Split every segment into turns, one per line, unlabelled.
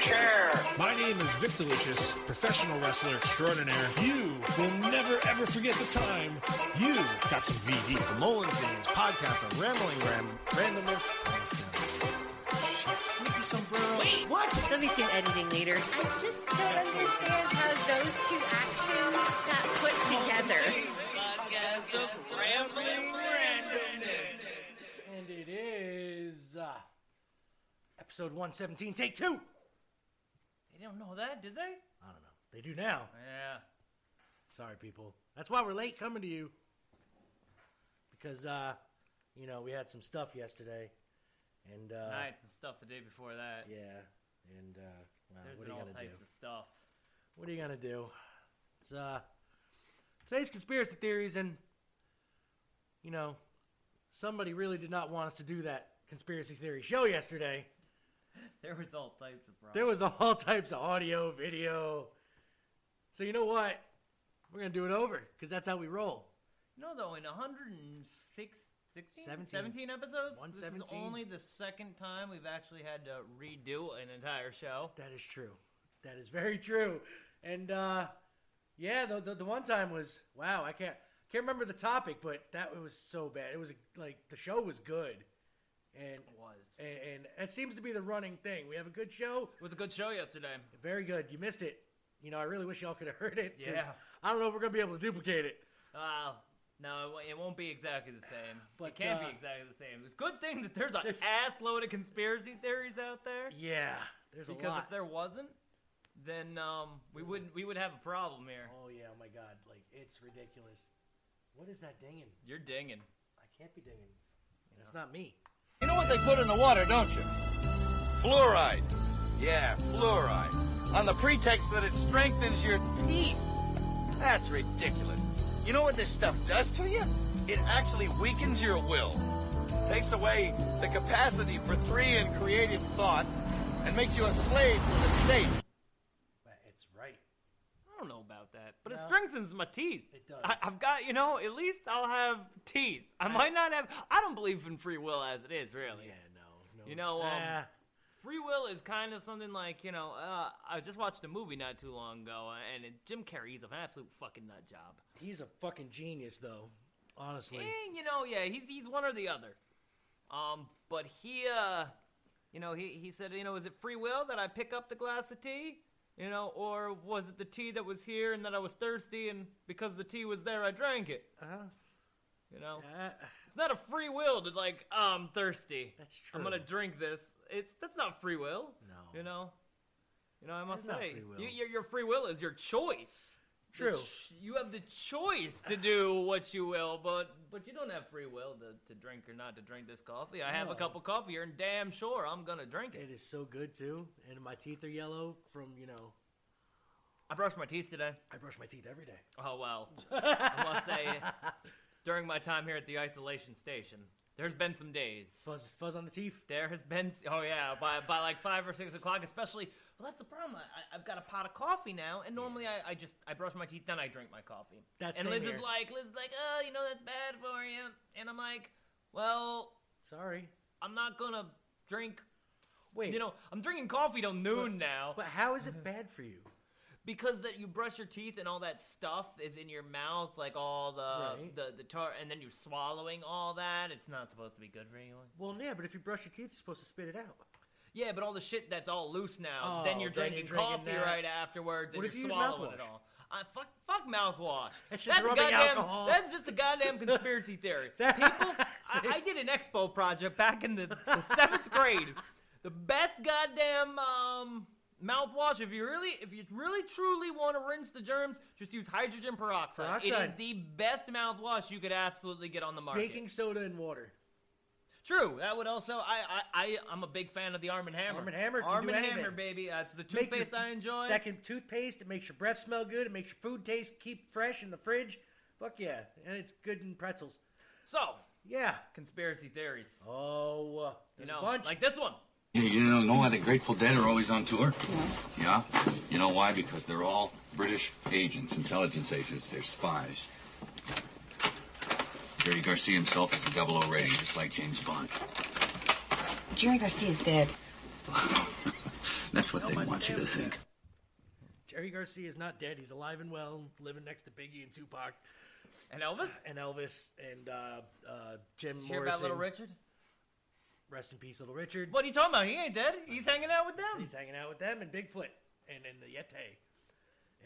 chair.
My name is Vic Delicious, professional wrestler extraordinaire. You will never ever forget the time you got some VD. The Mullen Scenes podcast on rambling ram- randomness. Thanks, Tim. Shit, Mickey Sombrero. Wait, what?
There'll be some editing later.
I just don't understand how those two actions got put together.
Podcast of Rambling Randomness.
And it is uh, episode 117, take two. They don't know that, did they? I don't know. They do now.
Yeah.
Sorry, people. That's why we're late coming to you. Because, uh, you know, we had some stuff yesterday. And, uh,
Night and stuff the day before that.
yeah. And, uh, well,
There's
what
been
are you
all
going to do?
types of stuff.
What are you going to do? It's, uh, today's conspiracy theories, and, you know, somebody really did not want us to do that conspiracy theory show yesterday.
There was all types of problems.
There was all types of audio, video. So you know what? We're gonna do it over because that's how we roll.
no, though, in 106, 16, 17,
17.
episodes, this is
117.
only the second time we've actually had to redo an entire show.
That is true. That is very true. And uh, yeah, the, the the one time was wow. I can't can't remember the topic, but that was so bad. It was like the show was good, and
It was.
and, and that seems to be the running thing. We have a good show.
It was a good show yesterday.
Very good. You missed it. You know, I really wish y'all could have heard it. 'cause
Yeah.
I don't know if we're gonna be able to duplicate it.
Uh, no, it won't- it won't be exactly the same.
But,
it can't
uh,
be exactly the same. It's a good thing that there's an
there's-
ass load of conspiracy theories out there.
Yeah. There's a
because
lot.
if there wasn't, then um, we would we would have a problem here.
Oh yeah, oh my god, like it's ridiculous. What is that dinging?
You're dinging.
I can't be dinging. That's not me.
You know what they put in the water, don't you? Fluoride. Yeah, fluoride. On the pretext that it strengthens your teeth. That's ridiculous. You know what this stuff does to you? It actually weakens your will, takes away the capacity for free and creative thought, and makes you a slave to the state.
But it's right.
I don't know about that, but it
No.
strengthens my teeth.
It does.
I, I've got you know. At least I'll have teeth. I, might not have. I don't believe in free will as it is. Really,
Yeah, no, no.
You know, um,
Ah,
free will is kind of something like you know. Uh, I just watched a movie not too long ago, and it, Jim Carrey's an absolute fucking nut job.
he's a fucking genius, though. Honestly,
Eh, you know, yeah, he's he's one or the other. Um, but he, uh, you know, he he said, you know, is it free will that I pick up the glass of tea, you know, or was it the tea that was here and that I was thirsty and because the tea was there I drank it,
Uh,
you know?
uh,
It's not a free will to like, oh, I'm thirsty.
That's
I'm gonna
true.
drink this. It's that's not free will.
No.
You know. You know, I must
is not
say,
free will.
You, your, your free will is your choice. The
True.
ch- you have the choice to do what you will, but but you don't have free will to, to drink or not to drink this coffee. I have a
No.
cup of coffee, here, and damn sure I'm gonna drink it.
it is so good too. And my teeth are yellow from you know.
I brushed my teeth today.
I brush my teeth every day.
Oh well, I must say, during my time here at the isolation station, there's been some days.
Fuzz, fuzz on the teeth.
There has been, oh yeah, by, by like five or six o'clock, especially. Well, that's the problem. I, I've got a pot of coffee now, and normally I, I just I brush my teeth, then I drink my coffee.
That's
and
same
Liz
here.
is like, Liz is like, oh, you know that's bad for you, and I'm like, well,
Sorry.
I'm not gonna drink.
Wait.
You know, I'm drinking coffee till noon now
But how is it bad for you?
because that you brush your teeth and all that stuff is in your mouth, like all the
Right.
the the tar, and then you're swallowing all that. It's not supposed to be good for you.
Well, yeah, but if you brush your teeth, you're supposed to spit it out.
Yeah, but all the shit that's all loose now.
Oh,
then you're
then
drinking
you're drinking
coffee
that.
right afterwards,
What
and
if
you're
you use
swallowing it
mouthwash?
all. I, fuck, fuck mouthwash.
It's just
that's a
rubbing
goddamn,
alcohol.
That's just a goddamn conspiracy theory.
That-
People, I,
See?
I did an expo project back in the, the seventh grade. The best goddamn um, mouthwash. If you really, if you really truly want to rinse the germs, just use hydrogen peroxide. It is
Peroxide.
the best mouthwash you could absolutely get on the market.
Baking soda and water.
True. That would also. I. I. I I'm a big fan of the Arm and Hammer.
Arm and Hammer can
Arm
do
and
anything.
Hammer, baby. That's the
Make your-
toothpaste I enjoy.
That can toothpaste. It makes your breath smell good. It makes your food taste keep fresh in the fridge. Fuck yeah, and it's good in pretzels.
So
Yeah.
conspiracy theories.
Oh, uh,
you
there's
know,
a bunch.
like this one.
You, you know, know why the Grateful Dead are always on tour?
Mm-hmm.
Yeah. You know why? Because they're all British agents, intelligence agents. They're spies. Jerry Garcia himself is a double O rating, just like James Bond.
Jerry Garcia's dead.
That's That's what
Oh,
they
my
want you to
family.
think.
Jerry Garcia is not dead. He's alive and well, living next to Biggie and Tupac Uh,
And Elvis?
and Elvis and uh, uh, Jim
Did you hear about
Morrison.
Little Richard?
Rest in peace, Little Richard.
What are you talking about? He ain't dead. He's hanging out with them.
He's hanging out with them and Bigfoot and and the Yeti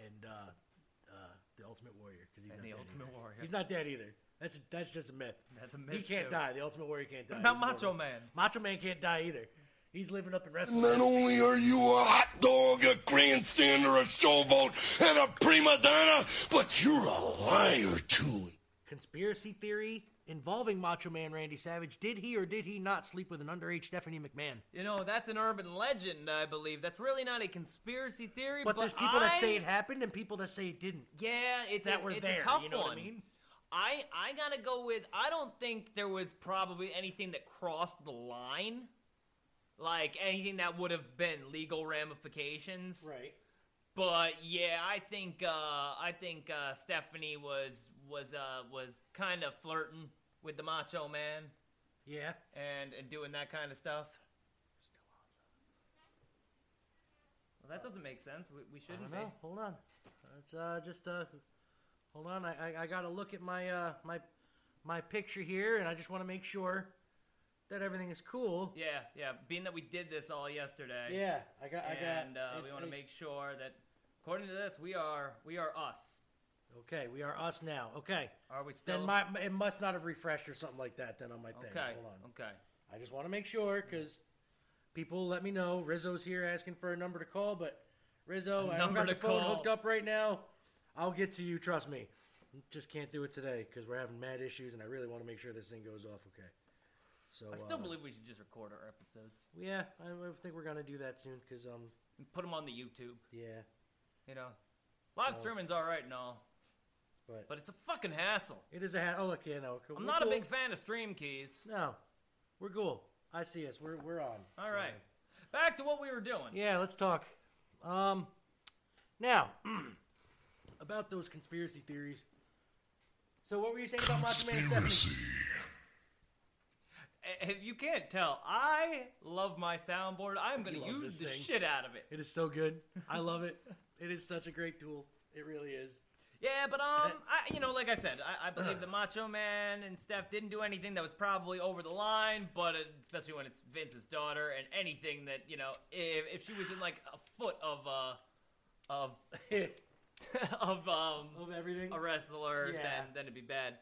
and uh, uh, the Ultimate Warrior because he's
And
not
the
dead
Ultimate
either.
Warrior.
He's not dead either. That's that's just a myth.
That's a
He
myth,
can't
too.
die. The Ultimate Warrior can't die.
about
He's immortal.
Macho Man?
Macho Man can't die either. He's living up in
Not
WrestleMania.
only are you a hot dog, a grandstander, a showboat, and a prima donna, but you're a liar too.
Conspiracy theory involving Macho Man Randy Savage. Did he or did he not sleep with an underage Stephanie McMahon?
You know, that's an urban legend, I believe. That's really not a conspiracy theory.
But,
But,
there's people that say
I-
it happened and people that say it didn't.
Yeah, it's
That
a,
were
it's
there.
a tough
you know
one.
what I mean?
I I gotta go with I don't think there was probably anything that crossed the line, like anything that would have been legal ramifications.
Right.
But yeah, I think uh, I think uh, Stephanie was was uh, was kind of flirting with the Macho Man
Yeah.
and and doing that kind of stuff. Well, that doesn't make sense. We, we
I don't
shouldn't be.
know. Hold on. It's, uh, just uh, hold on. I, I, I gotta look at my uh, my my picture here, and I just want to make sure that everything is cool.
Yeah, yeah. Being that we did this all yesterday.
Yeah, I got. I got.
and uh,
it-
we want to
it-
make sure that, according to this, we are we are us.
Okay, we are us now. Okay.
Are we still?
Then my it must not have refreshed or something like that. Then on my thing.
okay,
Hold on.
okay.
I just want to make sure because people let me know Rizzo's here asking for a number to call, but Rizzo, I don't
number
got the
to
phone
call.
hooked up right now. I'll get to you, trust me. Just can't do it today because we're having mad issues, and I really want to make sure this thing goes off okay. So
I still
uh,
believe we should just record our episodes
yeah, I I think we're gonna do that soon because um,
and put them on the YouTube.
yeah,
You know, live streaming's all right and all,
but,
but it's a fucking hassle.
it is a hat. Oh look, yeah, no,
I'm not a big fan of stream keys.
No, we're cool. I see us. We're we're on.
All right, back to what we were doing.
Yeah, let's talk. Um, now about those conspiracy theories. So, what were you saying about Macho Man and Stephanie?
I- If you can't tell, I love my soundboard. I'm gonna
loves
use
this
the
thing.
shit out of it.
It is so good. I love it. It is such a great tool. It really is.
Yeah, but
Uh,
um, I, you know, like I said, I, I believe the Macho Man and Steph didn't do anything that was probably over the line, but it, especially when it's Vince's daughter and anything that you know, if, if she was in like a foot of uh, of of um
Love everything.
a wrestler,
Yeah.
then then it'd be bad.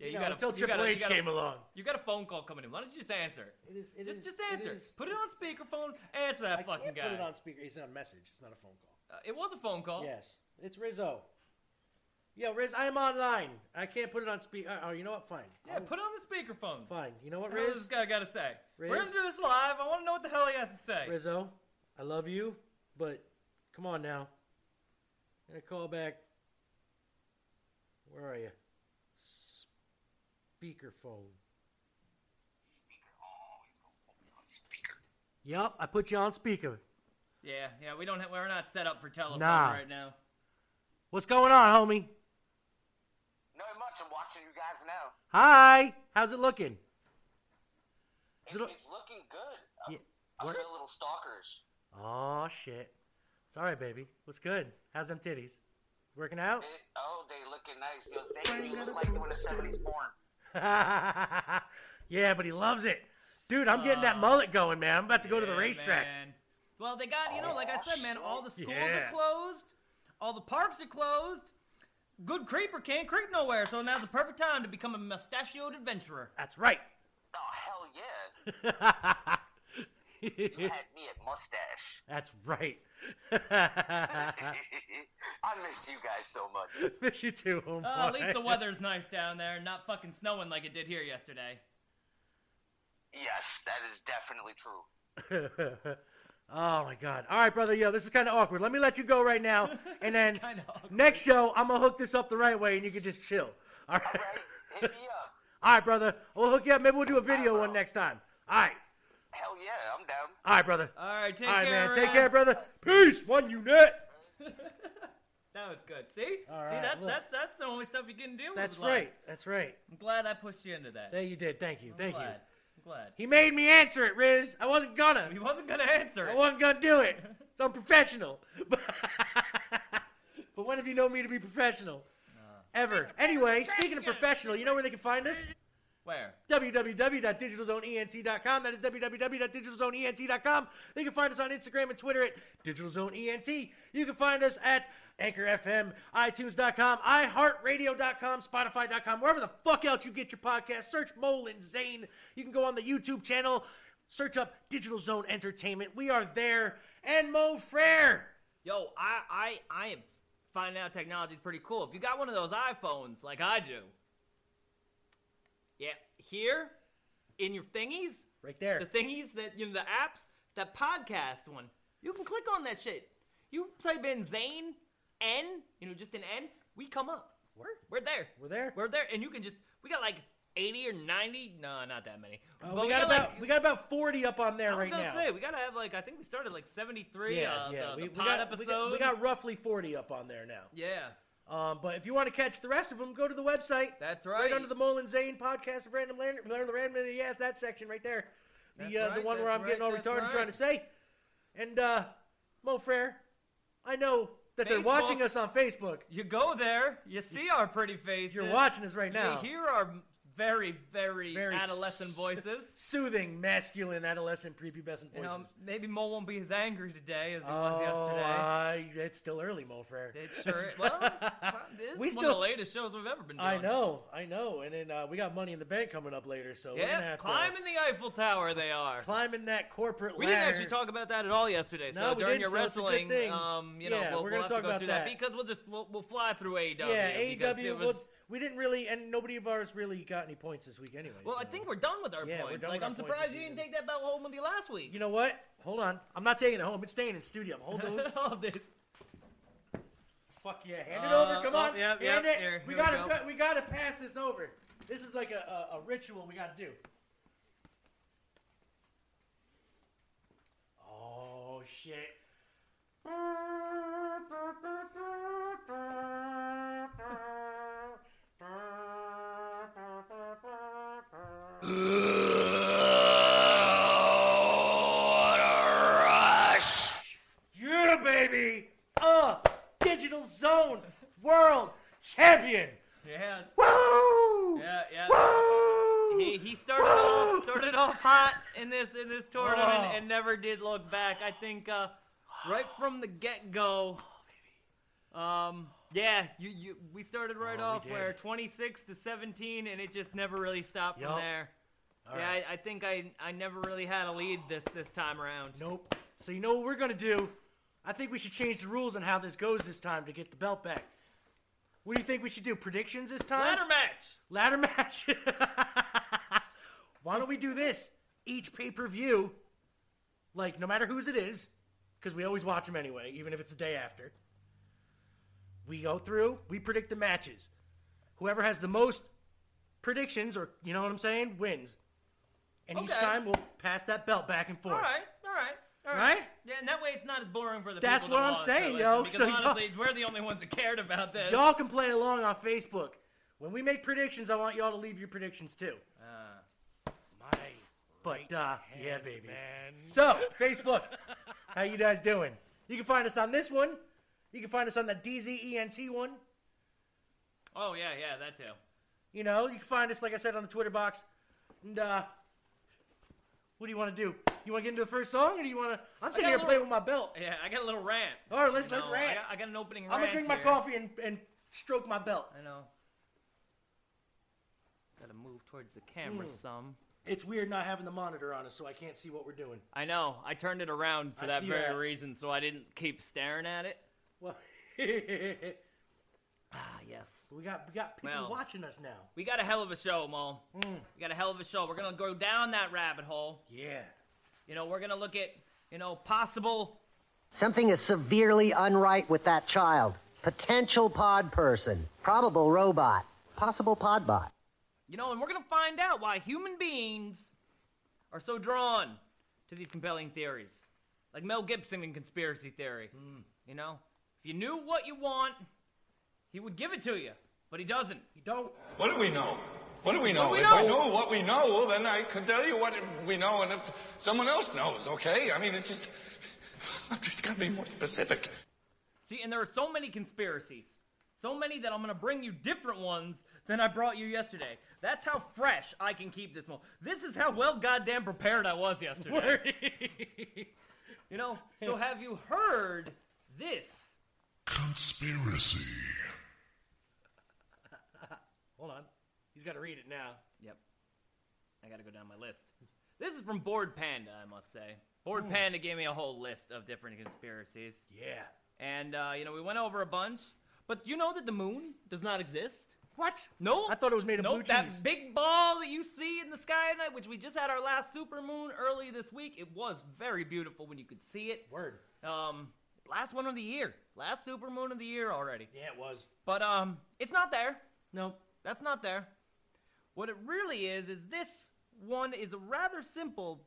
Yeah, you,
No,
got a,
until
you
Triple
got a,
H
you got a-
came along.
You got a phone call coming in. Why don't you just answer?
It is. It
just
is-
just
it
answer.
is-
Put it on speakerphone. Answer that
I
fucking
can't
guy.
put it on speaker. It's not a message. It's not a phone call.
Uh, it was a phone call.
Yes, it's Rizzo. Yo, Riz, I'm online. I can't put it on speak. Oh, you know what? Fine.
Yeah, put it on the speakerphone.
Fine. You know what,
What does
Riz?
this guy got to say? We're
Riz?
gonna do this live. I want to know what the hell he has to say.
Rizzo, I love you, but come on now. And a call back. Where are you? Speakerphone. Yup, I put you on speaker.
Yeah, yeah, we don't. Have, we're not set up for telephone
Nah.
right now.
What's going on, homie?
Not much. I'm watching you guys now.
Hi, how's it looking? Is
It,
it a-
it's looking good. I,
Yeah,
I
what?
feel a little stalkerish.
Oh shit. It's alright, baby. What's good? How's them titties? Working out?
It, oh, they looking nice. Yo, Zane, you look like you in a 70s porn.
yeah, but he loves it. Dude, I'm getting that mullet going, man. I'm about to go to the
Oh, Yeah,
racetrack.
man. Well, they got you know, like I said, man, all the schools
Yeah.
are closed, all the parks are closed. Good creeper can't creep nowhere, so now's the perfect time to become a mustachioed adventurer.
That's right.
Oh, hell yeah. You had me at mustache.
That's right.
I miss you guys so much.
Miss you too, homeboy.
Uh, at least the weather's nice down there, not fucking snowing like it did here yesterday.
Yes, that is definitely true.
oh my god. All right, brother. Yo, this is kind of awkward. Let me let you go right now, and then
Kinda awkward.
next show I'm gonna hook this up the right way, and you can just chill. All right.
Right? Hit me up.
All right, brother. We'll hook you up. Maybe we'll do a video one next time. All right.
Hell yeah, I'm down.
All right, brother.
All right, take
All right,
care,
man. Take
Russ.
care, brother. Peace. One unit.
That was good. See,
All
see,
right,
that's
look.
that's that's the only stuff you can do.
That's
with life.
right. That's right.
I'm glad I pushed you into that.
There you did. Thank you. Thank you.
glad. I'm glad.
He made me answer it, Riz. I wasn't gonna.
He wasn't gonna answer.
I
it.
wasn't gonna do it. It's unprofessional. But, but when have you known me to be professional? Ever. Anyway, speaking of professional, you know where they can find us?
Where?
www.digitalzoneent.com. That is www.digitalzoneent.com. They can find us on Instagram and Twitter at digitalzoneent. You can find us at Anchor FM, iTunes.com, iHeartRadio.com, Spotify.com, wherever the fuck else you get your podcast. Search Molin Zane. You can go on the YouTube channel, search up Digital Zone Entertainment. We are there. And Mo Frere.
Yo, I, I, I am finding out technology is pretty cool. If you got one of those iPhones like I do, yeah, here in your thingies,
Right there.
the thingies that you know the apps, the podcast one, you can click on that shit. You type in Zane N, you know, just an N, we come up.
Word.
We're there.
We're there.
We're there, and you can just we got like eighty or ninety. No, not that many.
Uh,
But
we, got about
like-
we got about 40 up on there
I was
right
gonna
now.
say we gotta have like I think we started like seventy three. uh, The, the
got, we,
pod
got,
episode.
we got roughly 40 up on there now.
yeah.
Um, but if you want to catch the rest of them, go to the website.
That's
Right
right.
under the Mullen Zane podcast of Random Land, Random, Random, yeah, it's that section right there. The
That's
uh, the
right,
one where
that's
I'm getting all
right, that's
retarded
right.
trying to say. And uh, Mo Frere, I know that they're
Facebook.
watching us on Facebook.
You go there, you see our pretty faces.
You're watching us right now.
You hear our very, very,
Very
adolescent
s-
voices.
Soothing, masculine, adolescent, prepubescent voices.
You know, maybe Mo won't be as angry today as he was
oh,
yesterday.
I- it's still early, Mo Frere.
It sure. well, this
We
is one of
still-
the latest shows we've ever been doing.
I know, I know. And then uh, we got Money in the Bank coming up later, so we're gonna
Yeah,
have to uh,
climbing the Eiffel Tower, they are.
climbing that corporate
We
ladder.
didn't actually talk about that at all yesterday.
No,
so
we
during
didn't,
your
so it's a good
wrestling,
thing.
um, you know,
Yeah,
we'll,
we're
we'll
gonna
have
talk
to go
about
through that.
that.
because we'll just we'll, we'll fly through AEW.
yeah,
E because it
AEW.
was-
well, we didn't really, and nobody of ours really got any points this week, anyway.
Well, I
so-
think we're done with our
Yeah, we're
points.
done
Like,
with our
I'm
points
surprised
this
you didn't
season.
take that belt home with you last week.
You know what? Hold on, I'm not taking it home. It's staying in studio. Hold those.
All this.
Fuck yeah, hand it
Uh,
over. Come
oh,
on,
yep,
hand
yep,
it.
here,
we
here we
gotta,
go.
pa- we gotta pass this over. This is like a, a, a ritual we gotta do. Oh shit. Yeah, baby! Uh, Digital Zone World Champion!
Yeah,
Woo!
yeah, yeah.
Woo!
He, he started off started off hot in this in this tournament
Oh.
and never did look back. I think uh, right from the get go. Um. Yeah, you, you we started right
Oh, we
off
did.
where 26 to 17, and it just never really stopped
Yup.
from there.
All
yeah,
right.
I, I think I I never really had a lead this this time around.
Nope. So you know what we're gonna do? I think we should change the rules on how this goes this time to get the belt back. What do you think we should do? Predictions this time?
Ladder match.
Ladder match. Why don't we do this? Each pay per view, like no matter whose it is, because we always watch them anyway, even if it's the day after. We go through, we predict the matches. Whoever has the most predictions, or you know what I'm saying, wins. And each
Okay.
time we'll pass that belt back and forth.
All right, all right, all
Right?
right. Yeah, and that way it's not as boring for the
That's
people.
what
that
I'm
lost,
saying,
so
yo.
listen,
So
Because
y'all-
honestly, we're the only ones that cared about this.
Y'all can play along on Facebook. When we make predictions, I want y'all to leave your predictions too.
Uh,
My
But uh, yeah, baby.
man.
So, Facebook, how you guys doing? You can find us on this one. You can find us on the DZENT one.
Oh yeah, yeah, that too.
You know, you can find us, like I said, on the Twitter box. And uh, what do you want to do? You want to get into the first song, or do you want to? I'm sitting
got
here
a
playing
little-
with my belt.
Yeah, I got a little rant.
All right, let's
You
let's
know, I
rant.
got, I got an opening rant.
I'm gonna drink my
here.
coffee and, and stroke my belt.
I know. Gotta move towards the camera
Hmm.
some.
It's weird not having the monitor on us, so I can't see what we're doing.
I know. I turned it around for
I
that
see
very
that.
reason, so I didn't keep staring at it.
Well, we
Ah, yes.
got we got people
Well.
watching us now.
We got a hell of a show, Mo.
Hmm.
We got a hell of a show. We're gonna go down that rabbit hole.
Yeah.
You know, we're gonna look at you know possible
Something is severely unright with that child. Potential pod person. Probable robot. Possible pod bot.
You know, and we're going to find out why human beings are so drawn to these compelling theories. Like Mel Gibson in conspiracy theory. You know, if you knew what you want, he would give it to you, but he doesn't.
You don't.
What do we know? What do we know?
What do we
if I
know?
know what we know, well, then I can tell you what we know, and if someone else knows, okay? I mean, it's just. You gotta be more specific.
See, and there are so many conspiracies. So many that I'm gonna bring you different ones than I brought you yesterday. That's how fresh I can keep this moment. This is how well goddamn prepared I was yesterday. you know, so have you heard this?
Conspiracy.
Hold on. He's got to read it now.
Yep. I gotta go down my list. This is from Bored Panda, I must say. Bored Panda gave me a whole list of different conspiracies.
Hmm. Yeah.
And, uh, you know, we went over a bunch. But you know that the moon does not exist?
What?
No,
I thought it was made of
nope,
blue
that
cheese.
big ball that you see in the sky at night, which we just had our last super moon earlier this week. It was very beautiful when you could see it.
Word.
Um, last one of the year, last super moon of the year already.
Yeah, it was.
But um, it's not there.
No.
That's not there. What it really is is this one is rather simple,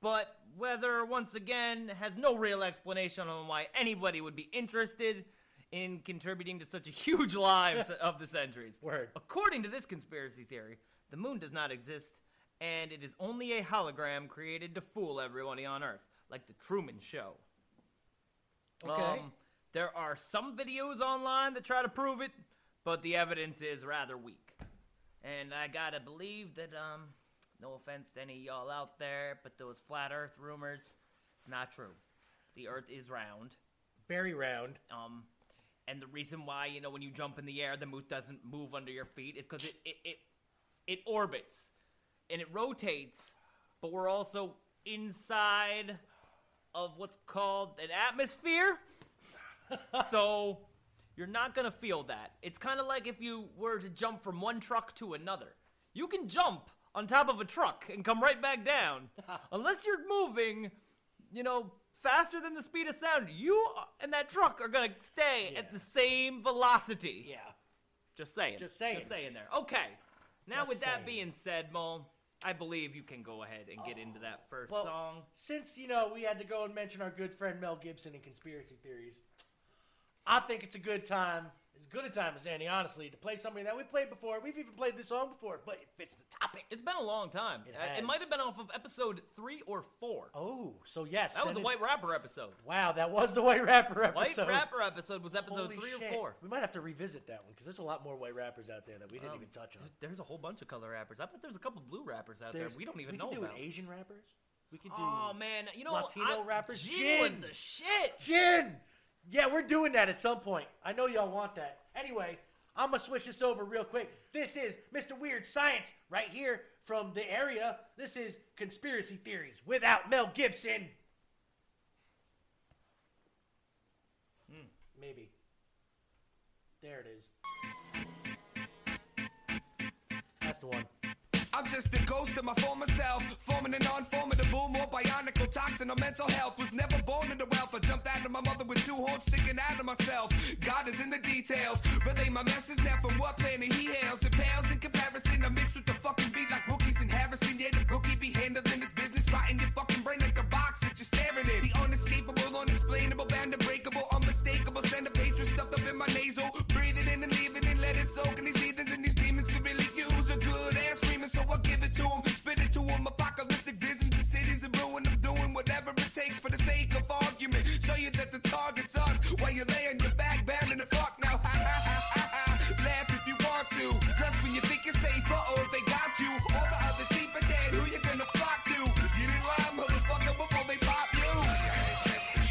but whether once again has no real explanation on why anybody would be interested in contributing to such a huge lie of- of the centuries.
Word.
According to this conspiracy theory, the moon does not exist, and it is only a hologram created to fool everybody on Earth, like the Truman Show. Um,
Okay.
there are some videos online that try to prove it, but the evidence is rather weak. And I gotta believe that, um, no offense to any of y'all out there, but those flat Earth rumors, it's not true. The Earth is round.
Very round.
Um, and the reason why you know when you jump in the air, the moon doesn't move under your feet is because it, it it it orbits and it rotates, but we're also inside of what's called an atmosphere. so you're not gonna feel that. It's kind of like if you were to jump from one truck to another. You can jump on top of a truck and come right back down, unless you're moving you know, faster than the speed of sound, you and that truck are gonna stay at the same velocity.
Yeah.
Just saying.
Just saying.
Just saying there. Okay. Now,
Just
with that
saying.
being said, Mole, I believe you can go ahead and get into that first
Oh, Well,
song.
since you know we had to go and mention our good friend Mel Gibson and conspiracy theories, I think it's a good time, as good a time as any, honestly, to play something that we played before. We've even played this song before, but it fits the topic.
It's been a long time.
It
Uh,
has.
might have been off of episode three or four.
Oh, so yes,
that was
then
a
it-
white rapper episode.
Wow, that was the white rapper
White
episode.
rapper episode was episode
Holy
three or
shit.
four.
We might have to revisit that one because there's a lot more white rappers out there that we didn't
Um,
even touch on.
th- There's a whole bunch of color rappers. I bet there's a couple blue rappers out there
There's-
we don't even
we
know
could do
about.
an Asian rappers. We could do.
oh man, you know
Latino
I,
rappers?
Gene was
Gin.
the shit.
Gin! Yeah, we're doing that at some point. I know y'all want that. Anyway, I'm going to switch this over real quick. This is Mr. Weird Science right here from the area. This is Conspiracy Theories without Mel Gibson. Hmm, Maybe. There it is. That's the one.
I'm just a ghost of my former self, forming a non-formidable, more bionical toxin of mental health. Was never born into wealth. I jumped out of my mother with two horns sticking out of myself. God is in the details. Relay my message now from what planet he hails. It pales in comparison. I mix with the fucking beat like rookies and Harrison. Yeah, the rookie be handling his business, rotting your fucking brain like a box that you're staring at. The unescapable, unexplainable, bound and breakable, unmistakable. Send of hatred stuffed up in my nasal. Breathe it in and leave it in, let it soak. And these heathens and these demons could really use a good ass screaming, so I give it to him. Spit it to him, apocalyptic visions of cities and ruin. I'm doing whatever it takes for the sake of argument. Show you that the target's us while you lay on your back, battling the fuck now. Ha ha ha ha ha. Laugh if you want to. Just when you think you're safe, uh oh, they got you. All the other sheep are dead, who you gonna flock to? Get in line, motherfucker, before they pop you.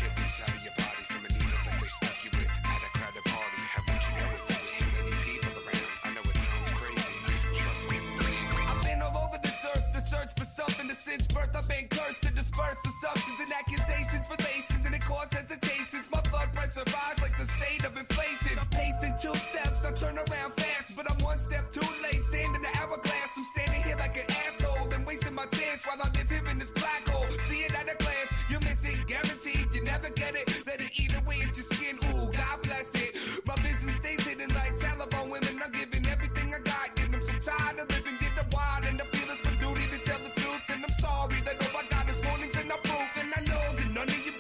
I've been all over this earth to search for something to since birth. I've been cursed to disperse assumptions and accusations for relations and it caused hesitations. My blood pressure rise like the state of inflation. I'm pacing two steps, I turn around fast, but I'm one step too late. Sand in the hourglass, I'm standing here like an asshole. Been wasting my chance while I live here in this black hole. See it at a glance, you miss it, guaranteed. You never get it, let it eat away at your skin. Ooh, God bless it. My vision stays hidden like Taliban women. I'm giving everything I got, and I'm so tired of living. Get the wild and the feelings, my duty to tell the truth. And I'm sorry that all I got is warnings and no proof. And I know that none of you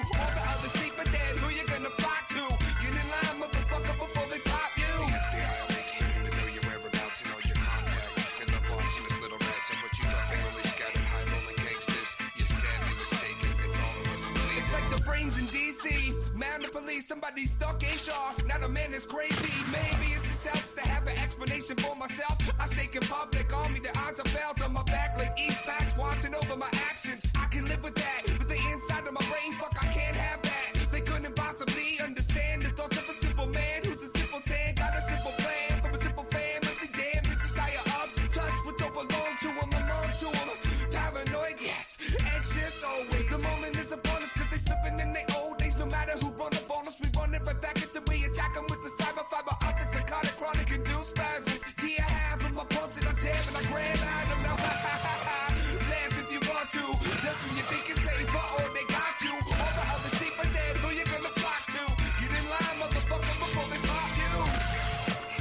scenes in DC. Man, the police, somebody stuck HR. Now the man is crazy. Maybe it just helps to have an explanation for myself. I shake in public, on me, the eyes are veiled on my back like East Packs watching over my actions. I can live with that, but the inside of my brain, fuck, I can't have that. They couldn't possibly understand the thoughts of a simple man who's a simple tan, got a simple plan from a simple fan, but the damn is desire up. Touch what don't belong to him, alone to him. Paranoid, yes, anxious always. The moment is upon us because they slipping in their old days. No matter who brought up on us, we run it right back at them. We attack 'em with the cyber fiber optics, psychotic, chronic, induced spasms. Yeah, I have 'em, I punch it, I jab and I grab at 'em. Now, laugh if you want to. Just when you think it's safe, uh oh, they got you. All the other sheep are dead, who you gonna flock to? Get in line, motherfucker, before they pop you.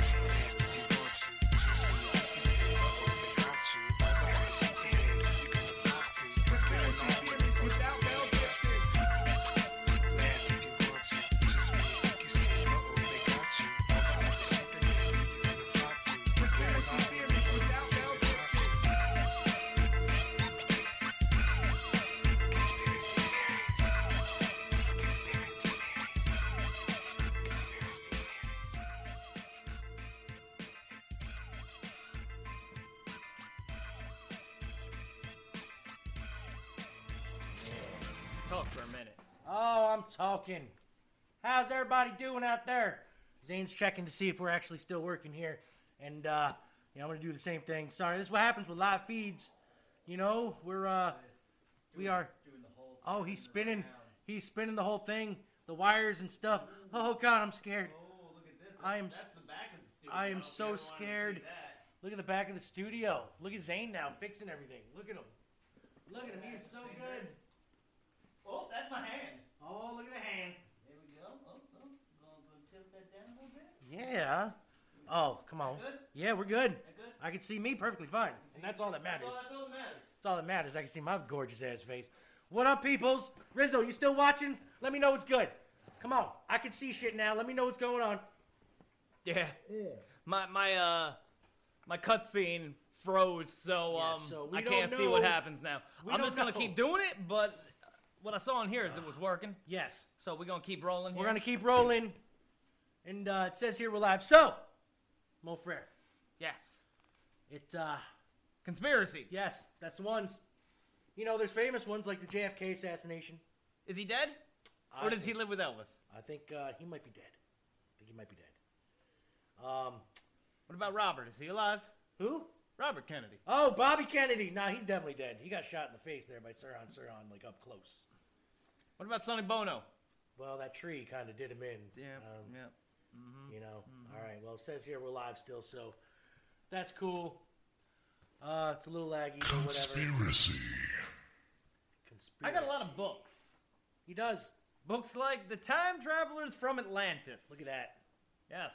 Talk for a minute.
Oh, I'm talking. How's everybody doing out there? Zane's checking to see if we're actually still working here. And, uh, you know, I'm going to do the same thing. Sorry, this is what happens with live feeds. You know, we're, uh, we are. Oh, he's spinning. He's spinning the whole thing, the wires and stuff. Oh, God, I'm scared. I am, I am so scared. Look at the back of the studio. Look at Zane now fixing everything. Look at him. Look at him. He's so good.
Oh, that's my hand.
Oh, look at the hand.
There we go. Oh, oh. Gonna, gonna tilt that down a little bit.
Yeah. Oh, come on.
Good?
Yeah, we're good.
good?
I can see me perfectly fine. And that's all that matters.
That's all, that's all that matters.
That's all that matters. I can see my gorgeous ass face. What up, peoples? Rizzo, you still watching? Let me know what's good. Come on. I can see shit now. Let me know what's going on.
Yeah. My my uh my cutscene froze, so
Yeah,
um
so we
I
don't
can't see what
know-
happens now.
we
I'm
don't
just gonna
know.
keep doing it, but what I saw in here is it was working,
Yes.
so we're gonna keep rolling.
We're
here.
going to keep rolling. And uh, it says here we're live. So, Mo Frere.
yes
It, uh,
conspiracy.
yes, that's the ones. You know, there's famous ones like the JFK assassination.
Is he dead,
I
or does he
think-
live with Elvis?
I think uh, he might be dead. I think he might be dead. Um,
What about Robert? Is he alive?
who?
Robert Kennedy.
Oh, Bobby Kennedy. Nah, he's definitely dead. He got shot in the face there by Sirhan Sirhan, like up close.
What about Sonny Bono?
Well, that tree kind of did him in.
Yeah,
Um,
yeah. Mm-hmm.
You know. All right. Well, it says here we're live still, so that's cool. Uh, it's a little laggy, but whatever.
Conspiracy.
Conspiracy.
I got a lot of books.
He does.
Books like The Time Travelers from Atlantis.
Look at that.
Yes.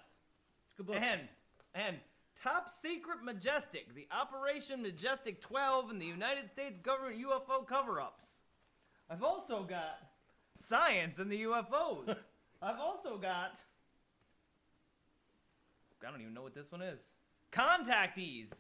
It's a good book.
And and Top Secret Majestic, the Operation Majestic 12 and the United States government UFO cover-ups. I've also got Science and the UFOs. I've also got I don't even know what this one is. Contactees.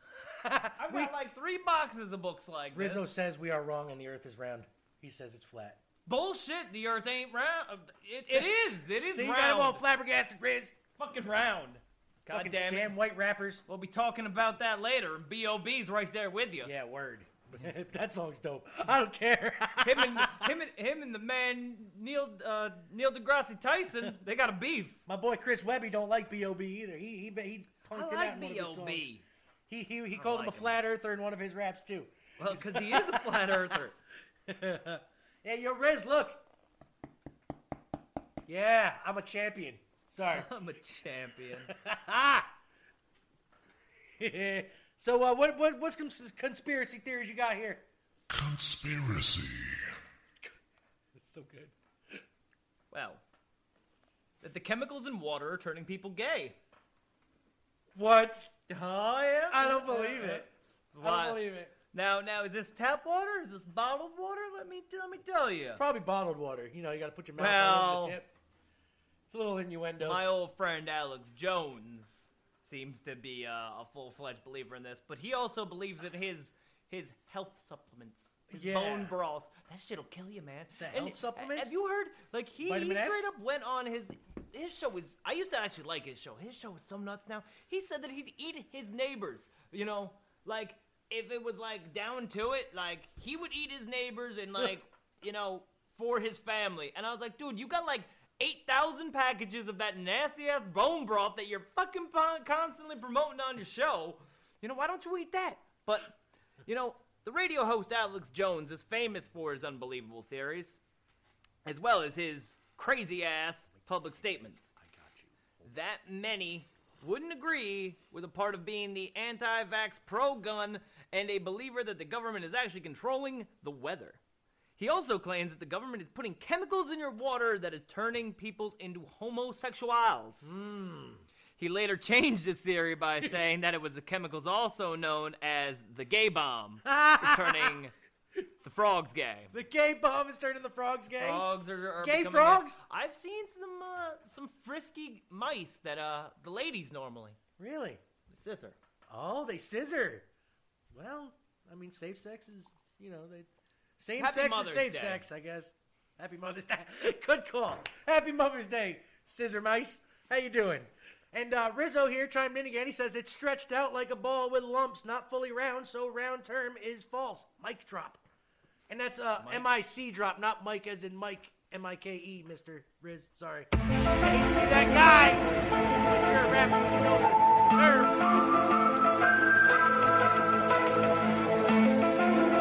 I've got
We-
like three boxes of books like this.
Rizzo says we are wrong and the Earth is round. He says it's flat.
Bullshit. The Earth ain't round. It, it is. It is
See, you
round.
got him all flabbergasted, Riz.
Fucking round. God
Fucking
damn it.
damn white rappers.
We'll be talking about that later. and B.O.B.'s right there with you.
Yeah, word. that song's dope. I don't care.
Him and him and him and the man Neil uh, Neil deGrasse Tyson. They got a beef.
My boy Chris Webby don't like B.O.B. either. He he he punked
I
it out
like
in one of his songs.
B.O.B.
He he he called him
like
a
him.
flat earther in one of his raps too.
Well, because he is a flat earther.
Yeah, yo Riz, look. Yeah, I'm a champion. Sorry.
I'm a champion.
so uh, what what what's cons- conspiracy theories you got here?
Conspiracy.
It's so good.
Well, that the chemicals in water are turning people gay.
What?
Oh yeah.
I don't believe it. I
Why-
don't believe it.
Now, now is this tap water? Is this bottled water? Let me let me tell you.
Probably bottled water. You know, you got to put your mouth on the
Well-
tip. It's a little innuendo.
My old friend Alex Jones seems to be uh, a full-fledged believer in this, but he also believes that his his health supplements His
Yeah.
bone broth. That shit'll kill you, man.
The
And
health supplements?
Have you heard? Like he, he
Vitamin S?
straight up went on his his show is. I used to actually like his show. His show is so nuts now. He said that he'd eat his neighbors. You know, like if it was like down to it, like he would eat his neighbors and like you know for his family. And I was like, dude, you got like. 8,000 packages of that nasty ass bone broth that you're fucking pon- constantly promoting on your show. You know, why don't you eat that? But you know, the radio host Alex Jones is famous for his unbelievable theories, as well as his crazy ass public statements. I got you. That many wouldn't agree with a part of being the anti vax pro gun and a believer that the government is actually controlling the weather. He also claims that the government is putting chemicals in your water that is turning people into homosexuals.
Hmm.
He later changed his theory by saying that it was the chemicals also known as the gay bomb, is turning the frogs gay.
The gay bomb is turning the frogs gay.
Frogs are, are
Gay
becoming
frogs?
gay. I've seen some uh, some frisky mice that uh the ladies normally
Really?
scissor.
Oh, they scissor. Well, I mean, safe sex is, you know, they same
Happy
sex
Mother's
is safe
Day.
sex, I guess. Happy Mother's Day. Good call. Happy Mother's Day, scissor mice. How you doing? And uh, Rizzo here chimed in again. He says it's stretched out like a ball with lumps, not fully round, so round term is false. Mic drop. And that's uh, M-I-C drop, not Mike as in Mike, M-I-K-E, Mr. E, Riz. Sorry. I hate to be that guy, but you're a rapper, you should know the term.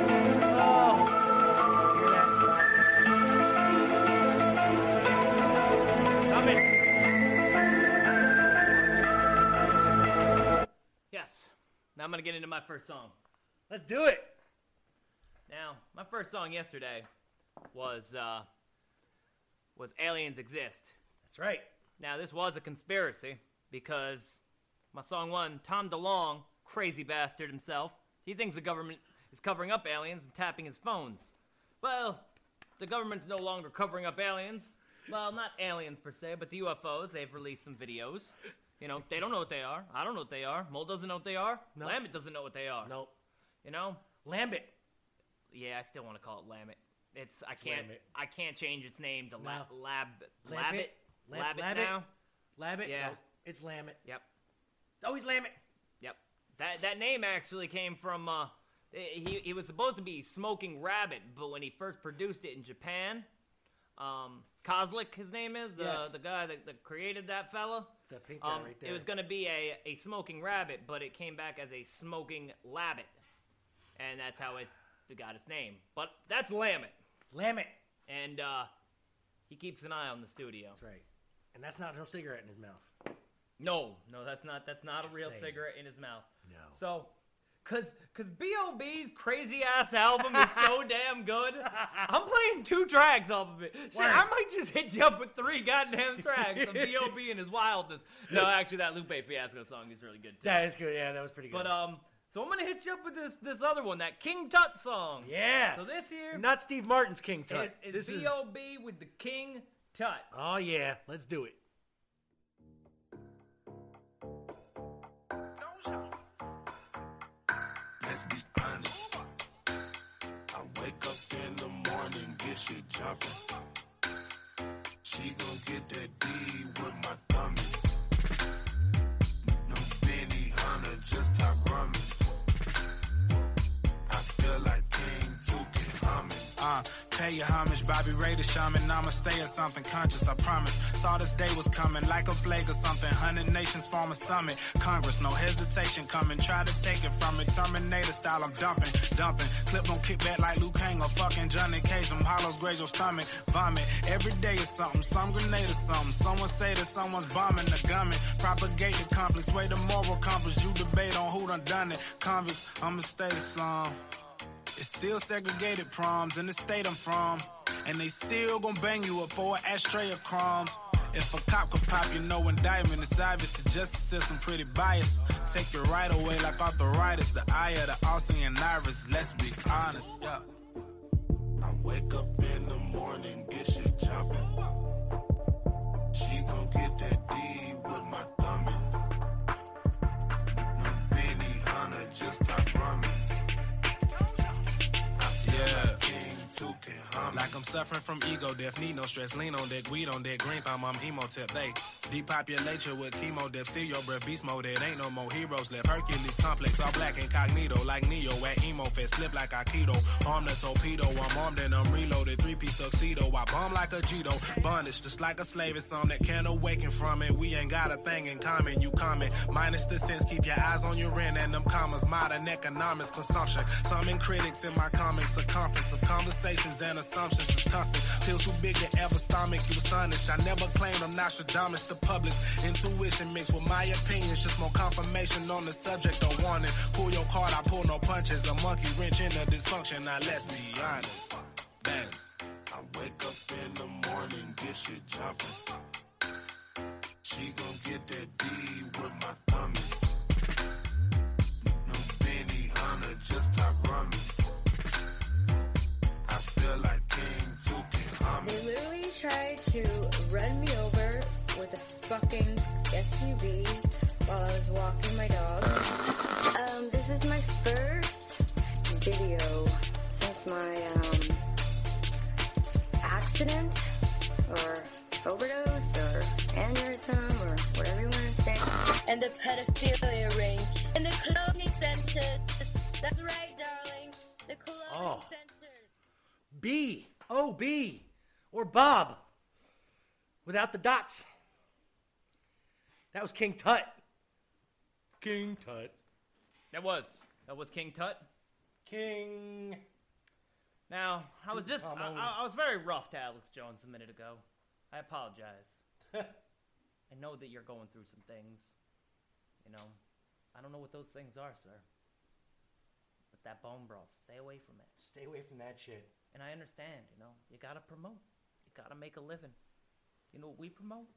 Oh, hear that? Coming.
Yes. Now I'm gonna get into my first song.
Let's do it.
Now my first song yesterday was uh was aliens exist.
That's right.
Now this was a conspiracy because my song one, Tom DeLong, crazy bastard himself, he thinks the government is covering up aliens and tapping his phones. Well, the government's no longer covering up aliens. Well, not aliens per se, but the UFOs. They've released some videos. You know, they don't know what they are. I don't know what they are. Mole doesn't know what they are. Lambert doesn't know what they are.
No,
You know?
Lambit.
Yeah, I still want to call it Lambit. It's I can't
Lambit.
I can't change its name to La-
No.
Lab Labbit
Lambit. Lam-
Labbit
Labbit.
now.
Labbit.
Yeah.
No, it's Oh, Lambit.
Yep.
Always Lambit.
Yep. That that name actually came from uh he he was supposed to be smoking rabbit, but when he first produced it in Japan, um Kozlik his name is, the
Yes.
the guy that, that created that fella.
The pink guy
Um,
right there.
It was going to be a, a smoking rabbit, but it came back as a smoking labbit. And that's how it got its name. But that's Lamet.
Lambit.
And uh, he keeps an eye on the studio.
That's right. And that's not no cigarette in his mouth.
No, no, that's not that's not a
Just
real
saying.
cigarette in his mouth.
No.
So, cause cause B.O.B.'s crazy ass album is so damn good. I'm playing two tracks off of it. Shit, I
Word.
might just hit you up with three goddamn tracks of B.O.B. and his wildness. No, actually, that Lupe Fiasco song is really good too.
That is good. Yeah, that was pretty good.
But um, so I'm gonna hit you up with this this other one, that King Tut song.
yeah.
So this here
not Steve Martin's King Tut.
is,
this
is
is.
B.O.B. with the King Tut.
Oh yeah, let's do it.
Let's be honest. I wake up in the morning, get shit jumping. She gon' get that D with my thummies. No Benny Hunter, just top rummies. I feel like King Tukin humming.
Uh, pay your homage, Bobby Ray the shaman. I'ma stay in something conscious, I promise. Saw this day was coming like a plague or something. Hundred nations form a summit. Congress, no hesitation coming. Try to take it from it. Terminator style, I'm dumping, dumping. Clip gon' kick back like Luke Kang or fucking Johnny Cage. Them hollows graze your stomach. Vomit. Every day is something, some grenade or something. Someone say that someone's bombing the gumming. Propagate the complex, way the moral compass. You debate on who done done it. Convicts, I'ma stay slum. It's still segregated proms in the state I'm from. And they still gon' bang you up for an ashtray of crumbs. If a cop could pop, you know indictment is obvious. The justice system pretty biased. Take your right away like arthritis. The eye of the all and iris. Let's be honest. Yeah.
I wake up in the morning, get shit jumping. She gon' get that D with my thumbing. No Benny Hunter, just top rummy.
Yeah.
two can hum.
Like I'm suffering from ego death, need no stress, lean on that weed on that green palm, I'm hemo tip. They depopulate you with chemo death, steal your breath, beast mode. It ain't no more heroes left. Hercules complex, all black incognito, like Neo at emo fest, flip like Aikido. Arm the torpedo, I'm armed and I'm reloaded. Three piece tuxedo, I bomb like a Jito. Bondage, just like a slave, it's on that can't awaken from it. We ain't got a thing in common, you comment. Minus the sense, keep your eyes on your rent and them commas. Modern economics, consumption. Some in critics in my comics, circumference of conversations and assumptions is constant. Feels too big to ever stomach, you astonished. I never claimed I'm Nostradamus to publish. Intuition mixed with my opinions, just more confirmation on the subject I wanted. Pull your card, I pull no punches. A monkey wrench in a dysfunction, now let's be honest. Bands.
I wake up in the morning, get shit jumping. She gon' get that D with my thummy. No Benny Hunter, just top rummy. I feel like King Tuki, homie.
They literally tried to run me over with a fucking SUV while I was walking my dog. Um, this is my first video since my um, accident or overdose or aneurysm or whatever you want to say. And the pedophilia ring and the cloning centers. That's right, darling. The cloning
Oh. B O B or Bob without the dots. That was King Tut. King Tut.
That was that was King Tut.
King.
Now I was just I,
Tutankhamun.
I, I was very rough to Alex Jones a minute ago. I apologize. I know that you're going through some things. You know, I don't know what those things are, sir. But that bone brawl, stay away from it.
Stay away from that shit.
And I understand. You know, you gotta promote. You gotta make a living. You know what we promote?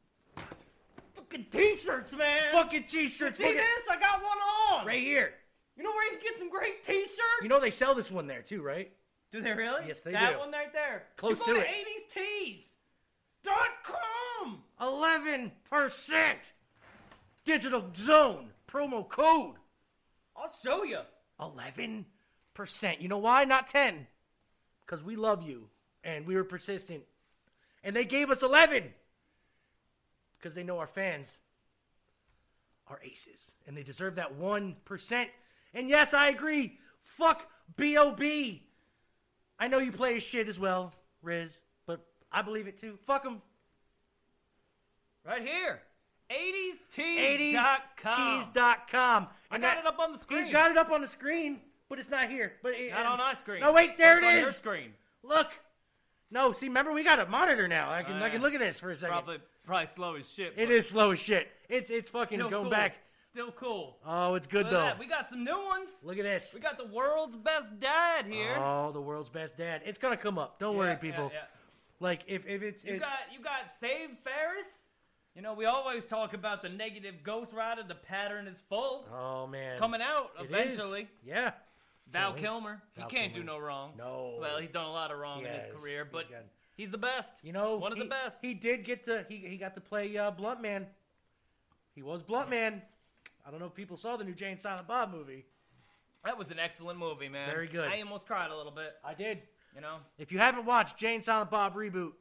Fucking t-shirts, man.
Fucking t-shirts.
You see
fucking-
this? I got one on.
Right here.
You know where you can get some great t-shirts?
You know they sell this one there too, right?
Do they really?
Yes, they
that
do.
one right there.
Close
you
to
go to
it.
80stees.com.
Eleven percent digital zone promo code.
I'll show you.
Eleven percent. You know why? Not ten. Because we love you and we were persistent, and they gave us eleven because they know our fans are aces and they deserve that one percent. And yes, I agree. Fuck Bob. I know you play his shit as well, Riz, but I believe it too. Fuck him.
Right here. 80stees. 80s tees.
80stees.com.
I got it up on the screen.
He's got it up on the screen, but it's not here. But it,
Not on our screen.
No, wait, there
It's
it
on
is.
your screen.
Look. No, see, remember we got a monitor now. I can
Oh,
I can
yeah.
look at this for a second.
Probably, probably slow as shit.
It
but
is slow as shit. It's it's fucking
still
going
cool.
back.
Still cool.
Oh, it's good
Look at
though.
that. We got some new ones.
Look at this.
We got the world's best dad here.
Oh, the world's best dad. It's gonna come up. Don't
Yeah,
worry,
yeah,
people.
yeah.
Like if if it's
You
it-
got you got Save Ferris. You know, we always talk about the negative Ghost Rider. The pattern is full.
Oh man,
coming out
It is.
eventually.
Yeah.
Val
Can't wait.
Kilmer.
Val
he can't
Kilmer.
do no wrong.
No.
Well, he's done a lot of wrong in
Yes,
his career,
he's
but
got-
he's, the best.
You know,
one of
he,
the best.
He did get to he, he got to play uh, Blunt Man. He was Blunt Man. I don't know if people saw the new Jane Silent Bob movie.
That was an excellent movie, man.
Very good.
I almost cried a little bit.
I did.
You know,
If you haven't watched Jane Silent Bob reboot,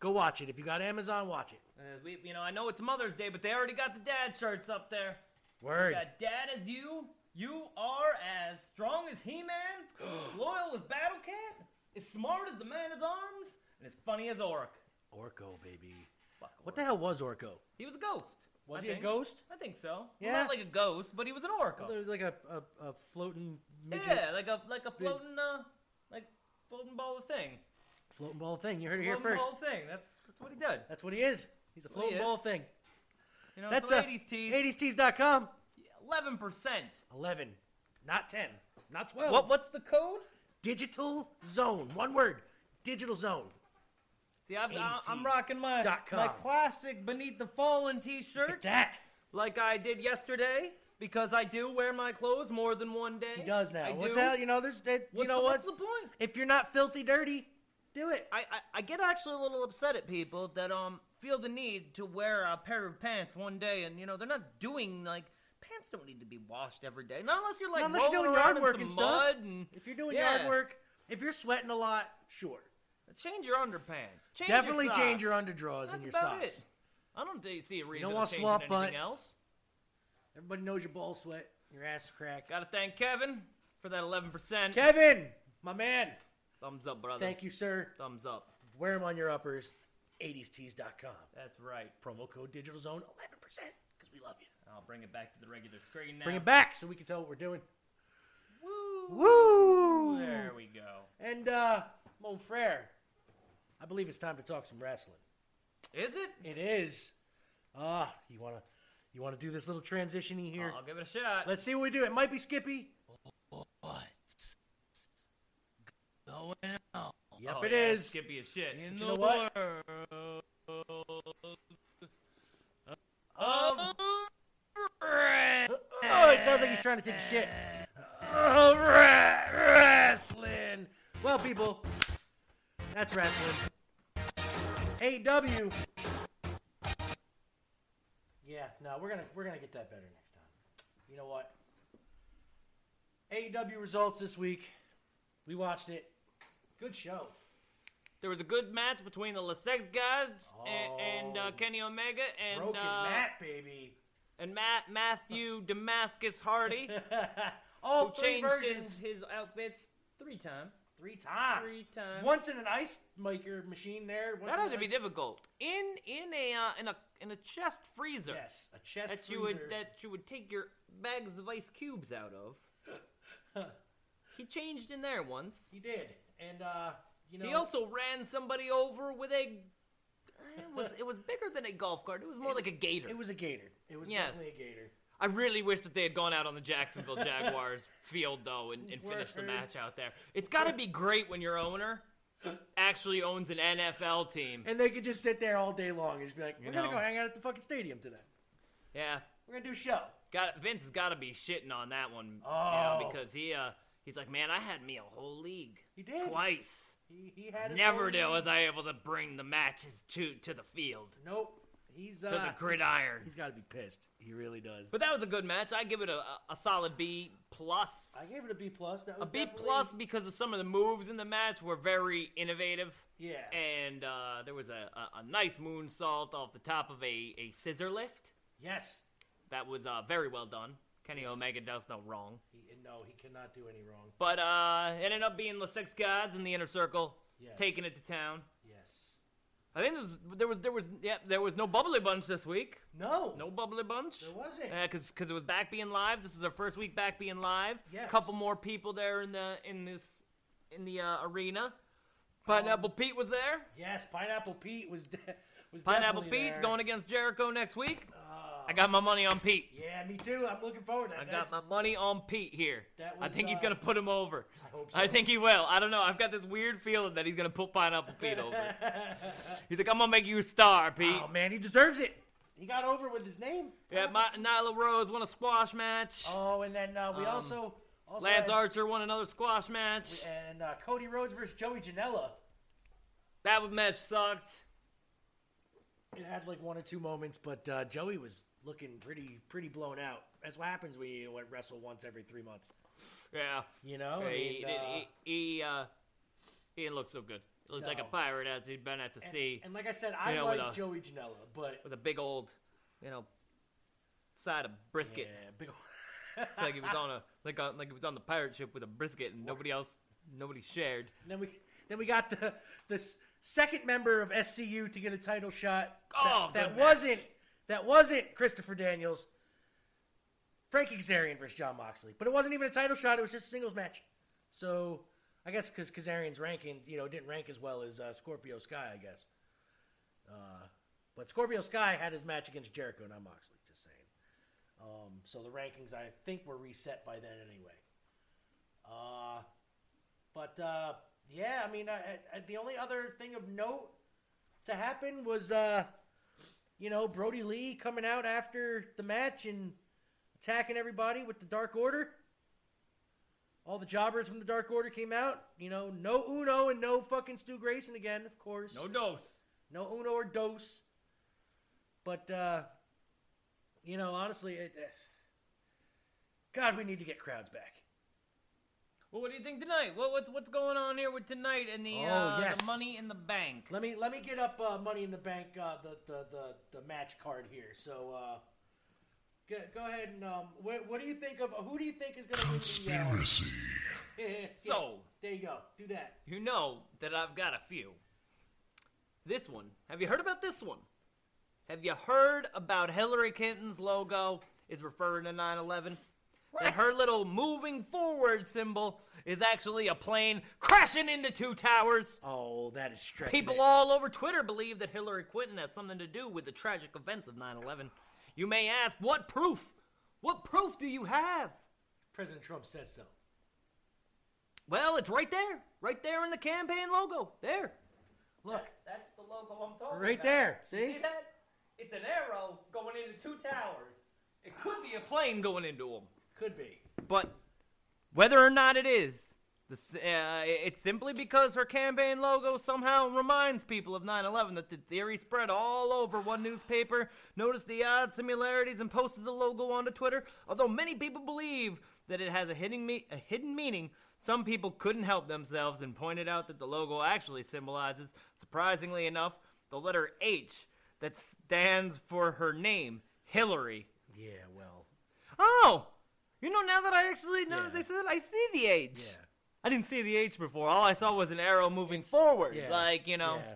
go watch it. If you got Amazon, watch it.
uh, we, you know, I know it's Mother's Day, but they already got the dad shirts up there.
Word.
We got dad as you. You are as strong as He-Man, loyal as Battle Cat, as smart as the man his arms, and as funny as Oric.
Orko, Oh, baby. What the hell was Orko?
He was a ghost.
Was
I
he a
think.
ghost?
I think so. Well,
Yeah.
not like a ghost, but he was an Oracle.
There was like a, a, a floating midget,
Yeah, like a like a floating uh like floating ball of thing.
floating ball thing. You heard it here
Floating
first.
ball thing. That's that's what he did.
That's what he is. He's a
Well,
floating
he is.
ball thing.
You know,
That's
so
a
80s tees.
80stees.com.
11 percent.
11, not 10, not 12.
What what's the code?
Digital Zone. One word. Digital Zone.
See, I've, I-
80s
I'm rocking my
dot com.
my classic Beneath the Fallen T-shirt.
that.
like I did yesterday, because I do wear my clothes more than one day. He
does now.
I
What's
do.
that? You know, there's that. You
What's
know
the-
what?
What's the point?
If you're not filthy dirty, do it.
I, I, I get actually a little upset at people that um feel the need to wear a pair of pants one day and you know they're not doing like pants don't need to be washed every day not unless you're like
Not unless you're
rolling
doing yard
around in
work
some
and stuff.
mud and
If you're doing
Yeah.
yard work, If you're sweating a lot, sure.
Change your underpants. Change
Definitely
your
change
socks.
your underdraws
That's
and your
about
socks.
It. I don't thi- see a reason
don't
to
want
change
swamp
anything
butt.
else.
Everybody knows your balls sweat, your ass crack.
Gotta thank Kevin for that 11%.
Kevin, my man.
Thumbs up, brother.
Thank you, sir.
Thumbs up.
Wear them on your uppers. 80stees.com.
That's right.
Promo code Digital Zone 11% because we love you.
I'll bring it back to the regular screen now.
Bring it back so we can tell what we're doing.
Woo!
Woo!
There we go.
And, uh, mon frere, I believe it's time to talk some wrestling.
Is it?
It is. Ah, you wanna, you wanna do this little transition here?
I'll give it a shot.
Let's see what we do. It might be Skippy.
Going on.
Yep,
Oh,
it is.
yeah, Skippy as shit.
In
You
the
know what?
world
of Oh, it sounds like he's trying to take a shit. Of ra- wrestling. Well, people, that's wrestling. AW. Yeah, no, we're gonna we're gonna get that better next time. You know what? AEW results this week. We watched it. Good show.
There was a good match between the Lasex guys a- and, and uh, Kenny Omega and
Oh. Broken
uh,
Matt, baby.
and Matt Matthew Damascus Hardy.
All
who
three
changed
versions.
His, his outfits three times.
Three times.
Three times.
Once in an ice maker machine there. once
That
in
had
an
to be
ice-
difficult. In in a uh, in a in a chest freezer.
Yes, a chest
that you would
freezer.
that you would take your bags of ice cubes out of. he changed in there once.
He did, and uh, you know.
He also ran somebody over with a. eh, It was it was bigger than a golf cart. It was more like a gator.
It was a gator. It was
Yes.
definitely a gator.
I really wish that they had gone out on the Jacksonville Jaguars field though and, and finished the
Word.
match out there. It's got to be great when your owner actually owns an NFL team.
And they could just sit there all day long and just be like,
You
"We're gonna
know.
go hang out at the fucking stadium tonight.
Yeah,
We're gonna do a show."
got Vince has got to be shitting on that one, you know,
Oh.
because he uh he's like, man, I had me a whole league.
He did
twice.
He, he had his
Never
own
did was
league.
I able to bring the matches to to the field.
Nope. He's
To
uh,
the gridiron.
He's got to be pissed. He really does.
But that was a good match. I give it a, a- a solid B plus.
I gave it a B plus. That
A
was
B
definitely-
plus because of some of the moves in the match were very innovative.
Yeah.
And uh, there was a, a, a nice moonsault off the top of a, a scissor lift.
Yes.
That was uh, very well done. Kenny Omega does no wrong.
He, no, he cannot do any wrong.
But uh, it ended up being the Six Gods in the inner circle
Yes.
taking it to town.
Yes.
I think this, there was there was yeah there was no bubbly bunch this week.
No.
No bubbly bunch.
There wasn't.
because it was back being live. This is our first week back being live.
Yes.
Couple more people there in the in this in the uh, arena. Pineapple Pete was there.
Oh. Yes, Pineapple Pete was de- was
Pineapple
definitely
Pete's
there. Ah.
going against Jericho next week. I got my money on Pete.
Yeah, me too. I'm looking forward to that.
I got my money on Pete here.
That
I
was,
think he's
uh,
gonna put him over. I
hope
I
so.
think he will. I don't know. I've got this weird feeling that he's gonna put Pineapple Pete over. He's like, I'm gonna make you a star, Pete.
Oh man, he deserves it. He got over with his name.
Yeah, my, Nyla Rose won a squash match.
Oh, and then uh, we
Um,
also, also
Lance
had-
Archer won another squash match.
and uh, Cody Rhodes versus Joey Janela.
That match sucked.
It had like one or two moments, but uh, Joey was looking pretty pretty blown out. That's what happens when you wrestle once every three months.
Yeah.
You know, I
Yeah, he,
mean,
did-
uh,
he, he, uh, he didn't look so good. He looked like a
No.
pirate as he'd been at the sea.
And like I said, I
you know, with
like
a-
Joey Janela, but
with a big old, you know, side of brisket.
Yeah, big old.
It's like he was on a like on like he was on the pirate ship with a brisket and nobody else nobody shared.
then we then we got the this second member of SCU to get a title shot.
Oh,
that, that
good match.
wasn't that wasn't Christopher Daniels. Frankie Kazarian versus John Moxley, but it wasn't even a title shot. It was just a singles match. So I guess because Kazarian's ranking, you know, didn't rank as well as uh, Scorpio Sky, I guess. Uh, but Scorpio Sky had his match against Jericho, not Moxley. Just saying. Um, so the rankings, I think, were reset by then anyway. Uh, but uh, yeah, I mean, I, I, the only other thing of note to happen was, uh, you know, Brody Lee coming out after the match and attacking everybody with the Dark Order. All the jobbers from the Dark Order came out. You know, no Uno and no fucking Stu Grayson again, of course.
No dose.
No Uno or Dos. But, uh, you uh, know, honestly, it, eh, God, we need to get crowds back.
Well, what do you think tonight? What, what's what's going on here with tonight and the,
Oh,
uh,
yes.
the money in the bank?
Let me let me get up uh, Money in the Bank uh, the, the the the match card here. So uh, go, go ahead and um, what, what do you think of who do you think is going to conspiracy?
So-
there you go. Do that.
You know that I've got a few. This one. Have you heard about this one? Have you heard about Hillary Clinton's logo is referring to 9 11? That her little moving forward symbol is actually a plane crashing into two towers.
Oh, that is stretching.
People
it.
all over Twitter believe that Hillary Clinton has something to do with the tragic events of 9 11. You may ask, what proof? What proof do you have?
President Trump says so.
Well, it's right there. Right there in the campaign logo. There.
Look.
That's, the logo I'm talking
Right about. there. You See? see
that? It's an arrow going into two towers. It could be a plane going into them.
Could be.
But whether or not it is, the, s- uh, it's simply because her campaign logo somehow reminds people of 9 11 that the theory spread all over one newspaper, noticed the odd similarities, and posted the logo onto Twitter. Although many people believe that it has a hidden, me- a hidden meaning, some people couldn't help themselves and pointed out that the logo actually symbolizes, surprisingly enough, the letter H that stands for her name, Hillary.
Yeah, well,
Oh, you know now that I actually know that they said it, I see the H.
Yeah.
I didn't see the H before. All I saw was an arrow moving forward.
yeah,
Like you know,
yeah.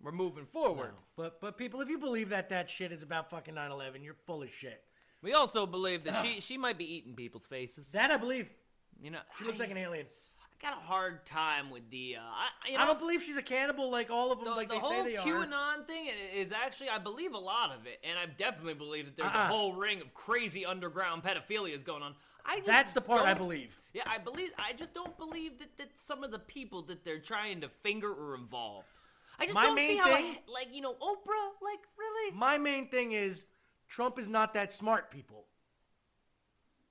we're moving forward.
But but people, if you believe that that shit is about fucking 9/11, you're full of shit.
We also believe that she she might be eating people's faces.
That I believe.
You know,
She looks like an alien.
I got a hard time with the. Uh, I, you know,
I don't believe she's a cannibal like all of them,
the,
like
the
they
whole
say they are.
QAnon thing i- is actually, I believe a lot of it, and I definitely believe that there's
Uh-uh.
a whole ring of crazy underground pedophilias going on. I just
That's the part I
don't-
believe.
Yeah, I believe. I just don't believe that, that some of the people that they're trying to finger are involved. I just
My
don't see
main
how,
thing-
I, like you know, Oprah, like really.
My main thing is Trump is not that smart, people.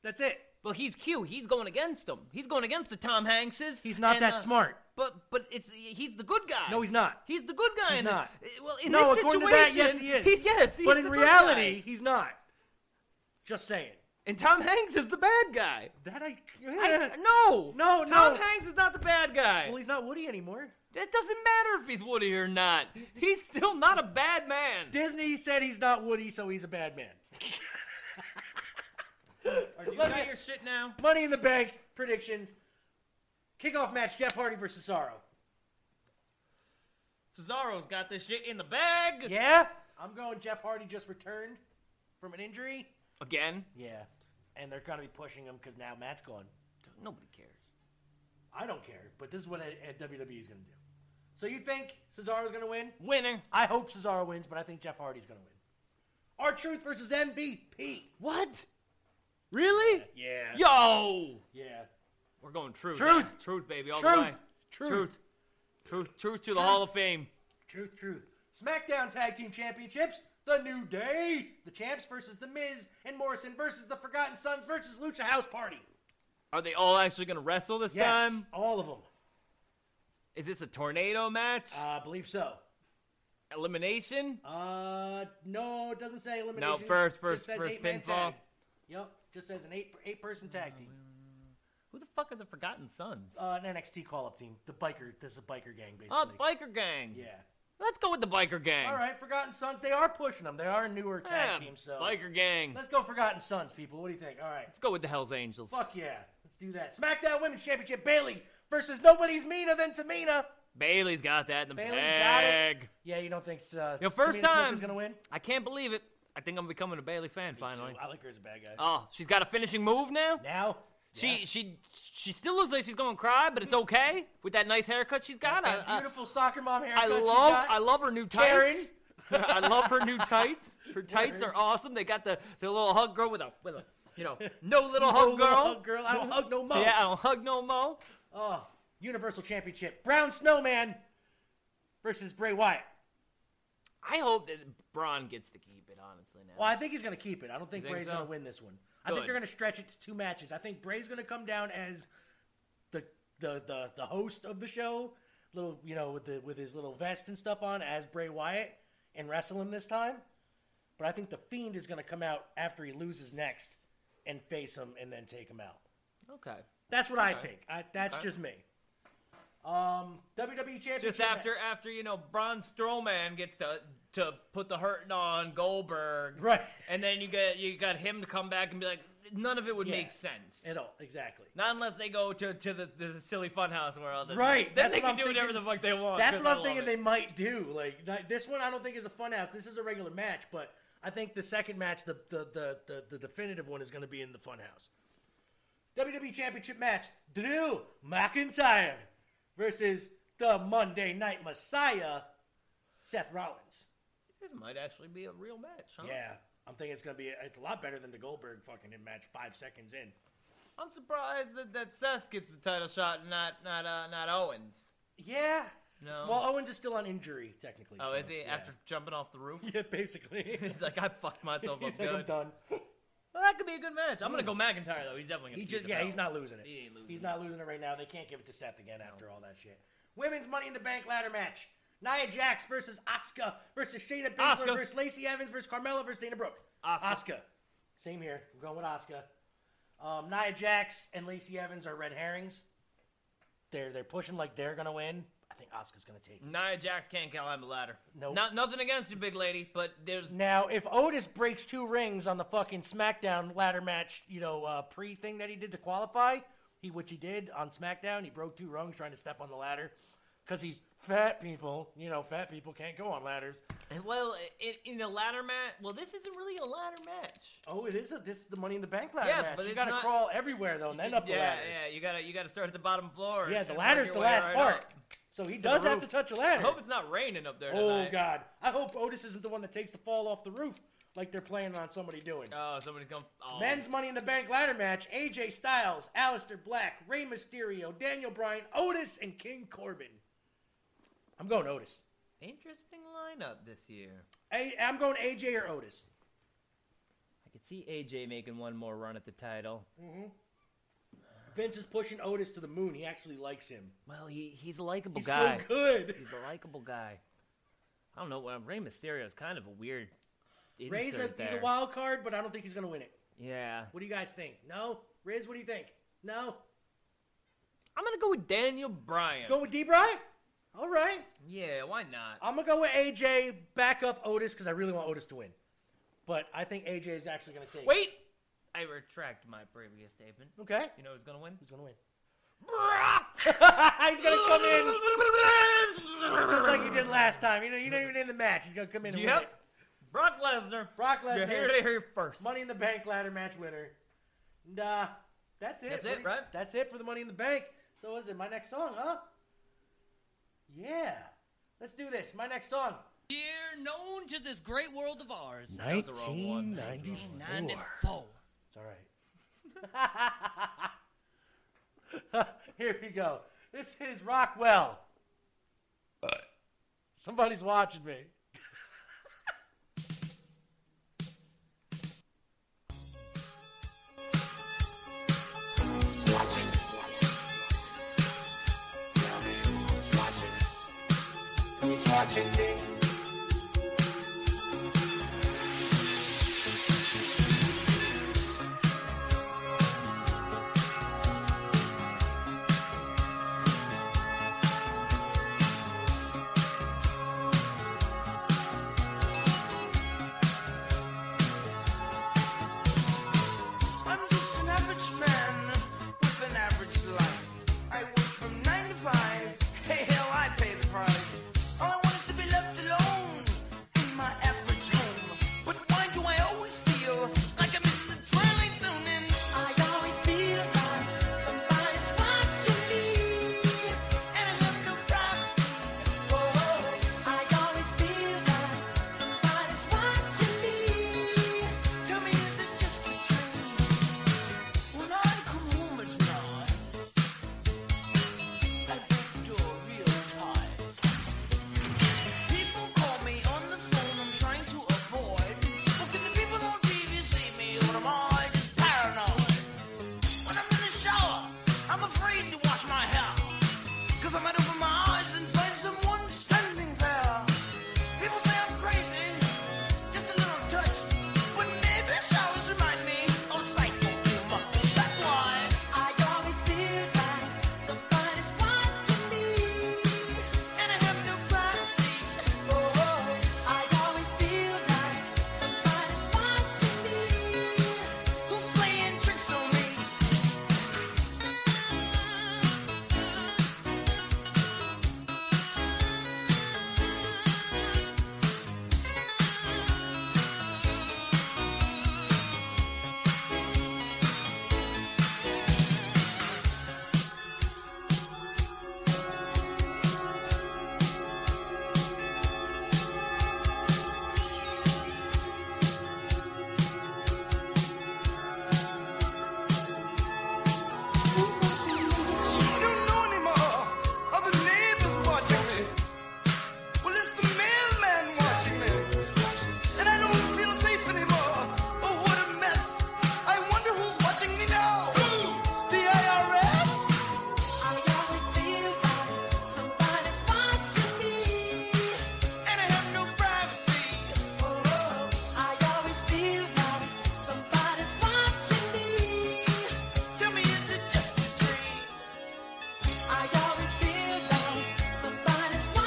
That's it.
Well, he's cute. He's going against them. He's going against the Tom Hankses.
He's not
and,
that
uh,
smart.
But but it's he's the good guy.
No, he's not.
He's the good guy
He's
in
not.
this. uh, Well, in
no,
this
according
situation,
to that, yes, he is.
He's, yes, he's
but in
the good guy.
reality, he's not. Just saying.
And Tom Hanks is the bad guy.
That I,
I- no,
No,
Tom
no.
Hanks is not the bad guy.
Well, he's not Woody anymore.
It doesn't matter if he's Woody or not. He's still not a bad man.
Disney said he's not Woody, so he's a bad man.
Are you
Let
got
me-
your shit now?
Money in the Bank predictions. Kickoff match: Jeff Hardy versus Cesaro.
Cesaro's got this shit in the bag.
Yeah, I'm going. Jeff Hardy just returned from an injury.
Again.
Yeah, and they're gonna be pushing him because now Matt's gone.
Nobody cares.
I don't care, but this is what a- a WWE is gonna do. So you think Cesaro's gonna win?
Winner.
I hope Cesaro wins, but I think Jeff Hardy's gonna win. Our Truth versus MVP.
What? Really?
Yeah.
Yo.
Yeah.
We're going truth.
Truth.
Truth, baby. All
Truth.
the way.
Truth.
Truth. Truth. Truth to the Hall of Fame.
Truth, truth. SmackDown Tag Team Championships, The New Day, The Champs versus The Miz, and Morrison versus The Forgotten Sons versus Lucha House Party.
Are they all actually going to wrestle this
Yes,
time?
all of them.
Is this a tornado match?
I believe so.
Elimination?
Uh, no, it doesn't say elimination.
No, first, first,
just says
first
eight-man
pinfall. Uh,
tag. Yep, just says an eight eight person tag team.
Who the fuck are the Forgotten Sons?
Uh, an NXT call up team. The biker. This is a biker gang, basically.
Oh, biker gang.
yeah.
Let's go with the biker gang.
All right, Forgotten Sons. They are pushing them. They are a newer tag
Yeah,
team, so
biker gang.
Let's go, Forgotten Sons, people. What do you think? All right.
Let's go with the Hell's Angels.
Fuck yeah. Let's do that. SmackDown Women's Championship Bailey versus nobody's meaner than Tamina.
Bailey's got that in the
Bailey's got
bag.
it. Yeah, you don't think uh,
Your first
Tamina Snuka
time.
is gonna win?
I can't believe it. I think I'm becoming a Bailey fan finally.
I like her as a bad guy.
Oh, she's got a finishing move now.
Now
She she she still looks like she's gonna cry, but it's okay with that nice haircut she's got. I,
That
I,
beautiful soccer mom haircut.
I
she
love
got.
I love her new
Karen.
tights. I love her new tights. Her tights
Karen.
are awesome. They got the, the little hug girl with a with a you know no little
No
hug
little
girl.
hug girl. I don't hug no mo.
Yeah, I don't hug no mo.
Oh, Universal Championship. Brown Snowman versus Bray Wyatt.
I hope that Braun gets to keep it. Honestly, now.
Well, I think he's gonna keep it. I don't think,
think
Bray's
so?
gonna win this one. I think
Good.
they're gonna stretch it to two matches. I think Bray's gonna come down as the the the, the host of the show, little you know with the with his little vest and stuff on as Bray Wyatt and wrestle him this time. But I think the Fiend is gonna come out after he loses next and face him and then take him out.
Okay.
That's what I
Okay.
think. I, that's
Okay.
just me. Um, WWE Championship.
Just after, after you know, Braun Strowman gets to to put the hurting on Goldberg,
right?
And then you get you got him to come back and be like, none of it would
Yeah.
make sense
at all. Exactly.
Not unless they go to, to the, the silly funhouse world. and-
Right,
Then
that's
they
what
can
I'm
do whatever the
thinking.
fuck they want.
That's
'cause
what
I
I'm
love
thinking
it.
they might do. Like not- this one, I don't think is a fun house. This is a regular match, but I think the second match, the the the, the, the definitive one, is going to be in the fun house. WWE Championship match: Drew McIntyre versus the Monday Night Messiah, Seth Rollins.
This might actually be a real match, huh?
Yeah, I'm thinking it's going to be. It's a lot better than the Goldberg fucking match five seconds in.
I'm surprised that, that Seth gets the title shot and not not uh, not Owens.
Yeah.
No.
Well, Owens is still on injury technically.
oh,
so,
is he
yeah.
after jumping off the roof?
Yeah, basically.
He's like, I fucked myself
He's
up
like,
good.
I'm done.
Well, that could be a good match. I'm gonna go McIntyre though. He's definitely gonna.
Hmm. He
keep
just
the
yeah,
belt.
he's not losing it.
He ain't losing
he's
it.
not losing it right now. They can't give it to Seth again after all that shit. Women's Money in the Bank ladder match: Nia Jax versus Asuka versus Shayna Baszler
Asuka.
versus Lacey Evans versus Carmella versus Dana Brooke.
Asuka.
Same here. I'm going with Asuka. Um, Nia Jax and Lacey Evans are red herrings. They're they're pushing like they're gonna win. I think Asuka's gonna take. it.
Nia Jax can't climb the ladder.
Nope.
Not nothing against you, big lady, but there's
Now, if Otis breaks two rings on the fucking SmackDown ladder match, you know, uh, pre thing that he did to qualify, he which he did on SmackDown, he broke two rungs trying to step on the ladder because he's fat people. You know, fat people can't go on ladders.
well in, in the ladder match. Well, this isn't really a ladder match.
Oh, it is a, this is the Money in the Bank ladder
Yeah,
match.
but
you
it's
got to
not-
crawl everywhere though, and then up the
yeah,
ladder.
yeah. You gotta you gotta start at the bottom floor.
Yeah,
and-
the
and
ladder's
work your
the
way
last
right
part,
up.
so he
To
does
the
have to
roof.
touch a ladder.
I hope it's not raining up there.
oh
tonight.
God, I hope Otis isn't the one that takes the fall off the roof like they're planning on somebody doing.
Oh, somebody's going. Oh.
Men's Money in the Bank ladder match: AJ Styles, Aleister Black, Rey Mysterio, Daniel Bryan, Otis, and King Corbin. I'm going Otis.
Interesting lineup this year.
A- I'm going AJ or Otis.
I could see AJ making one more run at the title.
Mm-hmm. Vince is pushing Otis to the moon. He actually likes him.
Well, he he's a likable
He's
guy.
so good.
He's a likable guy. I don't know. well, Rey Mysterio is kind of a weird.
Ray's a,
insert
he's a
there.
wild card, but I don't think he's going to win it.
Yeah,
What do you guys think? No, Riz, what do you think? No,
I'm gonna go with Daniel Bryan.
go with D. Bry. All right,
Yeah, why not?
I'm gonna go with AJ. Back up Otis because I really want Otis to win, but I think AJ is actually going to take. it.
Wait, I retract my previous statement.
Okay.
You know who's gonna win? Who's
gonna win? he's gonna come in just like he did last time. You know, you not even in the match. He's gonna come in. And
Yep.
win it.
Brock Lesnar.
Brock Lesnar.
You heard it here first.
Money in the Bank ladder match winner. And uh, that's it.
That's
What
it,
do you-
right?
That's it for the Money in the Bank. So is it my next song, huh? Yeah. Let's do this. My next song.
Dear known to this great world of ours.
That was the wrong one. That was the wrong one.
1994.
It's all right. Here we go. This is Rockwell. Somebody's watching me.
I'm just an average man with an average life. I work from nine to five. Hey, hell, I pay the price. All I want is to be left alone in my average home. But why do I always feel like I'm in the twilight zone? And I always feel like somebody's watching me. And I love the privacy. Oh, oh. I always feel like somebody's watching me. Tell me, is it just a dream? When I come home at night, I get to a real tired. People call me on the phone, I'm trying to avoid. But the people on TV see me when I'm all just paranoid. When I'm in the shower, I'm afraid to wash my hair. Cause I might open my eyes and find someone standing there. People say I'm crazy, just a little touched. But maybe showers remind me of psycho humor. That's why I always feel Oh, Oh, oh, Oh,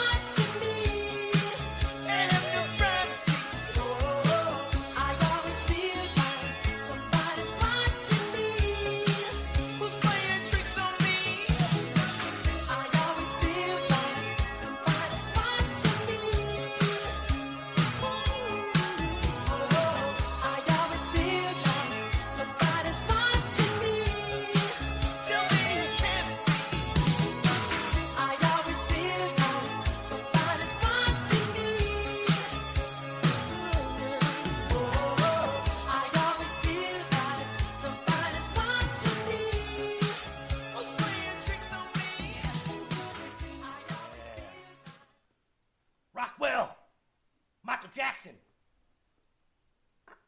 Jackson.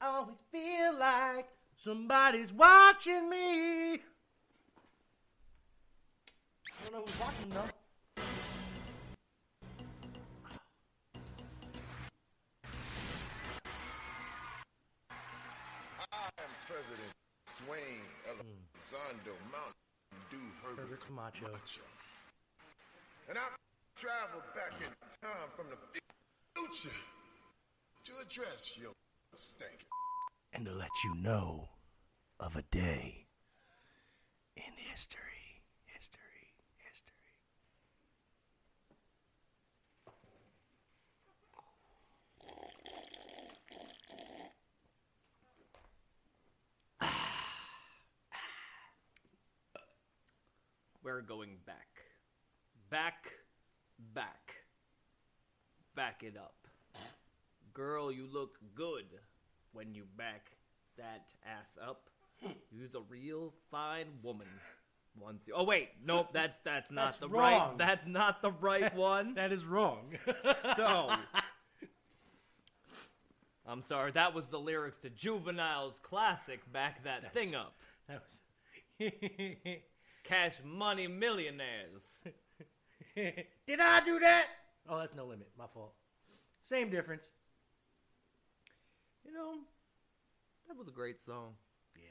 I always feel like somebody's watching me.
I don't know who's watching though.
I am President Dwayne Elizondo Mountain Dew Herbert
Camacho.
And I travel back in time from the future to address your stink.
And to let you know of a day in history. History. History.
We're going back. Back, back. Back it up. Girl, you look good when you back that ass up. You's a real fine woman. Once you, oh wait, nope, that's that's not
That's
the
wrong.
right. That's not the right one.
that is wrong.
so, I'm sorry. That was the lyrics to Juvenile's classic. Back that thing up.
That was.
Cash Money Millionaires.
Did I do that? Oh, that's no limit. My fault. Same difference.
You know, that was a great song.
Yeah.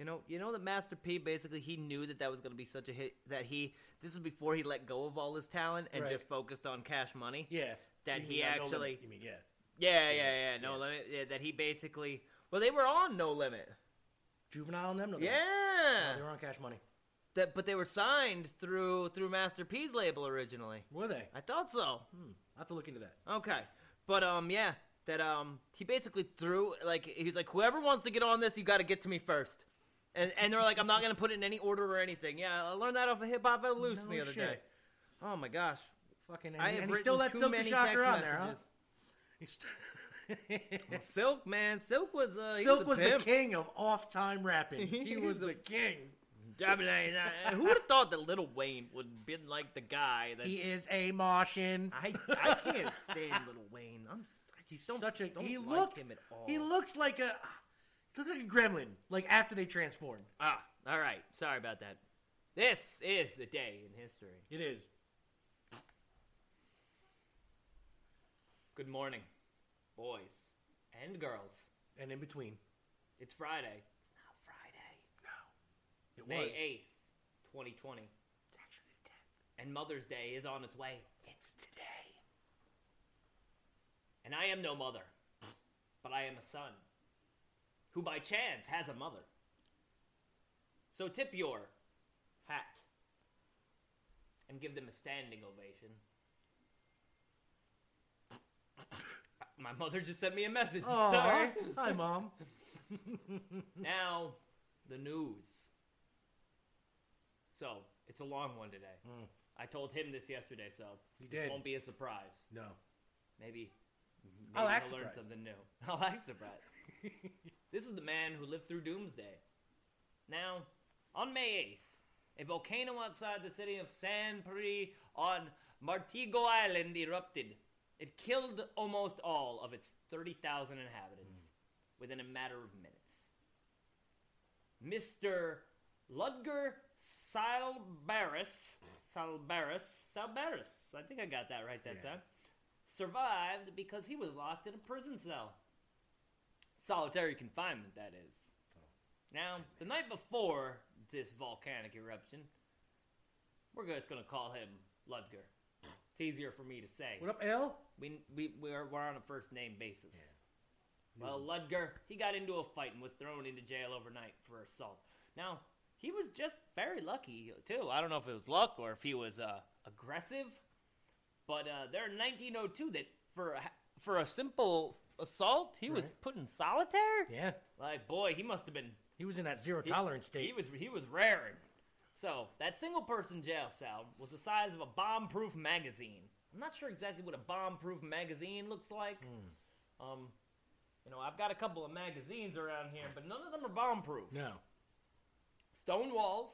You know, you know that Master P basically he knew that that was going to be such a hit that he this was before he let go of all his talent and
Right.
just focused on Cash Money.
Yeah.
That
You
he
mean like no limit,
actually
you mean yeah?
Yeah, yeah, yeah. No limit. Yeah, that he basically well they were on No Limit.
Juvenile and them. No, they weren't.
Yeah.
No, they were on Cash Money.
That but they were signed through through Master P's label originally.
Were they?
I thought so.
Hmm. I have to look into that.
Okay. But um yeah, that um he basically threw like he's like whoever wants to get on this, you got to get to me first. And and they're like I'm not going to put it in any order or anything. Yeah, I learned that off of Hip Hop Evolution the
No
other
shit.
day. Oh my gosh.
Fucking.
I
and-
have
and he still
written
let
too
Silk the
many
Shocker
text
on there, huh?
messages.
He's
Well, Silk man, Silk was uh, he
Silk
a
was the
pimp.
king of off-time rapping. He was the king.
Who would have thought that Little Wayne would have been like the guy that
He is a Martian.
I I can't stand Little Wayne. I'm he's don't,
such a.
don't
he
like
look.
him at all.
He looks like a. he Looks like a gremlin. Like after they transformed.
Ah, all right. Sorry about that. This is a day in history.
It is.
Good morning, boys and girls.
And in between.
It's Friday,
It
May
was.
8th, 2020. It's actually the 10th. And Mother's Day is on its way. It's today. And I am no mother, but I am a son who by chance has a mother. So tip your hat and give them a standing ovation. My mother just sent me a message.
Aw,
Sorry.
Hi, mom.
now, the news. So, it's a long one today. I told him this yesterday, so
You
this
Hmm. did.
won't be a surprise.
No.
Maybe, maybe
I'll act
he'll learn
surprised.
something new. I'll act surprised. this is the man who lived through Doomsday. Now, on May 8th, a volcano outside the city of San Pri on Martigo Island erupted. It killed almost all of its 30,000 inhabitants within a matter of minutes. Mr. Ludger Salbaris, Salbaris, Salbaris, I think I got that right that time, survived because he was locked in a prison cell. Solitary confinement, that is. Now, the night before this volcanic eruption, we're just going to call him Ludger. It's easier for me to say.
What up, L?
We, we, we're, we're on a first name basis.
He
Well,
was
Ludger, he got into a fight and was thrown into jail overnight for assault. Now, he was just very lucky, too. I don't know if it was luck or if he was uh, aggressive, but uh, there in 1902 that for a, for a simple assault, he was put in solitary?
Yeah.
Like, boy, he must have been
He was in that zero tolerance state.
he was he was raring. So that single person jail cell was the size of a bomb-proof magazine. I'm not sure exactly what a bomb-proof magazine looks like.
Hmm.
Um, you know, I've got a couple of magazines around here, but none of them are bomb-proof.
no.
Stone walls,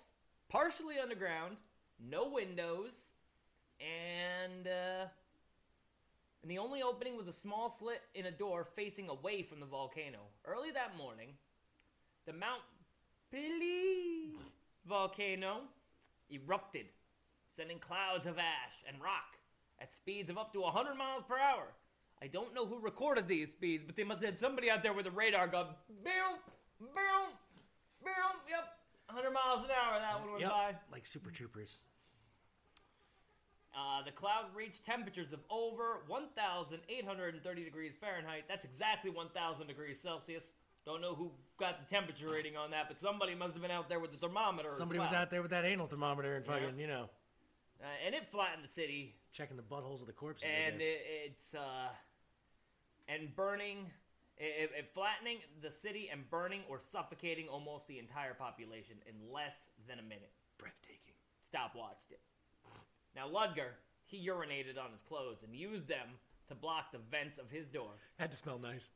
partially underground, no windows, and uh, and the only opening was a small slit in a door facing away from the volcano. Early that morning, the Mount Billy volcano erupted, sending clouds of ash and rock at speeds of up to 100 miles per hour. I don't know who recorded these speeds, but they must have had somebody out there with a radar gun. Boom, boom, boom. Yep, 100 miles an hour. That one went
Yep,
by.
like Super Troopers.
Uh, the cloud reached temperatures of over 1,830 degrees Fahrenheit. That's exactly 1,000 degrees Celsius. Don't know who got the temperature rating on that, but somebody must have been out there with the thermometer.
Somebody was out there with that anal thermometer and fucking, you know,
there, uh, and it flattened the city,
checking the buttholes of the corpses. I
and
guess.
it, it's uh, and burning, it, it flattening the city and burning or suffocating almost the entire population in less than a minute.
Breathtaking.
Stopwatched it. Now Ludger, he urinated on his clothes and used them to block the vents of his door.
had to smell nice.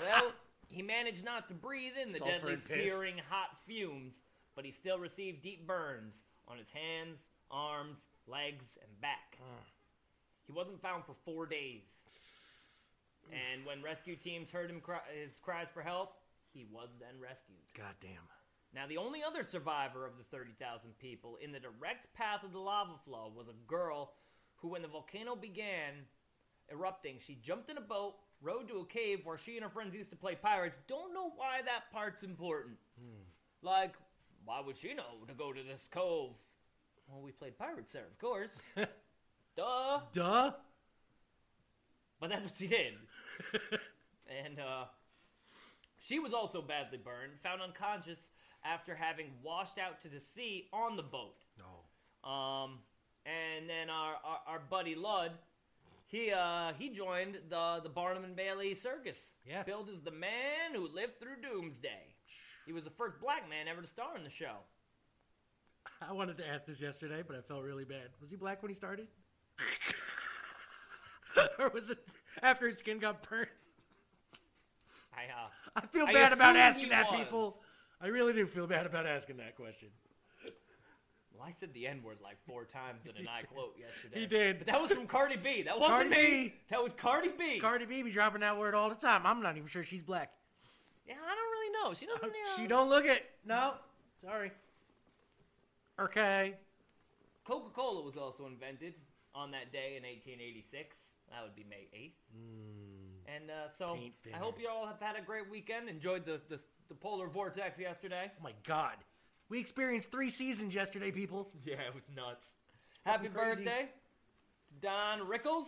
well, he managed not to breathe in the
Sulfur
deadly,
and piss.
searing hot fumes, but he still received deep burns on his hands, arms, legs, and back.
Ah.
He wasn't found for four days. And when rescue teams heard him cry, his cries for help, he was then rescued.
God damn.
Now, the only other survivor of the 30,000 people in the direct path of the lava flow was a girl who, when the volcano began erupting, she jumped in a boat, rowed to a cave where she and her friends used to play pirates. Don't know why that part's important. Like, why would she know to go to this cove? Well, we played pirates there, of course. Duh.
Duh.
But that's what she did. and uh, she was also badly burned, found unconscious after having washed out to the sea on the boat. Um, and then our, our, our buddy Lud, he uh, he joined the the Barnum and Bailey Circus. Yeah, billed as the man who lived through Doomsday. He was the first black man ever to star in the show.
I wanted to ask this yesterday, but I felt really bad. Was he black when he started? or was it after his skin got burnt?
I uh,
I feel bad about
assume
asking
he
that,
was.
people. I really do feel bad about asking that question.
Well, I said the N word like four times in an I quote yesterday.
He did.
but that was from Cardi B. That wasn't
Cardi
me.
B.
That was Cardi B.
Cardi B be dropping that word all the time. I'm not even sure she's black.
Yeah, I don't really know. She
Uh,
doesn't. you know-
She don't look it. No, sorry. Okay.
Coca Cola was also invented on that day in 1886. That would be May 8th. And uh, so
Paint
I
thinner.
hope you all have had a great weekend. Enjoyed the, the, the polar vortex yesterday.
Oh my God, we experienced three seasons yesterday, people.
Yeah, it was nuts. Happy
Fucking crazy.
birthday to Don Rickles.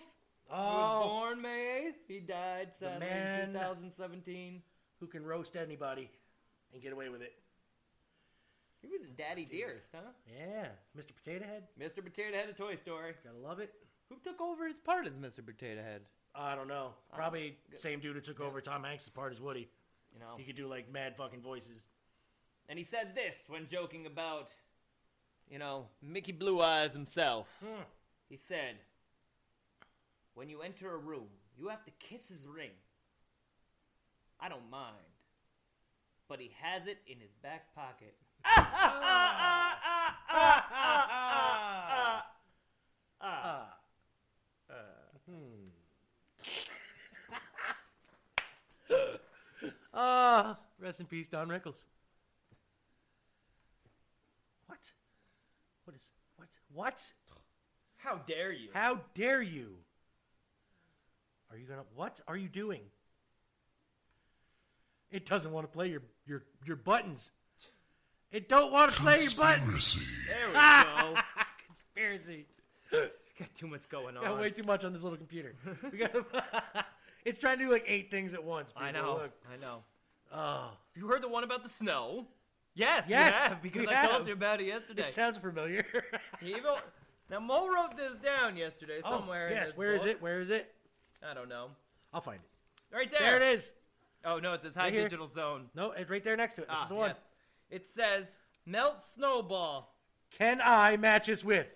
who
Oh.
was born May 8th. He died
The
sadly
man
in 2017.
Who can roast anybody and get away with it?
He was in Daddy Dearest, huh?
Yeah, Mr. Potato Head.
Mr. Potato Head of Toy Story.
Gotta love it.
Who took over his part as Mr. Potato Head?
I don't know.
I
Probably
don't-
same dude who took over Tom Hanks' part as Woody.
You know,
he could do like mad fucking voices.
And he said this when joking about, you know, Mickey Blue Eyes himself.
Hmm.
He said, When you enter a room, you have to kiss his ring. I don't mind. But he has it in his back pocket. Ah, ah.
Hmm. Ah, rest in peace, Don Rickles. What? What is what? What?
How dare you?
How dare you? Are you gonna? What are you doing? It doesn't want to play your your your buttons. It don't want to play your buttons.
There we go.
Conspiracy.
Got too much going on.
Got way too much on this little computer. We got. it's trying to do like eight things at once. People.
I know.
Look.
I know.
Oh.
You heard the one about the snow? Yes, you
Yes,
have, because
we
I
have.
told you about it yesterday.
It sounds familiar.
He even- now Mo wrote this down yesterday somewhere.
oh,
in
yes.
his
Where is
book.
it? Where is it?
I don't know.
I'll find it.
Right there.
There it is.
Oh no, it says high
Right here.
digital zone.
No, it's right there next to it. This
Ah,
is the one.
yes. It says melt snowball.
Can I match this with?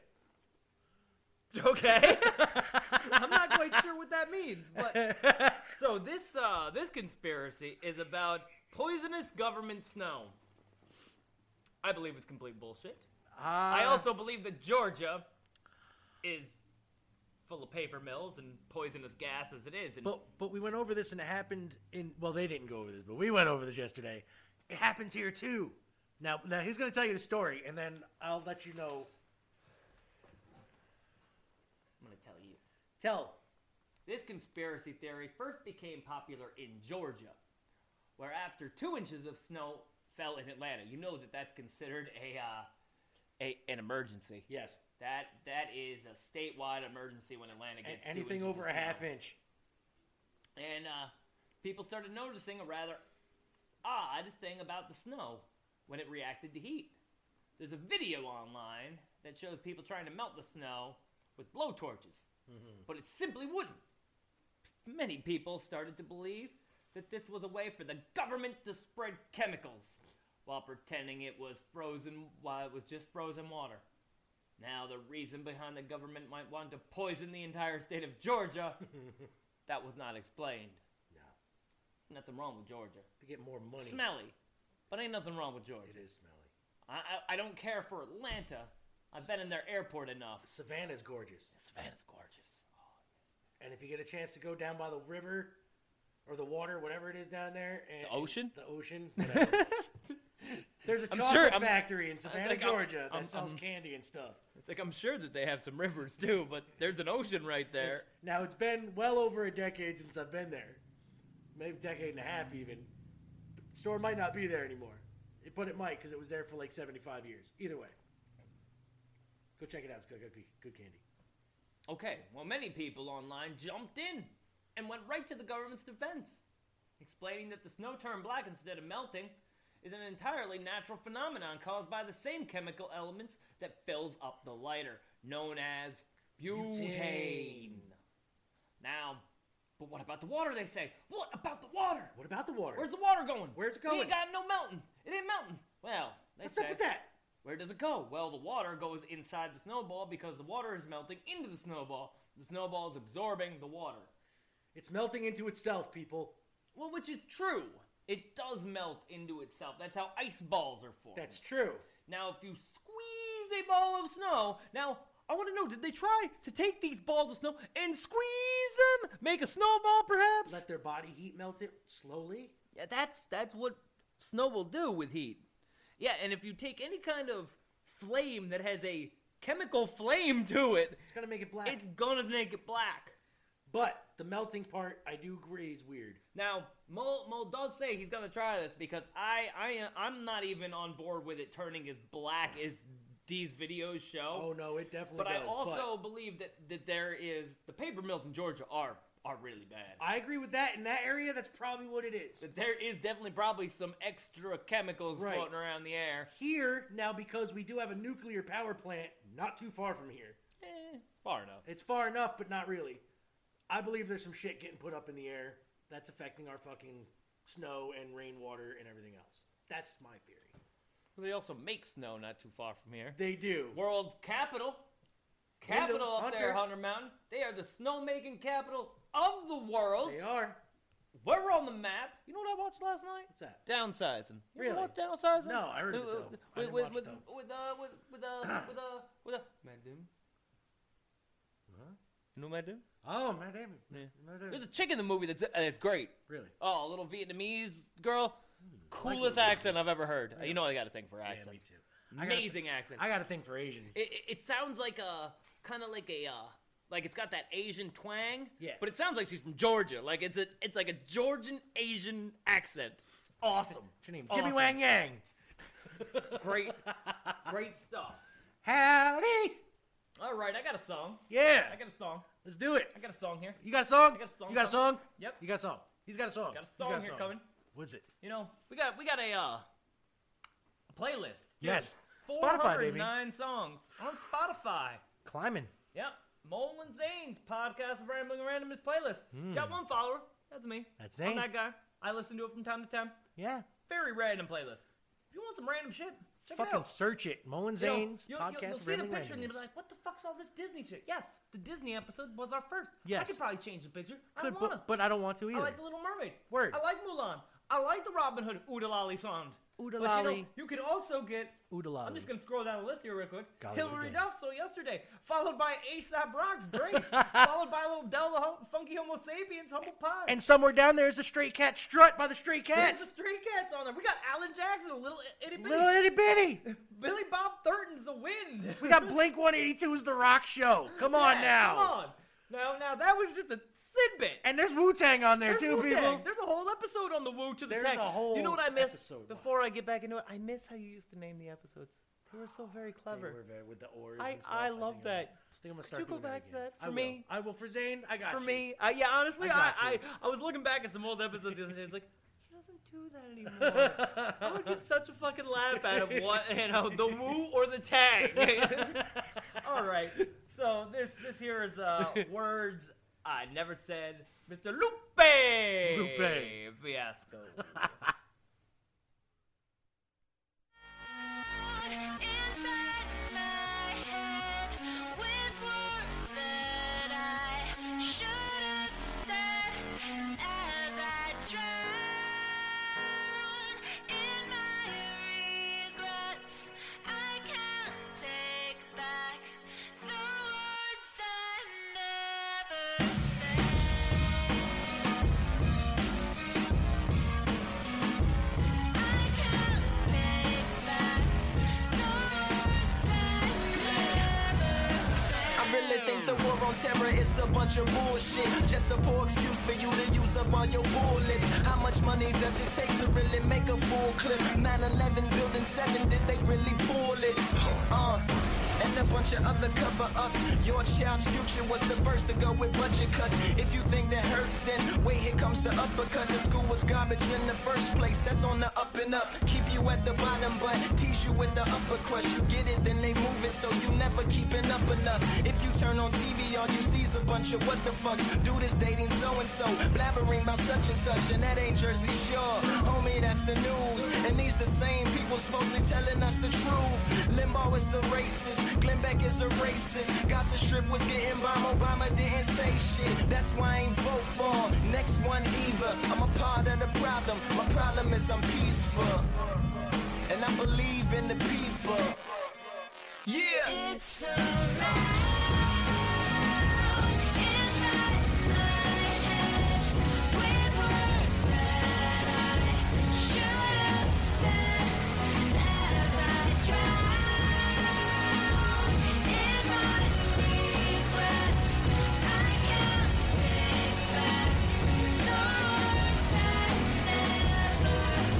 Okay. I'm not quite sure what that means, but so this uh, this conspiracy is about poisonous government snow. I believe it's complete bullshit. I
Ah.
also believe that Georgia is full of paper mills and poisonous gas as it is. And
But but we went over this and it happened in well they didn't go over this but we went over this yesterday. It happens here too. Now now he's going to tell you the story and then I'll let you know.
I'm going to tell you.
Tell.
This conspiracy theory first became popular in Georgia, where after two inches of snow fell in Atlanta, you know that that's considered a, uh, a an emergency.
Yes.
That that is a statewide emergency when Atlanta
A-
gets two
anything
inches
over
of
a
snow.
half inch.
And uh, people started noticing a rather odd thing about the snow when it reacted to heat. There's a video online that shows people trying to melt the snow with blowtorches, but it simply wouldn't. Many people started to believe that this was a way for the government to spread chemicals while pretending it was frozen while it was just frozen water. Now the reason behind the government might want to poison the entire state of Georgia that was not explained. No. Nothing wrong with Georgia.
To get more money.
Smelly. But ain't nothing wrong with Georgia. It
is smelly.
I, I, I don't care for Atlanta. I've been in their airport enough.
Savannah's gorgeous.
Savannah's gorgeous. Oh,
And if you get a chance to go down by the river or the water, whatever it is down there, and
The ocean?
the ocean. whatever. There's a
I'm
chocolate
sure- I'm-
factory in
I
Savannah,
think I'm-
Georgia, that
I'm-
sells
I'm-
candy and stuff.
It's like I'm sure that they have some rivers too, but there's an ocean right there.
It's- now it's been well over a decade since I've been there, maybe a decade and a half even. The store might not be there anymore, It- but it might because it was there for like seventy-five years. Either way, go check it out. It's good, good, good candy.
Okay, well, many people online jumped in and went right to the government's defense, explaining that the snow turned black instead of melting is an entirely natural phenomenon caused by the same chemical elements that fills up the lighter, known as butane. Now, but what about the water, they say? What about the water?
What about the water?
Where's the water going? Where's
it
We
going?
ain't got no mountain. It ain't mountain. Well, they
What's
say,
up with that?
Where does it go? Well, the water goes inside the snowball because the water is melting into the snowball. The snowball is absorbing the water.
It's melting into itself, people.
Well, which is true. It does melt into itself. That's how ice balls are formed.
That's true.
Now, if you squeeze a ball of snow, now I want to know: did they try to take these balls of snow and squeeze them, make a snowball, perhaps?
Let their body heat melt it slowly.
Yeah, that's that's what snow will do with heat. Yeah, and if you take any kind of flame that has a chemical flame to it,
it's gonna make it black.
It's gonna make it black.
But the melting part, I do agree, is weird.
Now, Mole, Mole does say he's gonna try this because I, I, I'm not even on board with it turning as black as these videos show.
Oh no, it definitely.
but
does,
I also believe that that there is the paper mills in Georgia are are really bad.
I agree with that. In that area, that's probably what it is.
That there is definitely probably some extra chemicals
Right.
floating around the air.
here now because we do have a nuclear power plant not too far from here.
Far enough.
It's far enough, but not really. I believe there's some shit getting put up in the air that's affecting our fucking snow and rainwater and everything else. That's my theory.
They also make snow not too far from here.
They do.
World capital,
Wyndham
capital up there,
Hunter.
Hunter Mountain. They are the snowmaking capital of the world. They
are.
We're on the map. You know what I watched last night?
What's that?
Downsizing. You
Really?
ever watch downsizing?
No, I heard of it,
With-
though.
with-
I didn't
with-
watch it,
with-
though.
With uh, with with uh, with uh, with uh, Matt Damon. You know Matt Damon?
Oh, Matt Damon.
There's a chick in the movie that's uh, that's great.
Really?
Oh, a little Vietnamese girl.
Hmm,
Coolest accent I've ever heard. You know I got a thing for accents.
me too. I got a-
Amazing accent.
I got a thing for Asians.
It, it- it sounds like a kind of like a uh, like it's got that Asian twang.
Yeah.
But it sounds like she's from Georgia. Like it's a it's like a Georgian Asian accent. It's awesome.
What's your name?
Awesome.
Jimmy Wang Yang.
Great, great stuff.
Howdy.
All right, I got a song.
Yeah.
I got a song.
Let's do it.
I got a song here.
You got a song?
I got a song.
You got a song?
Yep.
You got a song. He's got a song.
Got a
He's
song here coming.
What's it?
You know, we got we got a uh, playlist.
Yes. Spotify, baby.
409 songs on Spotify.
Climbing.
Yep. Mole and Zane's podcast of Rambling Randomness playlist.
Hmm.
It's got one follower. That's me.
That's
I'm
Zane.
that guy. I listen to it from time to time.
Yeah.
Very random playlist. If you want some random shit, check
Fucking
it out.
search it. Mullen
You know,
Zane's
you'll- you'll-
podcast.
You'll, see the
Rambling
picture and you'll be
Randomness.
like, "What the fuck's all this Disney shit?" Yes, the Disney episode was our first. I
Yes.
could probably change the picture. I
Could,
don't wanna.
but, but I don't want to either.
I like the Little Mermaid.
Word.
I like Mulan. I like the Robin Hood Oodalali song. But, you know,
Oodalali.
you could also get I'm
Oodalali.
just gonna scroll down the list here real quick.
Golly,
Hillary
we did.
Duff, so yesterday, followed by ASAP Rock's Grace, followed by little Del the Hom- Funky Homo Sapiens Humble Pie.
And somewhere down there is a stray cat strut by the stray
There's
cats.
the Stray Cats on there. We got Alan Jackson, a little itty bitty.
Little itty bitty.
Billy Bob Thornton's The Wind.
We got Blink 182's The Rock Show. Come on
Yeah,
now.
Come on. Now, now that was just a tidbit.
And there's Wu Tang on there
There's
too,
Wu-Tang.
people.
There's a whole episode on the Woo to the
There's
Tech.
a whole
You know what I miss?
episode.
Before I get back into it, I miss how you used to name the episodes. They were so very clever.
were very- with the oars
I,
and stuff,
I
I
love
think I'm-
that.
I think I'm gonna
Could
start
you go
doing that
back to
again.
that for
I will.
me?
I will for Zane. I got
for
you.
me. Uh, yeah, honestly,
I
I,
got
I,
you.
I was looking back at some old episodes the other day. It's like he doesn't do that anymore. I would give such a fucking laugh out of what you know, the woo or the tag. All right, so this this here is uh, words I never said, Mr. Lupe.
Lupe.
Fiasco.
I really think the war on terror is a bunch of bullshit. Just a poor excuse for you to use up all your bullets. How much money does it take to really make a full clip? 9-11 building 7, did they really pull it? Uh. And a bunch of other cover-ups. Your child's future was the first to go with budget cuts. If you think that hurts, then wait, here comes the uppercut. The school was garbage in the first place. That's on the up and up. Keep you at the bottom, but tease you with the upper crust. You get it, then they move it, so you never keeping up enough. If you turn on TV, all you see's a bunch of what the fucks. Dude is dating so and so, blabbering about such and such, and that ain't Jersey Shore. Homie, that's the news. And these the same people supposedly telling us the truth. Limbo is a racist, Glenn Beck is a racist. Gaza Strip was getting bombed, Obama didn't say shit. That's why I ain't vote for him. next one either. I'm a part of the problem. My problem is I'm peaceful, and I believe in the people. Yeah. It's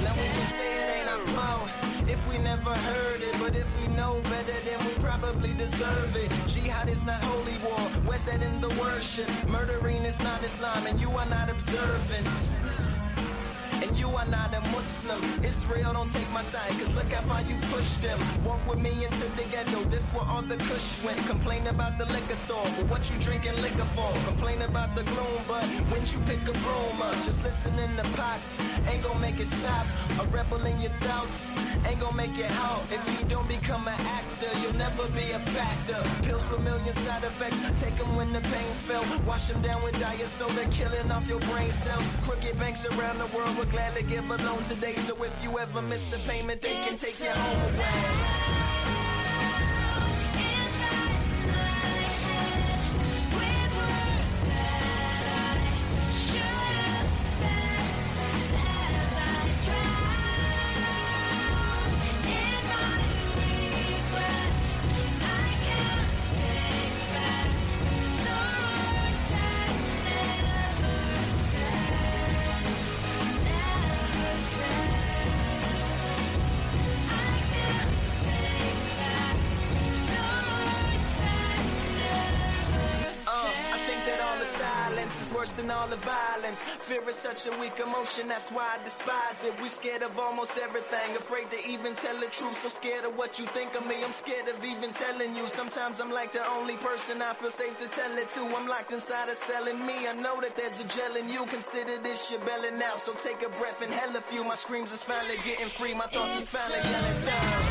Now we can say it ain't our fault if we never heard it, but if we know better, then we probably deserve it. Jihad is not holy war, where's that in the worship? Murdering is not Islam, and you are not observant. And you are not a Muslim. Israel, don't take my side, cause look how far you've pushed them. Walk with me into the ghetto, this where all the kush went. Complain about the liquor store, but what you drinking liquor for? Complain about the gloom, but when you pick a broom up, just listen in the pot, ain't gonna make it stop. A rebel in your doubts, ain't gonna make it out. If you don't become an actor, you'll never be a factor. Pills with million side effects, take them when the pains felt. Wash them down with diet soda, killing off your brain cells. Crooked banks around the world would gladly give a loan today, so if you ever miss a payment, they can take you home away. Uh, I think that all the silence is worse than all the violence. Fear is such a weak emotion, that's why I despise it. We scared of almost everything, afraid to even tell the truth. So scared of what you think of me, I'm scared of even telling you. Sometimes I'm like the only person I feel safe to tell it to. I'm locked inside a cell in me. I know that there's a gel in you. Consider this your belling out, so take a breath and hell a few. My screams is finally getting free, my thoughts is finally yelling down.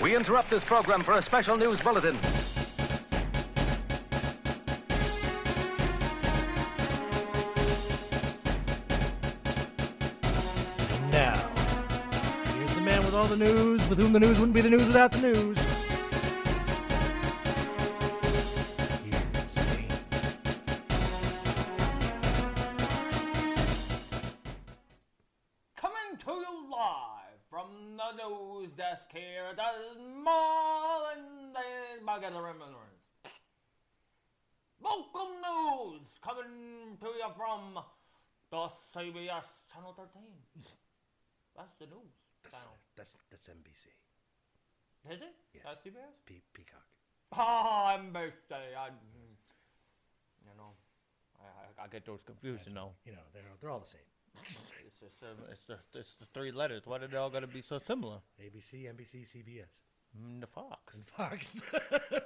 We interrupt this program for a special news bulletin.
Now, here's the man with all the news, with whom the news wouldn't be the news without the news.
Coming to you live from the news desk here at the mall and the Bucket of Remembrance. Local news coming to you from the CBS Channel 13. That's the news. channel.
That's that's NBC.
Is it? That's CBS?
Pe- Peacock.
Ah, NBC. I, you know, I, I, I get those confused, you know.
You know, they're they're all the same.
It's just, um, it's just it's the three letters. Why did they all got to be so similar?
ABC, NBC, CBS.
Mm, the Fox. And
Fox.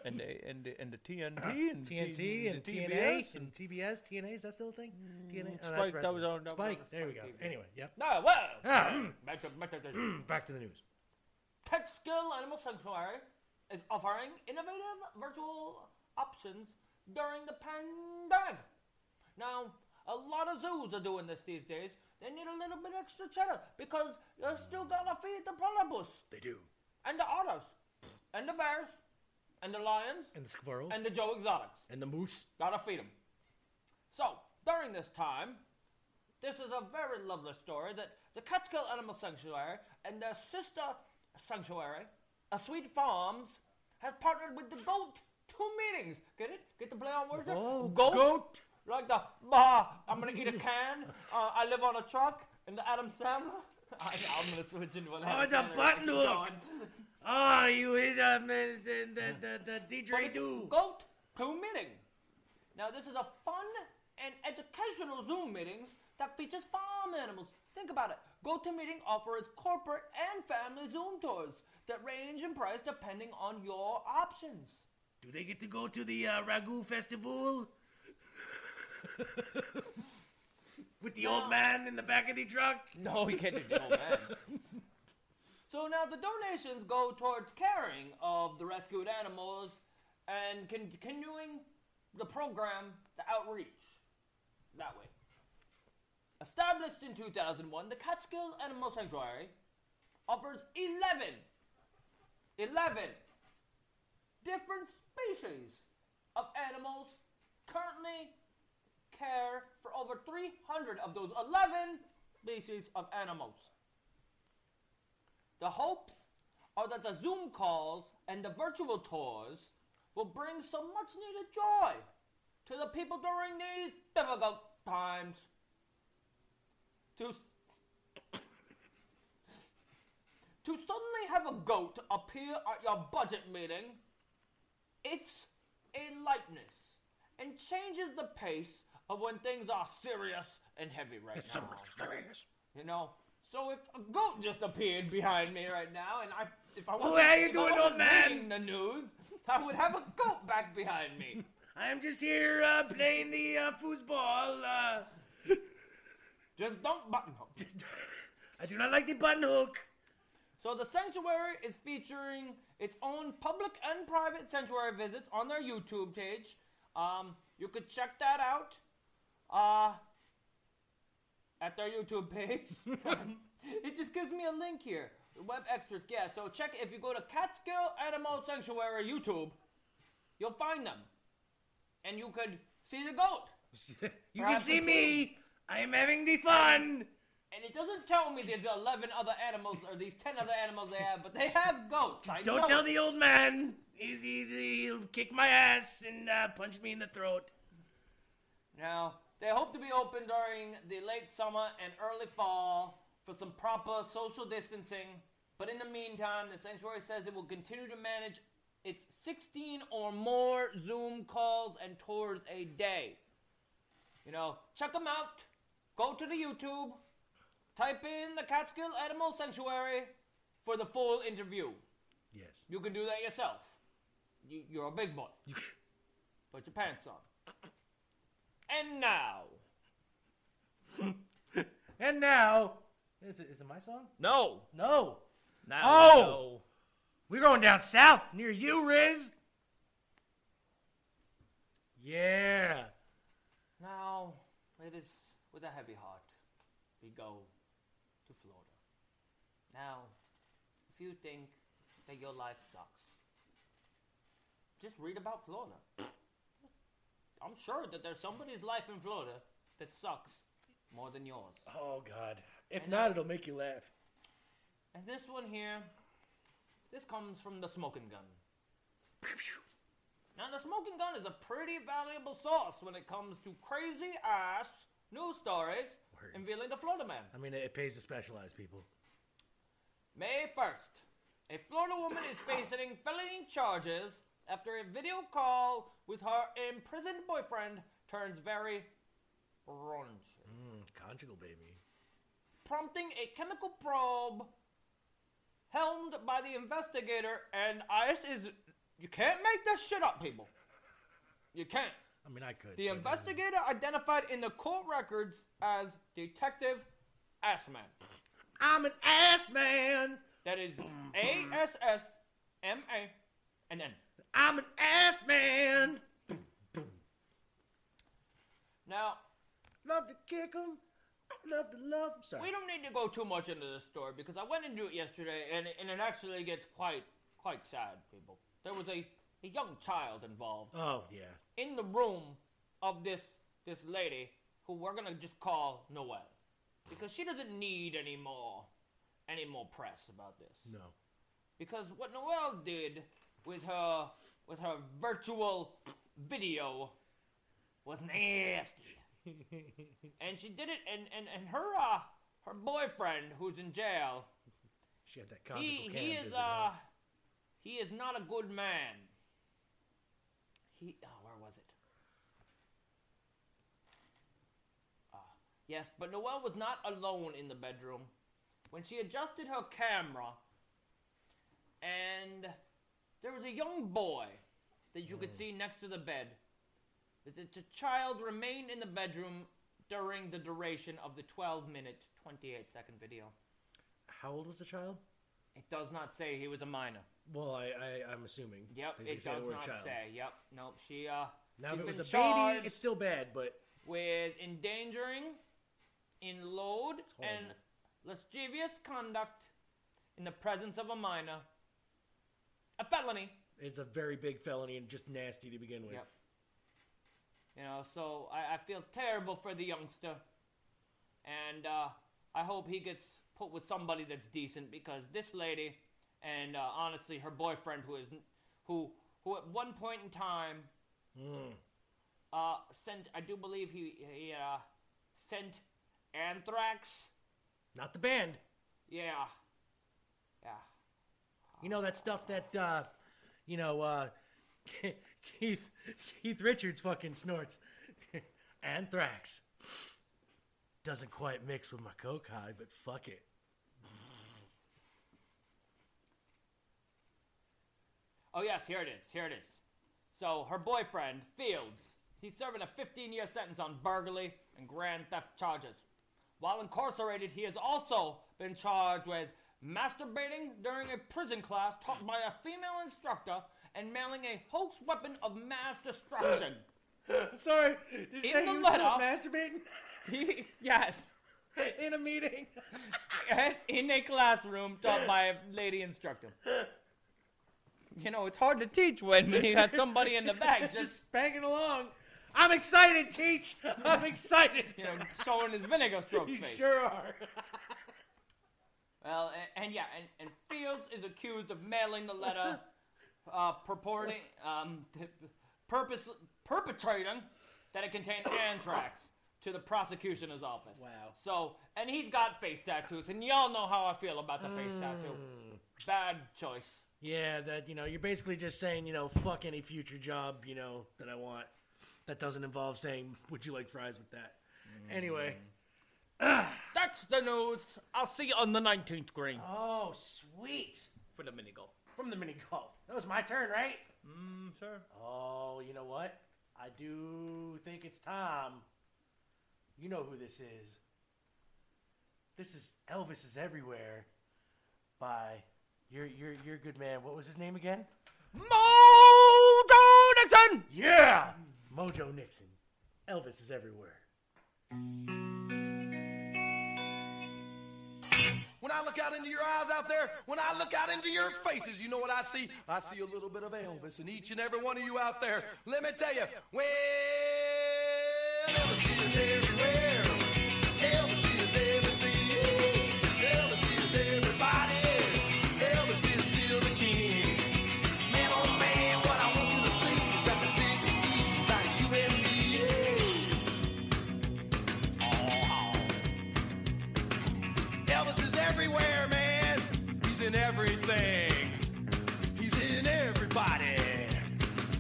and, the, and, the, and the
Uh,
TNT. And
TNT and TNA and TBS. TNA is that still a thing? TNA. Oh, that's
Mm, Spike, that was
wrestling.
on- that was
Spike.
on
there we go.
Spike TV.
Anyway, yep.
No, well.
Ah, mm.
back, to, back, to, the-
Back to the news.
Catskill Animal Sanctuary is offering innovative virtual options during the pandemic. Now, a lot of zoos are doing this these days. They need a little bit extra cheddar because you're still gonna feed the platypus
They do.
and the otters and the bears and the lions
And the squirrels.
and the Joe Exotics.
And the moose.
Gotta feed them. So, during this time, this is a very lovely story that the Catskill Animal Sanctuary and their sister sanctuary, A Sweet Farms, has partnered with the GOAT Two Meetings. Get it? Get the play on words there?
Whoa,
GOAT?
goat.
Like the, bah, I'm gonna eat a can, uh, I live on a truck, and the Adam Sandler. I, I'm gonna switch into an
Oh,
Adam
it's a
Sandler.
button
Keep
hook.
going.
Oh, you is uh, the, the, the, the DJ do.
Goat to meeting. Now this is a fun and educational Zoom meeting that features farm animals. Think about it. GoToMeeting offers corporate and family Zoom tours that range in price depending on your options.
Do they get to go to the uh, Ragu Festival? With the old man in the back of the truck?
No, we can't do the old man. So now the donations go towards caring of the rescued animals and con- continuing the program, the outreach. That way. Established in 2001, the Catskill Animal Sanctuary offers 11, 11 different species of animals currently care for over 300 of those 11 species of animals. The hopes are that the Zoom calls and the virtual tours will bring some much needed joy to the people during these difficult times. To, to suddenly have a goat appear at your budget meeting, it's a lightness and changes the pace of when things are serious and heavy right
It's so
now.
serious.
You know? So if a goat just appeared behind me right now, and I, if I
Oh,
wasn't,
how you
if I
doing,
wasn't
old man?
reading the news, I would have a goat back behind me.
I'm just here uh, playing the uh, foosball. Uh,
Just don't buttonhole.
I do not like the button hook.
So the sanctuary is featuring its own public and private sanctuary visits on their YouTube page. Um, you could check that out uh, at their YouTube page. it just gives me a link here. Web extras, yeah. So check if you go to Catskill Animal Sanctuary YouTube, you'll find them, and you could see the goat.
You
Perhaps
can see
it's
me. I am having the fun.
And it doesn't tell me there's 11 other animals or these 10 other animals they have, but they have goats. I
Don't
know
tell
it.
the old man. He's, he, he'll kick my ass and uh, punch me in the throat.
Now, they hope to be open during the late summer and early fall for some proper social distancing. But in the meantime, the sanctuary says it will continue to manage its 16 or more Zoom calls and tours a day. You know, check them out. Go to the YouTube. Type in the Catskill Animal Sanctuary for the full interview.
Yes.
You can do that yourself. You, you're a big boy. Put your pants on. And now.
And now, is it, is it my song?
No.
No.
Now,
Oh!
no.
We're going down south near you, Riz. Yeah.
Now, it is with a heavy heart we go to Florida. Now, if you think that your life sucks, just read about Florida. I'm sure that there's somebody's life in Florida that sucks more than yours.
Oh God. If
And
not,
I-
it'll make you laugh.
And this one here, this comes from the smoking gun. Now, the smoking gun is a pretty valuable source when it comes to crazy ass news stories revealing the Florida man.
I mean, it pays to specialize people.
May 1st, a Florida woman is facing felony charges after a video call with her imprisoned boyfriend turns very raunchy,
Mm, conjugal baby.
prompting a chemical probe helmed by the investigator. And ICE is. You can't make this shit up, people. You can't.
I mean, I could.
The investigator identified in the court records as Detective Assman.
I'm an ass man.
That is A S S M A and N.
I'm an ass man.
Now,
love to kick 'em. I love to love 'em. Sorry.
We don't need to go too much into this story because I went into it yesterday and, and it actually gets quite quite sad, people. There was a, a young child involved
Oh yeah.
in the room of this this lady who we're gonna just call Noelle. Because she doesn't need any more any more press about this.
No.
Because what Noelle did with her with her virtual video was nasty. and she did it and, and, and her uh, her boyfriend who's in jail
She had that
he,
conjugal cam
he is
visit,
uh
huh?
he is not a good man. He oh, where was it? Ah, yes, but Noelle was not alone in the bedroom when she adjusted her camera, and there was a young boy that you could see next to the bed. That the the child remained in the bedroom during the duration of the 12 minute 28 second video.
How old was the child?
It does not say he was a minor.
Well, I, I I'm assuming.
Yep,
They- they
it
say the
does
word
not
child.
say. Yep, nope. She uh.
Now,
she's
if it was a
been
baby,
charged
it's still bad, but
with endangering, in load, and lascivious conduct in the presence of a minor, a felony.
it's a very big felony and just nasty to begin with.
Yep. You know, so I, I feel terrible for the youngster, and uh, I hope he gets put with somebody that's decent because this lady, and uh, honestly, her boyfriend, who is, who, who at one point in time, uh, sent, I do believe he, he uh, sent Anthrax.
Not the band.
Yeah, yeah.
You know that stuff that uh, you know uh, Keith Keith Richards fucking snorts. Anthrax doesn't quite mix with my coke high, but fuck it.
Oh yes, here it is. Here it is. So her boyfriend Fields, he's serving a 15-year sentence on burglary and grand theft charges. While incarcerated, he has also been charged with masturbating during a prison class taught by a female instructor and mailing a hoax weapon of mass destruction.
I'm sorry. Did you
In
say
the
he was still
letter-
masturbating?
He- yes.
In a meeting.
in a classroom taught by a lady instructor. You know, it's hard to teach when you got somebody in the back just
spanking along. I'm excited, teach. I'm excited.
you know, showing his vinegar stroke
You
face.
sure are.
Well, and, and yeah, and, and Fields is accused of mailing the letter, uh, purporting, um, t- purpose, perpetrating that it contained anthrax to the prosecution's office. Wow. So, and he's got face tattoos, and y'all know how I feel about the face tattoo.
Hmm.
Bad choice.
Yeah, that you know, you're basically just saying, you know, fuck any future job, you know, that I want. That doesn't involve saying, "Would you like fries with that?"
Mm-hmm.
Anyway,
That's the news. I'll see you on the 19th, Green.
Oh, sweet.
For the mini golf.
from the mini golf, that was my turn, right?
Mm, sure.
Oh, you know what? I do think it's time. You know who this is. This is Elvis is everywhere by You're you're you're a good man. What was his name again?
Mojo Nixon.
Yeah, Mojo Nixon. Elvis is everywhere.
When I look out into your eyes out there, when I look out into your faces, you know what I see? I see a little bit of Elvis in each and every one of you out there. Let me tell you, well, Elvis is everywhere. Elvis is everything. Elvis is everybody. Elvis is still the king. Man, oh man, what I want you to see is that the big E's like you and me. Elvis is everywhere, man. He's in everything. He's in everybody.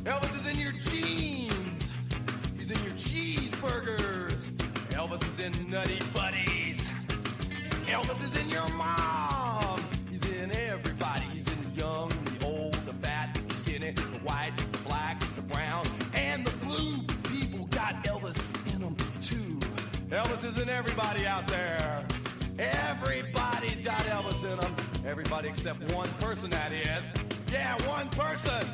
Elvis is in your jeans. He's in your cheeseburgers. Elvis is in nutty buddies. Elvis is in your mom. He's in everybody. He's in the young, the old, the fat, the skinny, the white, the black, the brown, and the blue. People got Elvis in them too. Elvis is in everybody out there. Everybody's got Elvis in them. Everybody except one person, that is. Yeah, one person.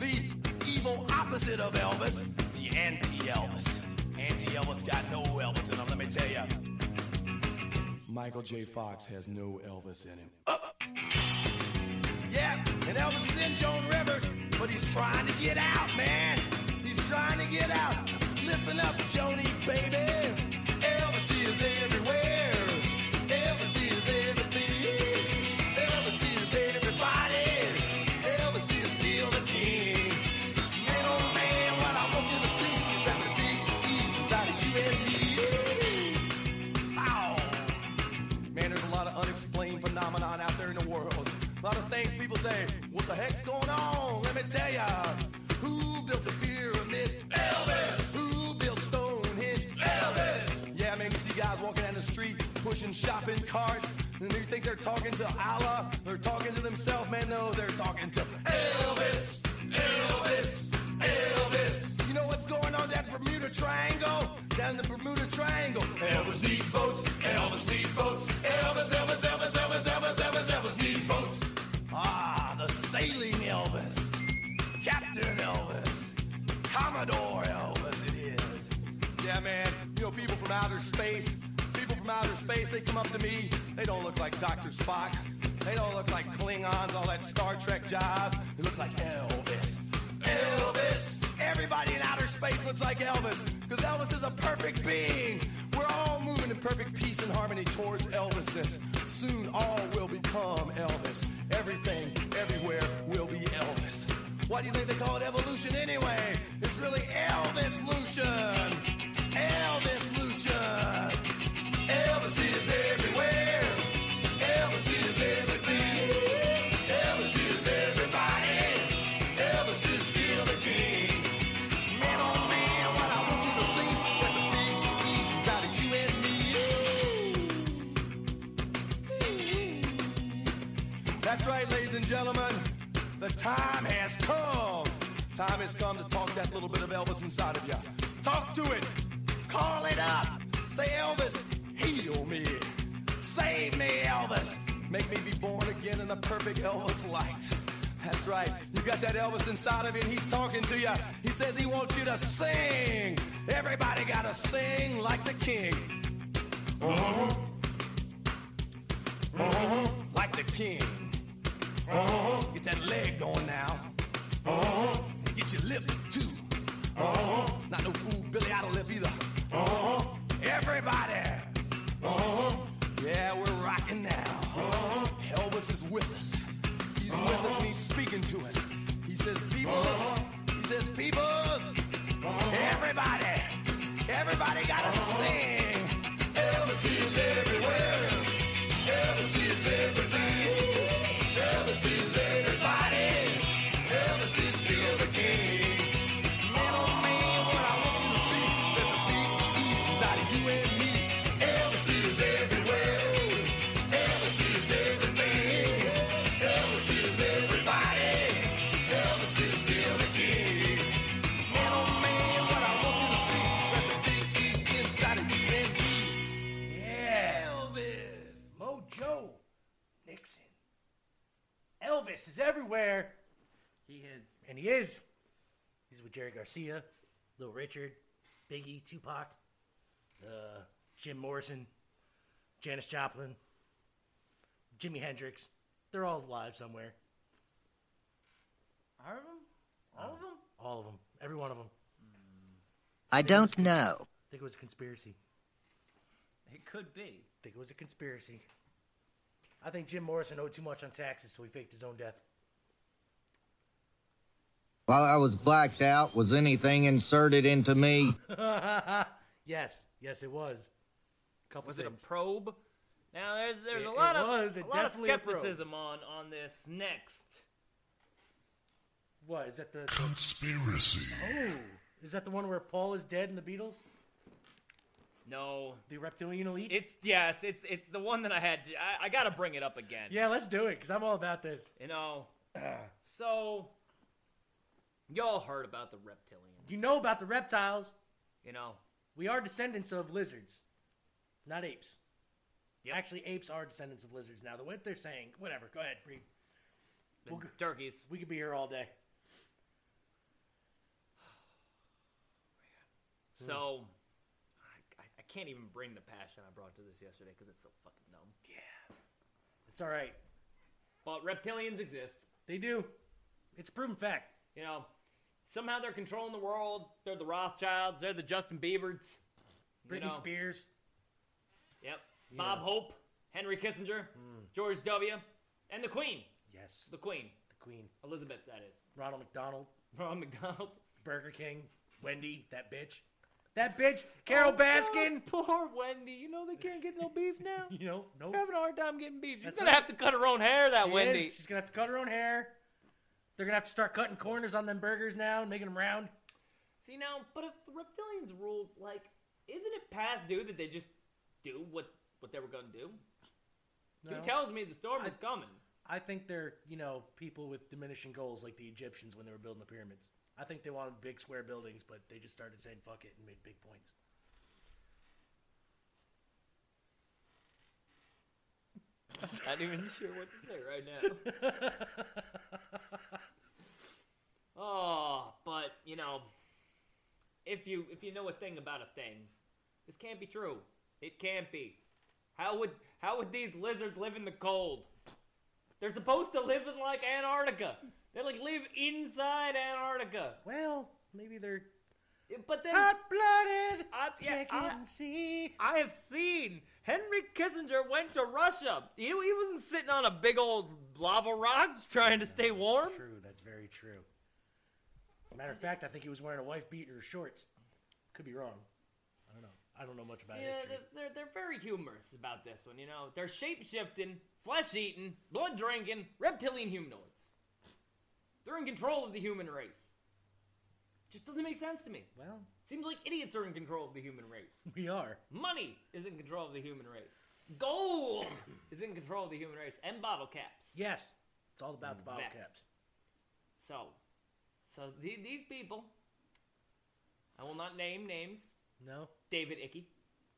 The evil opposite of Elvis. The anti Elvis. Anti Elvis got no Elvis in him, let me tell you. Michael J. Fox has no Elvis in him. Yeah, and Elvis is in Joan Rivers, but he's trying to get out, man. He's trying to get out. Listen up, Joni, baby. Elvis is everywhere. Elvis is everything. Elvis is everybody. Elvis is still the king. Man, oh man, what I want you to see is that the big E's inside of you and me. Ow. Man, there's a lot of unexplained phenomenon out there in the world. A lot of things people say, what the heck's going on? Let me tell ya. Who built the pyramids? Elvis! Who built Stonehenge? Elvis! Yeah, man, you see guys walking down the street pushing shopping carts, and they think they're talking to Allah. They're talking to themselves, man. No, they're talking to Elvis! Elvis! Elvis! You know what's going on in that Bermuda Triangle? Down the Bermuda Triangle. Elvis needs votes. Elvis needs votes. Elvis, Elvis, Elvis, Elvis, Elvis, Elvis, Elvis needs votes. Ah, the sailing Elvis. Captain Elvis. Commodore Elvis it is. Yeah, man. You know, people from outer space, people from outer space, they come up to me. They don't look like Dr. Spock. They don't look like Klingons, all that Star Trek job. They look like Elvis. Elvis! Everybody in outer space looks like Elvis, because Elvis is a perfect being. We're all moving in perfect peace and harmony towards Elvisness. Soon all will become Elvis. Everything, everywhere will be Elvis. Why do you think they call it evolution anyway? It's really Elvis Lucian. Elvis Lucian. Elvis is everywhere. Elvis is everything. Elvis is everybody. Elvis is still the king. Man, oh man, what I want you to see that the big E's out of you and me. That's right, ladies and gentlemen. The time has come. Time has come to talk that little bit of Elvis inside of you. Talk to it. Call it up. Say, Elvis, heal me. Save me, Elvis. Make me be born again in the perfect Elvis light. That's right. You got that Elvis inside of you, and he's talking to you. He says he wants you to sing. Everybody got to sing like the king. Uh-huh. Uh-huh. Like the king. Uh-huh. Get that leg going now. Uh-huh. And get your lip too. Uh-huh. Not no fool Billy Idol lip either. Uh-huh. Everybody. Uh-huh. Yeah, we're rocking now. Uh-huh. Elvis is with us. He's with us and he's speaking to us. He says, people, he says, people, everybody, everybody gotta sing. Elvis is everywhere. Elvis is everything. Elvis is everybody. Elvis is still the king. Man, oh man, what I want you to see that the big E's out of you and me. Elvis is everywhere. Elvis is everything. Elvis is everybody. Elvis is still the king. Man, oh man, what I want you to see that the big E's inside of you and me.
Yeah. Elvis. Mojo Nixon. Davis is everywhere,
He is.
and he is. He's with Jerry Garcia, Little Richard, Biggie, Tupac, uh, Jim Morrison, Janis Joplin, Jimi Hendrix. They're all alive somewhere.
All of them? All of them?
Uh, All of them. Every one of them.
I don't know.
I think it was a conspiracy.
It could be.
I think it was a conspiracy. I think Jim Morrison owed too much on taxes, so he faked his own death.
While I was blacked out, was anything inserted into me?
yes, yes, it was. Couple
Was
things.
it a probe? Now there's there's
It-
a
it
lot
was,
of
it
a lot of
definitely a probe.
skepticism on on this next.
What is that? The
Conspiracy.
oh, is that the one where Paul is dead in the Beatles?
No,
the reptilian elite.
It's yes, it's it's the one that I had. To, I, I gotta bring it up again.
Yeah, let's do it because I'm all about this.
You know, so y'all heard about the reptilian.
You know about the reptiles.
You know,
We are descendants of lizards, not apes. Actually, apes are descendants of lizards. Now, the what they're saying, whatever. Go ahead, read.
the turkeys.
We could be here all day. Hmm.
So I, I, I can't even bring the passion I brought to this yesterday because it's so fucking dumb. Yeah.
It's all right.
But reptilians exist.
They do. It's a proven fact.
You know, somehow they're controlling the world. They're the Rothschilds. They're the Justin Bieber's. you
Britney
know.
Spears.
Yep.
You
Bob
know.
Hope, Henry Kissinger, George W., and the Queen.
Hmm. Yes.
The Queen.
The Queen.
Elizabeth, that is.
Ronald McDonald.
Ronald McDonald.
Burger King. Wendy. That bitch. That bitch.
Oh,
Carol Baskin.
poor Wendy. You know they can't get no beef now.
you know, no.
Having a hard time getting beef. She's
That's
gonna
right.
have to cut her own hair. That
She
Wendy.
is. She's gonna have to cut her own hair. They're gonna have to start cutting corners on them burgers now and making them round.
See now, but if the reptilians ruled, like, isn't it past due that they just do what what they were gonna do?
No.
Who tells me the storm is coming?
I think they're, you know, people with diminishing goals like the Egyptians when they were building the pyramids. I think they wanted big square buildings, but they just started saying fuck it and made big points.
I'm not even sure what to say right now. oh, but you know, if you if you know a thing about a thing, this can't be true. It can't be. How would how would these lizards live in the cold? They're supposed to live in like Antarctica. They like live inside Antarctica.
Well, maybe they're
but then
hot blooded.
I, yeah,
Check it
I,
and see.
I have seen Henry Kissinger went to Russia. He, he wasn't sitting on a big old lava rock trying to stay warm.
True, that's very true. Matter of fact, I think he was wearing a wife beater or shorts. Could be wrong. I don't know. I don't know much about
Yeah,
history.
they're, they're, they're very humorous about this one, you know. They're shape shifting, flesh eating, blood drinking, reptilian humanoids. They're in control of the human race. Just doesn't make sense to me.
Well,
seems like idiots are in control of the human race.
We are.
Money is in control of the human race. Gold is in control of the human race, and bottle caps.
Yes, it's all about the bottle
Vest.
caps.
So, so the, these people, I will not name names.
No.
David Icke.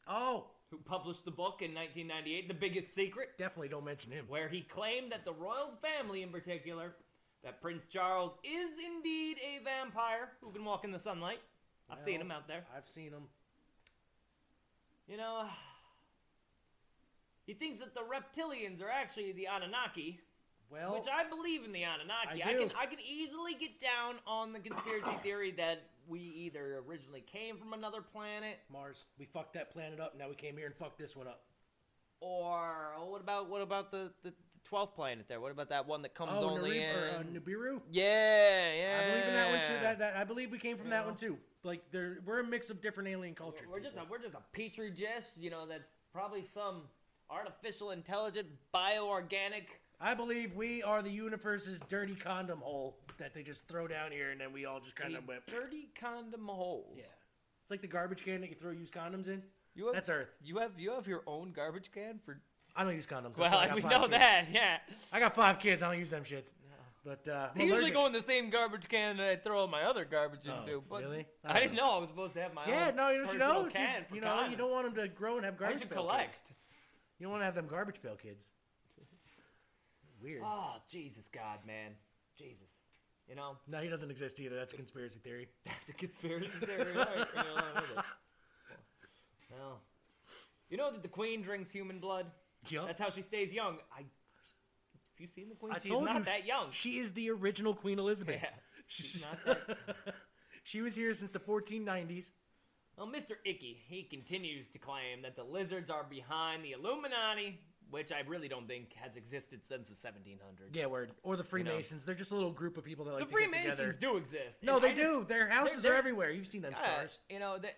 Oh.
Who published the book in 1998, The Biggest Secret?
Definitely don't mention him.
Where he claimed that the royal family, in particular, that Prince Charles is indeed a vampire who can walk in the sunlight. I've seen
Well,
him out there.
I've seen him.
You know, he thinks that the reptilians are actually the Anunnaki.
Well,
which I believe in the Anunnaki.
I
I, can
do.
I can easily get down on the conspiracy theory that we either originally came from another planet
Mars. We fucked that planet up. Now we came here and fucked this one up.
or oh, what about what about the the twelfth planet there? What about that one that comes
oh,
only
Nibiru, or, uh,
in?
Nibiru.
yeah, yeah.
I believe in that one too.
yeah.
That, that I believe we came from that
Yeah.
one too. Like there, we're a mix of different alien cultures.
We're just a, we're just a petri dish, you know. That's probably some artificial, intelligent, bioorganic.
I believe we are the universe's dirty condom hole that they just throw down here, and then we all just kind
A
of went.
dirty condom hole.
Yeah, it's like the garbage can that you throw used condoms in.
You have,
That's Earth.
You have you have your own garbage can for.
I don't use condoms. That's
Well,
why I got
we
five
know
kids.
that, yeah.
I got five kids. I don't use them shits. But uh, I'm
They usually
allergic.
go in the same garbage can that I throw my other garbage
Oh,
into. But
really?
I didn't know I was supposed to have my
Yeah,
own
no, you, you
personal
know, you-
can
you,
for
know, you don't
condoms.
want them to grow and have
I
garbage.
should
pail
collect.
Kids. You don't want to have them garbage pail kids. weird.
Oh, Jesus, God, man. Jesus. You know?
No, he doesn't exist either. That's a conspiracy theory.
That's a conspiracy theory, right? You know, I don't know. Well, you know that the queen drinks human blood?
Yup.
That's how she stays young. I. Have you seen the queen?
I
She's
told
not
you
that young.
She is the original Queen Elizabeth.
Yeah, she's not
she was here since the 1490s.
Well, Mr. Icky, he continues to claim that the lizards are behind the Illuminati, which I really don't think has existed since the 1700s.
Yeah, word. Or the
You know.
Freemasons. They're just a little group of people that like to
the
get
Freemasons
together.
do exist.
No,
and I
they do.
just-
Their
they're-
houses
they're-
are everywhere. You've seen them
Yeah,
stars.
You know that,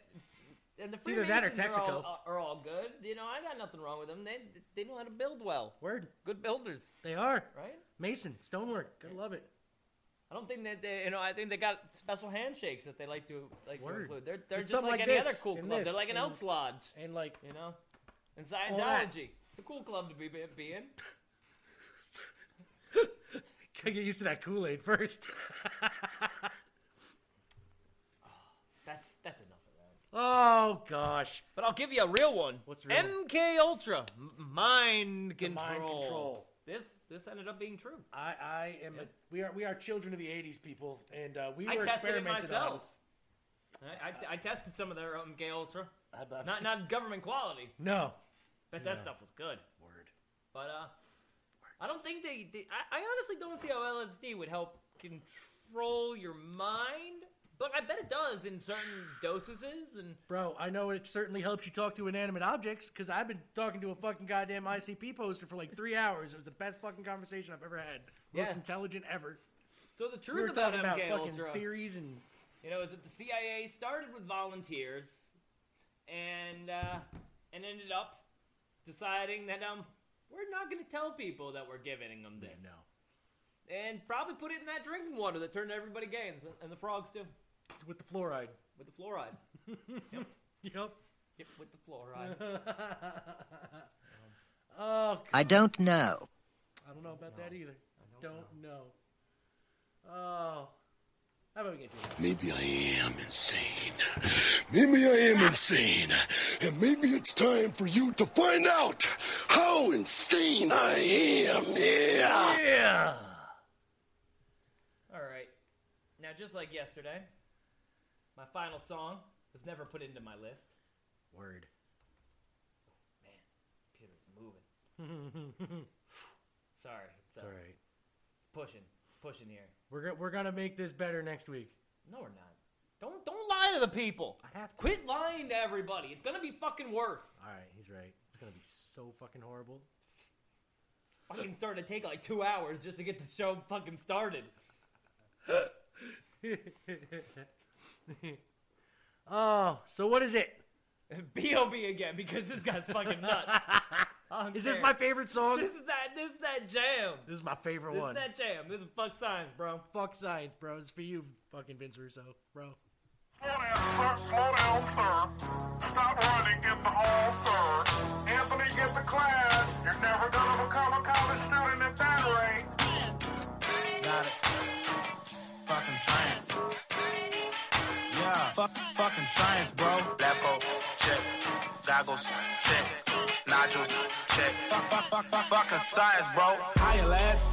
and the
It's either that or
Freemasons are
Texaco.
all, uh, are all good. You know, I got nothing wrong with them. They they know how to build well.
Word.
Good builders.
They are.
Right?
Mason, stonework. Gotta love it.
I don't think that they, you know. I think they got special handshakes that they like to like to
Word.
include. They're they're
It's
just
something
like,
like
any
this
other cool
and
club. They're
this
like an
and-
Elks Lodge.
And like
you know, and
all that.
Scientology. It's a cool club to be, be in.
Gotta get used to that Kool Aid first.
That's that's enough of that.
oh, gosh.
But I'll give you a real one.
What's real?
MK Ultra M- mind
The
control.
mind control.
This this ended up being true.
I, I am. A, we are we are children of the '80s, people, and uh, we
I
were
tested it
experimented on.
myself. I, I, I tested some of their MK Ultra. Not not government quality.
No,
Bet that
No.
stuff was good.
Word.
But uh, I don't think they. they I, I honestly don't see how LSD would help control your mind. But I bet it does in certain dosages and
bro, I know it certainly helps you talk to inanimate objects because I've been talking to a fucking goddamn ICP poster for like three hours. It was the best fucking conversation I've ever had. Most
Yeah.
intelligent ever.
So the truth
we were
about
talking about
MK
fucking
Ultra,
theories and
you know, is that the CIA started with volunteers, and uh, and ended up deciding that um we're not going to tell people that we're giving them this. no. And probably put it in that drinking water that turned everybody gay, and, and the frogs too,
with the fluoride.
with the fluoride. yep.
Yep.
Yep, with the fluoride.
Oh,
I don't know.
I don't know about that either. I don't, know. Oh, how about we get to that?
Maybe I am insane. Maybe I am insane. And maybe it's time for you to find out how insane I am. Yeah.
Yeah.
All right. Now, just like yesterday, my final song was never put into my list.
Word.
Computer's moving. Sorry. It's,
It's
uh,
all right.
It's pushing. Pushing here.
We're go- we're gonna make this better next week.
No, we're not. Don't don't lie to the people. I have to. Quit lying to everybody. It's gonna be fucking worse.
All right, he's right. It's gonna be so fucking horrible.
Fucking started to take like two hours just to get the show fucking started.
oh, so what is it?
B.O.B. again because this guy's fucking nuts. I'm
Is this
there.
my favorite song?
This is that. This is that jam.
This is my favorite
This is
one.
that jam. This is fuck science, bro.
Fuck science, bro. It's for you, fucking Vince Russo, bro.
Sir, slow down, sir. Stop running, get the hall, sir. Anthony, get the class. You're never gonna become a college student at that rate.
Got it. Fucking science. Yeah. Fuck, fucking science, bro. Lepo, check. Goggles, check. Nodules, check. Fuck, fuck, fuck, fuck, fucking science, bro. Hiya, lads.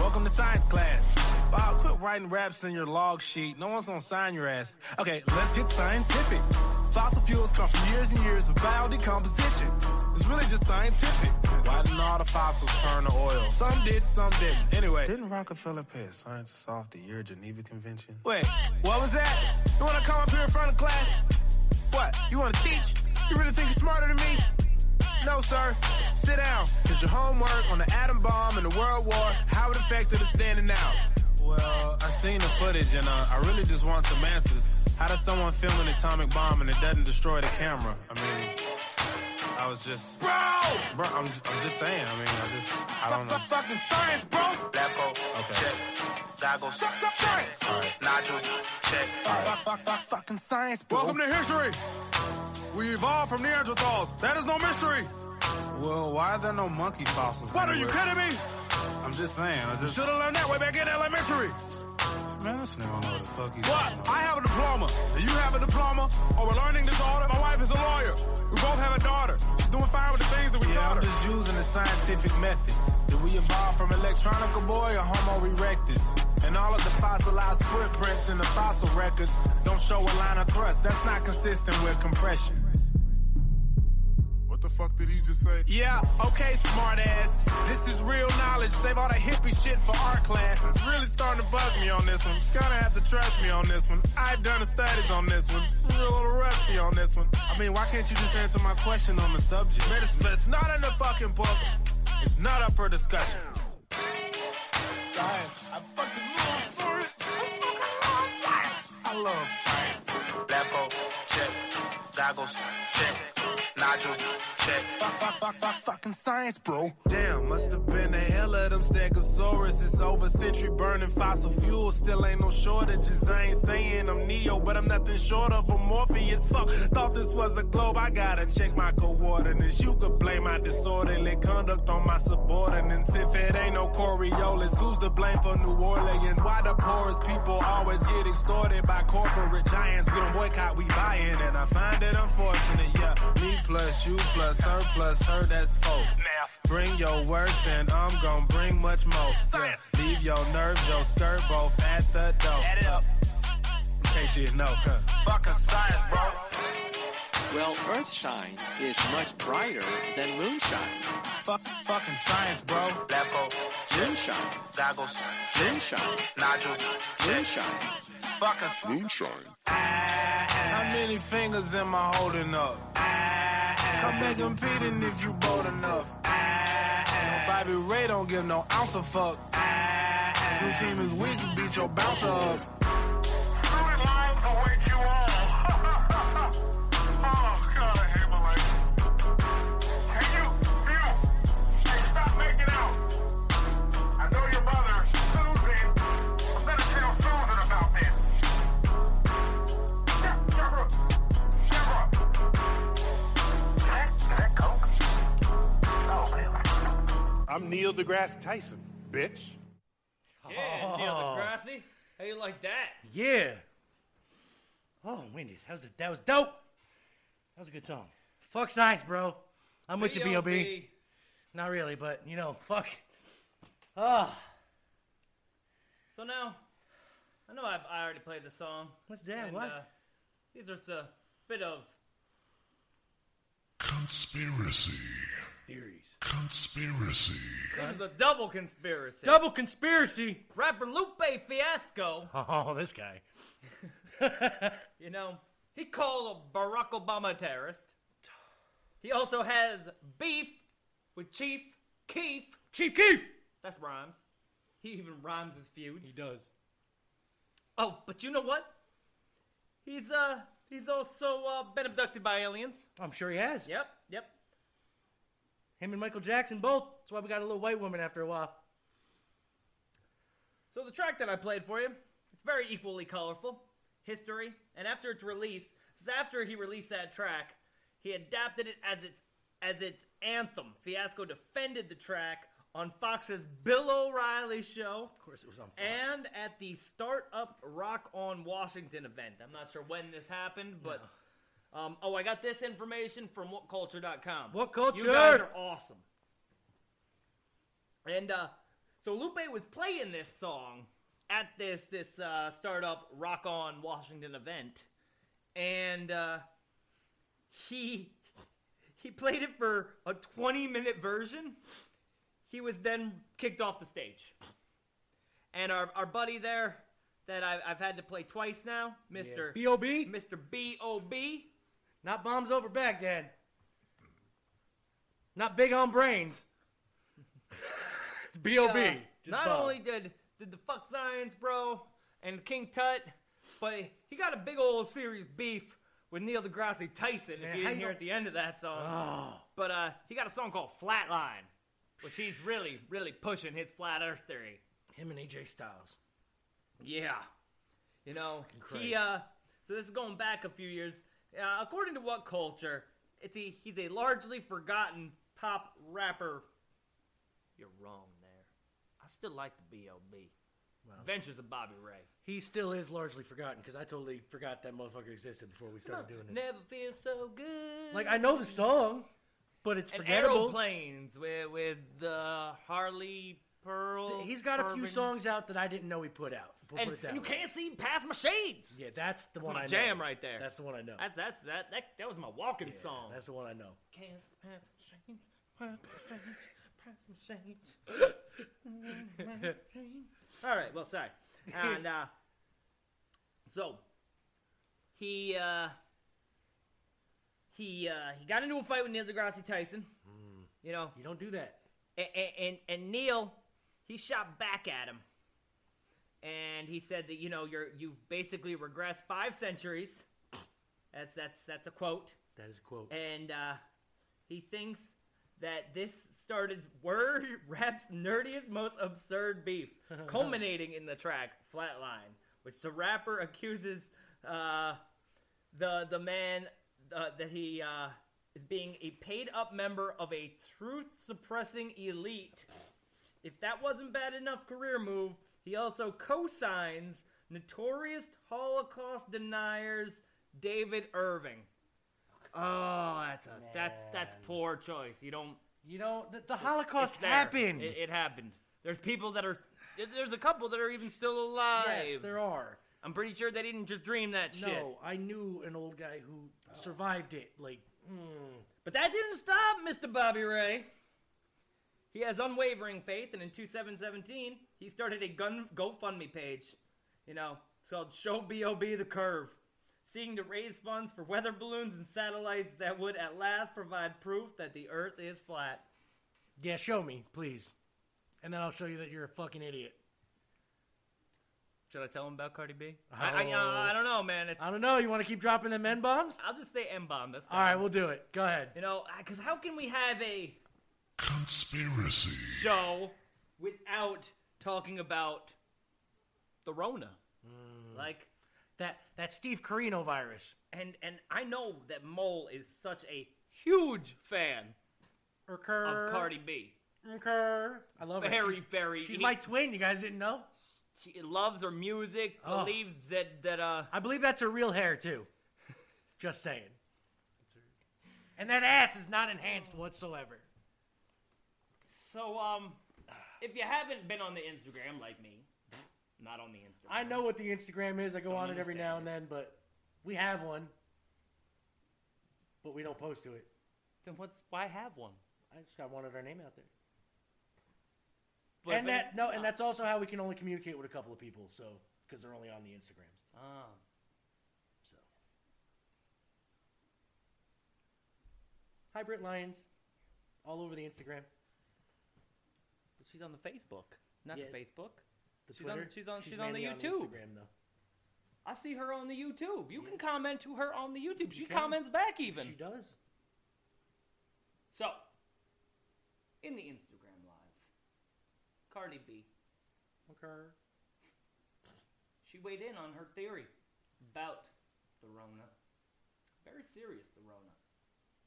Welcome to science class. Bob, quit writing raps in your log sheet. No one's gonna sign your ass. Okay, let's get scientific. Fossil fuels come from years and years of biodecomposition. It's really just scientific. Why didn't all the fossils turn to oil? Some did, some didn't. Anyway. Didn't Rockefeller pay a scientist off the year Geneva Convention? Wait, what was that? You wanna come up here in front of class? What? You wanna teach? You really think you're smarter than me? No, sir. Sit down. Is your homework on the atom bomb and the World War? How it affected us then and now? Well, I seen the footage and uh, I really just want some answers. How does someone film an atomic bomb and it doesn't destroy the camera? I mean, I was just. Bro! Bro, I'm, I'm just saying. I mean, I just. I don't know. Fucking science, bro! Lepo, okay. check. Goggles, science! Nodules, check. Fuck, fuck, fuck, fucking science, bro.
Welcome to history. We evolved from Neanderthals. That is no mystery.
Well, why are there no monkey fossils?
What are you
anywhere?
kidding me?
I'm just saying. I just.
Should have learned that way back in elementary.
Man, this nigga don't know what the fuck he's
What? I have a diploma. Do you have a diploma? Or a learning disorder? My wife is a lawyer. We both have a daughter. She's doing fine with the things that we
Yeah,
taught
I'm
her.
just using the scientific method. Did we evolve from electronica boy or Homo erectus? And all of the fossilized footprints in the fossil records don't show a line of thrust. That's not consistent with compression.
What the fuck did he just say?
Yeah, okay, smartass. This is real knowledge. Save all that hippie shit for art class. It's really starting to bug me on this one. Gonna have to trust me on this one. I've done the studies on this one. Real little rusty on this one. I mean, why can't you just answer my question on the subject? Man, it's, it's not in the fucking book. It's not up for discussion. Science. I fucking love science. I fucking love science. I love science.
Lampo, check. Goggles, check. Nodules, check.
fucking science, bro. Damn, must have been a hell of them stegosaurus. It's over century burning fossil fuel. Still ain't no shortages. I ain't saying I'm Neo, but I'm nothing short of a Morpheus. Fuck, thought this was a globe. I gotta check my coordinates. You could blame my disorderly conduct on my subordinates. If it ain't no Coriolis, who's to blame for New Orleans? Why the poorest people always get extorted by corporate giants? We don't boycott, we buy in, and I find it unfortunate. Yeah, me plus you plus her plus her, that's four. Bring your worst, and I'm gonna bring much more. Yeah. Leave your nerves, your skirt both at the door. Add it up. In case you know, huh?
Fucking science, bro.
Well, Earthshine is much brighter than moonshine.
Fuck, fucking science, bro.
Lampo,
Moonshine,
goggles,
moonshine,
nodules,
moonshine.
fucking
Moonshine. How many fingers am I holding up? Come back and beating if you bold enough. No Bobby Ray don't give no ounce of fuck. Your team is weak, you beat your bouncer up.
Fluid lines await you all. oh, God, I hate my life. Hey, you, you. Hey, stop making out. I know your mother, Susan. I'm going to tell Susan about this. Yeah, Deborah. Deborah. Is that, is that Coke? No, man.
I'm Neil deGrasse Tyson, bitch.
Yeah, Neil deGrasse. How you like that?
Yeah. Oh, Wendy, that was a, that was dope. That was a good song. Fuck science, bro. I'm with you, B.O.B.
B.O.B..
Not really, but you know, fuck. Ah,
So now, I know I've, I already played the song.
What's that?
and,
What?
Uh, these are just a bit of
Conspiracy.
Theories.
Conspiracy.
this is a double conspiracy.
double conspiracy.
Rapper Lupe Fiasco.
Oh, this guy.
You know, he called Barack Obama a terrorist. He also has beef with Chief Keef.
Chief Keef!
That's rhymes. He even rhymes his feuds. He
does.
Oh, but you know what? He's uh he's also uh, been abducted by aliens.
I'm sure he has.
Yep, yep.
Him and Michael Jackson both. That's why we got a little white woman after a while.
So the track that I played for you, it's very equally colorful, history, and after its release, since after he released that track, he adapted it as its as its anthem. Fiasco defended the track on Fox's Bill O'Reilly show. Of
course, it was on Fox.
And at the Start Up Rock on Washington event. I'm not sure when this happened, but um, oh, I got this information from WhatCulture.com.
What
You guys
culture?
are awesome. And uh, so Lupe was playing this song at this this uh, startup Rock on Washington event, and uh, he he played it for a 20 minute version. He was then kicked off the stage, and our our buddy there that I, I've had to play twice now, Mister
B.O.B.?
Mister B O B.
Not bombs over Baghdad. Not big on brains. B.O.B.
Yeah.
Just
Not
Bob.
only did did the fuck science bro and King Tut, but he got a big old serious beef with Neil deGrasse Tyson.
Man,
if you
how you
didn't
Oh.
hear
don't-
at the end of that song, but uh, he got a song called Flatline, which he's really really pushing his flat Earth theory.
Him and AJ Styles.
Yeah. You know,
Christ.
he uh so this is going back a few years. Uh, according to what culture, it's a, he's a largely forgotten pop rapper. You're wrong there. I still like the B.O.B. Adventures of Bobby Ray.
He still is largely forgotten because I totally forgot that motherfucker existed before we started doing this.
Never feel so good.
Like I know the song, But it's
and
forgettable.
Aeroplanes with with uh, Harley Pearl.
He's got a few
Irvin.
songs out that I didn't know he put out. We'll
and,
put it that
and you
way.
can't see past my shades.
Yeah, that's the
That's
one
my
I know.
jam right there.
That's the one I know.
That's that's that that, that was my walking song.
That's the one I know.
Can't pass shades, All right. Well, sorry. And uh, so he uh, he uh, he got into a fight with Neil deGrasse Tyson. You know,
Mm. you don't do that.
And and, and Neil, he shot back at him, and he said that you know you're you've basically regressed five centuries. That's that's that's a quote.
That is a quote.
And uh, he thinks that this started word rap's nerdiest, most absurd beef, culminating in the track "Flatline," which the rapper accuses uh, the the man uh, that he uh, is being a paid up member of a truth suppressing elite. If that wasn't bad enough career move, he also co-signs notorious Holocaust deniers David Irving. Oh, that's a that's that's poor choice. You don't
you don't the, Holocaust
there.
happened.
It, it happened. There's people that are there- there's a couple that are even still alive.
Yes, there are.
I'm pretty sure they didn't just dream that shit.
No, I knew an old guy who survived it. Like, mm.
But that didn't stop Mr. Bobby Ray. He has unwavering faith, and in 2717, he started a gun GoFundMe page. You know, it's called Show BOB the Curve, seeking to raise funds for weather balloons and satellites that would at last provide proof that the Earth is flat.
yeah, show me, please, and then I'll show you that you're a fucking idiot.
Should I tell him about Cardi B? I I, I, I don't know, man. It's,
I don't know. You want to keep dropping them n bombs?
I'll just say M bomb this time.
All right, we'll do it. Go ahead.
You know, because uh, how can we have a
Conspiracy.
show without talking about the Rona? Like
Hmm. that that Steve Carino virus.
And and I know that Mole is such a huge fan
Recur.
of Cardi B.
Recur. I love her.
Very,
She's-
very-
She's my twin. You guys didn't know?
She loves her music,
Oh.
believes that that uh
I believe that's her real hair too. Just saying. And that ass is not enhanced whatsoever.
so um if you haven't been on the Instagram like me, not on the Instagram.
I know what the Instagram is. I go on it every now and then, but we have one, but we don't post to it.
Then what's why have one?
I just got one of our name out there.
But- Ah.
and
but-
that no, and that's also how we can only communicate with a couple of people, so because they're only on the Instagrams.
Ah.
Hi, Britt Lyons, all over the Instagram.
But she's on the Facebook, not
Yeah.
the Facebook.
The
she's
Twitter.
on she's on she's, on the
mainly
YouTube.
Instagram though.
I see her on the YouTube. You can comment to her on the YouTube. She
can.
comments back even.
She does.
So, in the Instagram live, Cardi B,
Okay.
she weighed in on her theory about the Rona. Very serious, the Rona.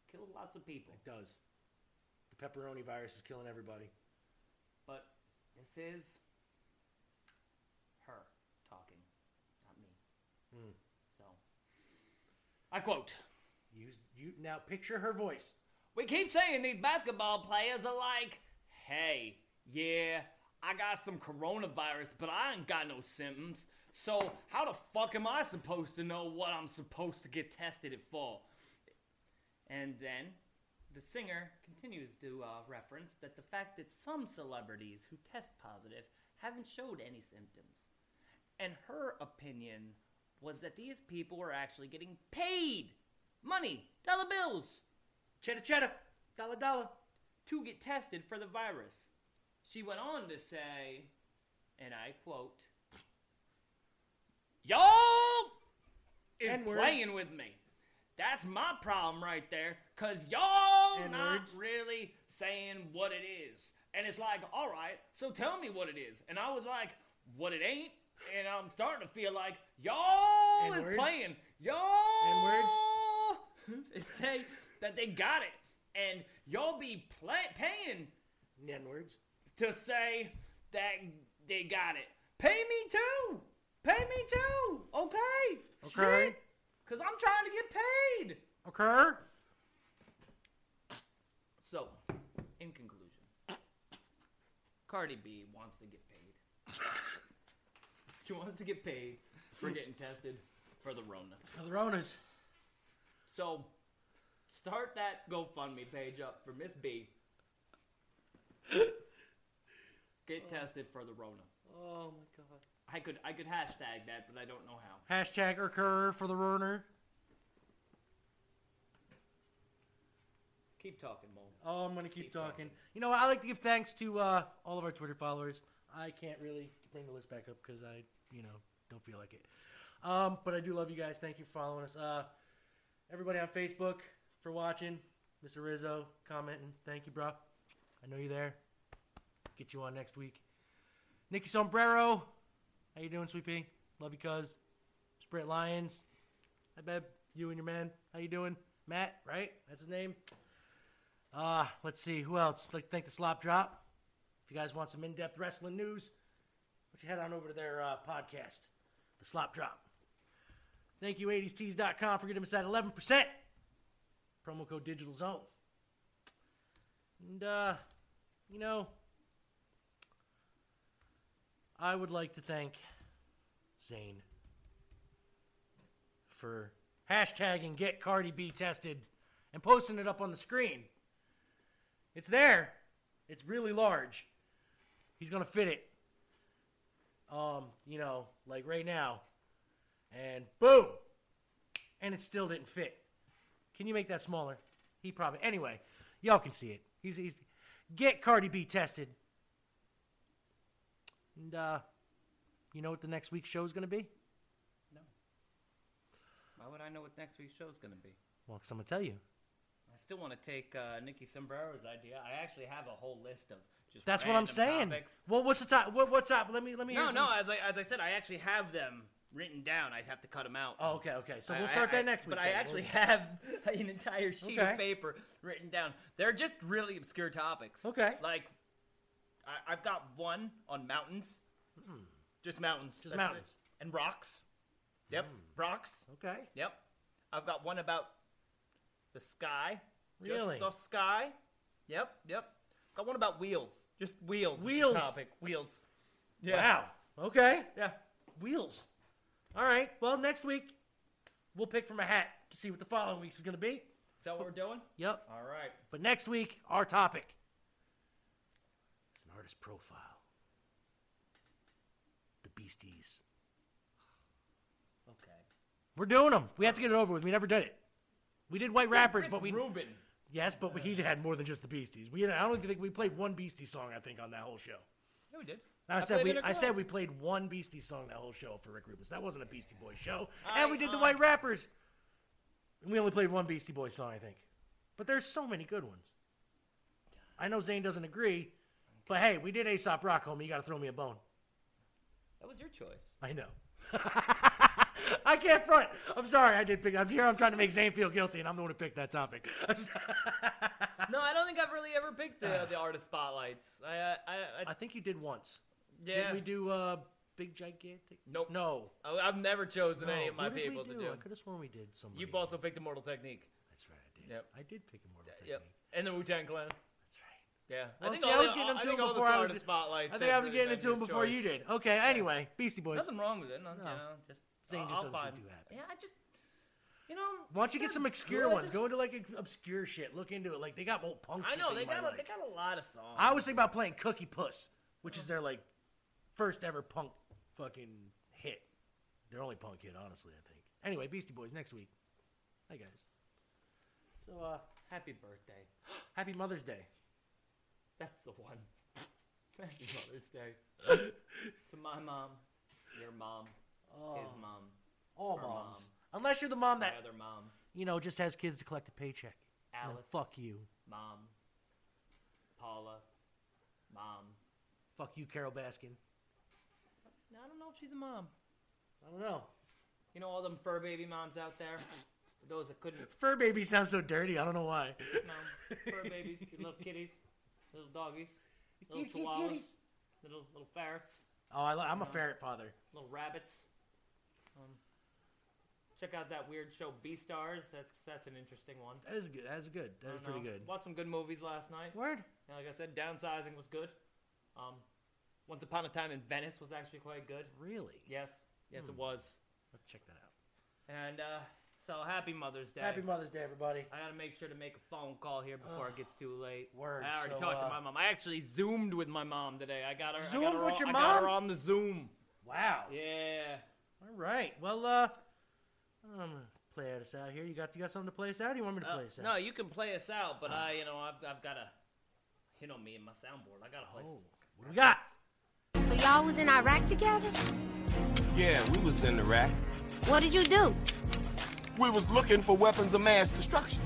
Killed lots of people.
It does. The pepperoni virus is killing everybody.
But this is her talking, not me.
Mm.
So, I quote.
Use you now. Picture her voice.
We keep saying these basketball players are like, hey, yeah, I got some coronavirus, but I ain't got no symptoms. So how the fuck am I supposed to know what I'm supposed to get tested it for? And then the singer continues to uh, reference that the fact that some celebrities who test positive haven't showed any symptoms. And her opinion was that these people were actually getting paid money, dollar bills.
Cheddar, cheddar, dollar, dollar.
To get tested for the virus. She went on to say, and I quote, Y'all is
N-words.
playing with me. That's my problem right there, cause y'all not really saying what it is. And it's like, all right, so tell me what it is. And I was like, what it ain't. And I'm starting to feel like y'all
N-words.
is playing. Y'all N-words. say that they got it, and y'all be pla paying
N-words
to say that they got it. Pay me too. Pay me too. Okay.
Okay.
Shit. Cause I'm trying to get paid.
Okay.
Cardi B wants to get paid. she wants to get paid for getting tested for the Rona.
For the Ronas.
So start that GoFundMe page up for Miss B. Get tested for the Rona.
Oh my god.
I could I could hashtag that, but I don't know how.
Hashtag recur for the Roner.
Keep talking, Mo.
Oh, I'm gonna keep, talking. You know what? I like to give thanks to uh, all of our Twitter followers. I can't really bring the list back up because I, you know, don't feel like it. Um, but I do love you guys. Thank you for following us. Uh, everybody on Facebook for watching. Mr. Rizzo commenting. Thank you, bro. I know you're there. Get you on next week. Nikki Sombrero, how you doing, sweetie? Love you, cuz. Sprint Lions. I bet you and your man. How you doing, Matt? Right? That's his name. Uh, let's see who else. Like, thank the Slop Drop. If you guys want some in-depth wrestling news, why don't you head on over to their uh, podcast, The Slop Drop. Thank you, 80stees.com, for getting us at 11%. Promo code Digital Zone. And, uh, you know, I would like to thank Zane for hashtagging get Cardi B tested and posting it up on the screen. It's there. It's really large. He's gonna fit it. Um, you know, like right now. And boom. And it still didn't fit. Can you make that smaller? He probably anyway, y'all can see it. He's he's get Cardi B tested. And uh you know what the next week's show is gonna be?
Why would I know what next week's show's gonna be?
Well, 'cause I'm gonna tell you.
I still want to take uh, Nikki Sombrero's idea. I actually have a whole list of just.
That's what I'm
random
saying.
topics.
Well, what's the top? What, what's up? Let me let me.
No,
hear
no.
some-
As I, as I said, I actually have them written down. I have to cut them out.
Oh, okay, okay. So
I-
we'll
I-
start
I-
that next week.
But I
then.
actually
We'll-
have an entire sheet
Okay.
of paper written down. They're just really obscure topics.
Okay.
Like, I, I've got one on mountains. Just mountains.
Hmm. Just
it.
mountains. Hmm.
And rocks. Yep. Rocks.
Okay.
Yep. I've got one about the sky. Just
Really?
the sky. Yep. Yep. Got one about wheels. Just wheels. is the
Wheels.
Topic. Wheels.
Wow. Okay.
Yeah.
Wheels. All right. Well, next week we'll pick from a hat to see what the following week's is going to be.
Is that what we're doing?
Yep.
All right.
But next week, our topic is an artist profile. The Beasties.
Okay.
We're doing them. We have to get it over with. We never did it. We did white rappers,
Rick
but we
Rubin.
Yes, but we, he had more than just the Beasties. We I don't think we played one Beastie song. I think on that whole show.
Yeah, we did.
I, said
played
we
it a
I said
couple-
we played one Beastie song that whole show for Rick Rubens. That wasn't a Beastie Boy show,
I,
and we did the
uh,
White Rappers. And we only played one Beastie Boy song, I think. But there's so many good ones. I know Zane doesn't agree, but hey, we did Aesop Rock, homie. You got to throw me a bone.
That was your choice.
I know. I can't front. I'm sorry. I did pick. I'm here. I'm trying to make Zane feel guilty, and I'm the one who picked that topic.
no, I don't think I've really ever picked the, the artist spotlights. I, uh, I, I,
I think you did once.
Yeah.
Did we do uh, Big Gigantic?
Nope.
No.
I, I've never chosen any
No,
of my
who did we
people to
do?
do.
I could have sworn we did somebody.
You've also picked Immortal Technique.
That's right, I did.
Yep.
I did pick Immortal Technique.
Yep. And the Wu Tang Clan.
That's right.
Yeah.
Well,
I think
see,
all
I was
the-
getting
all-
into
I think
them
all
before
the
I was.
artist spotlights
I think I
have
was
really
getting
been
into
your
them before you
choice.
did. Okay. Anyway, Beastie Boys.
Nothing wrong with it. No,
No.
you know, just,
Zane
I'll-
just
I'll
doesn't seem
find-
too happy.
Yeah, I just, you know.
Why don't you get
they're
some obscure
good.
ones? Go into like obscure shit. Look into it. Like they got old punk.
I
shit
know
that
they
you might
got a,
like.
they got Oh. a lot of songs.
I always think about playing Cookie Puss, which is their like first ever punk fucking hit. Their only punk hit, honestly, I think. Anyway, Beastie Boys next week. Hi guys. So uh
happy birthday.
Happy Mother's Day.
That's the one. Happy Mother's Day to my mom, your mom, his
Oh.
mom,
All
her
moms.
mom,
Unless you're the mom
my
that
other mom,
you know just has kids to collect a paycheck. And then
Alice.
fuck you.
mom, Paula, mom.
Fuck you, Carol Baskin.
Now, I don't know if she's a mom.
I don't know.
You know all them fur baby moms out there, those that couldn't.
Fur baby sounds so dirty, I don't know why.
No, fur babies, your little kitties, little doggies, little
Kitty, kitty,
chihuahuas,
kitties.
little little ferrets, Uh,
Oh, I, li- I'm a ferret father.
little rabbits. Um, check out that weird show B Stars. That's that's an interesting one.
That is good. That is good. That
I
is
don't
pretty
know.
good.
Watched some good movies last night.
Word.
And like I said, downsizing was good. Um, Once Upon a Time in Venice was actually quite good.
Really?
Yes. Yes, it
Hmm.
was.
Let's check that out.
And uh, so happy Mother's Day.
Happy Mother's Day, everybody.
I gotta make sure to make a phone call here before it gets too late.
Word.
I already
So,
talked
uh,
to my mom. I actually zoomed with my mom today. I got her. I got
Zoomed
her
with
on-
your
I got her
mom?
on the Zoom.
Wow.
Yeah.
All right. Well, uh, I'm gonna play us out here. You got you got something to play us out? Or you want me to
Uh,
play us out?
no, you can play us out, but I, you know, I've, I've got to, you know, me and my soundboard. I got to play.
Oh, what do we got?
So y'all was in Iraq together?
Yeah, we was in Iraq.
What did you do?
We was looking for weapons of mass destruction.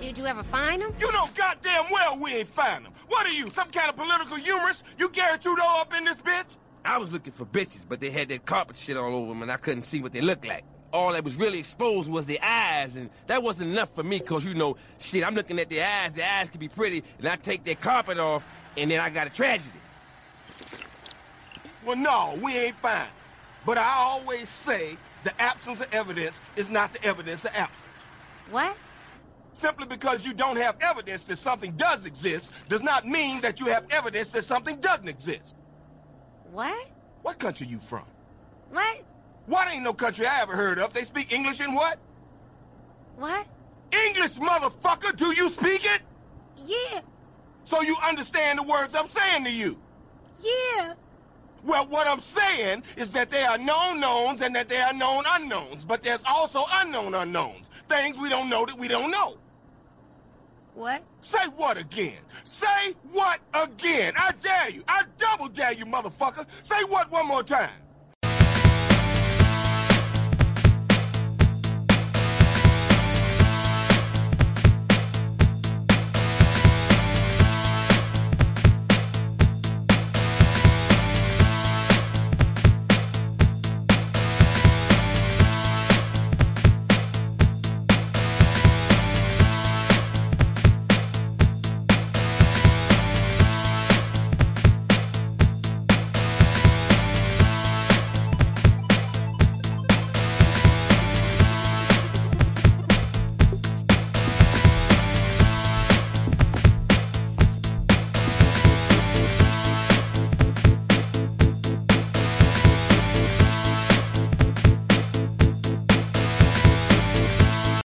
Did you ever find them?
You know goddamn well we ain't find them. What are you, some kind of political humorist? You Gary Trudeau up in this bitch?
I was looking for bitches, but they had that carpet shit all over them, and I couldn't see what they looked like. All that was really exposed was the eyes, and that wasn't enough for me, cause you know, shit, I'm looking at the eyes, the eyes can be pretty, and I take that carpet off, and then I got a tragedy.
Well, no, we ain't find 'em. But I always say the absence of evidence is not the evidence of absence.
What?
Simply because you don't have evidence that something does exist does not mean that you have evidence that something doesn't exist.
What?
What country you from?
What?
What ain't no country I ever heard of? They speak English and what?
What?
English, motherfucker! Do you speak it?
Yeah,
So you understand the words I'm saying to you?
yeah.
Well, what I'm saying is that there are known knowns and that there are known unknowns, but there's also unknown unknowns. Things we don't know that we don't know.
What?
Say what again? Say what again? I dare you. I double dare you, motherfucker. Say what one more time.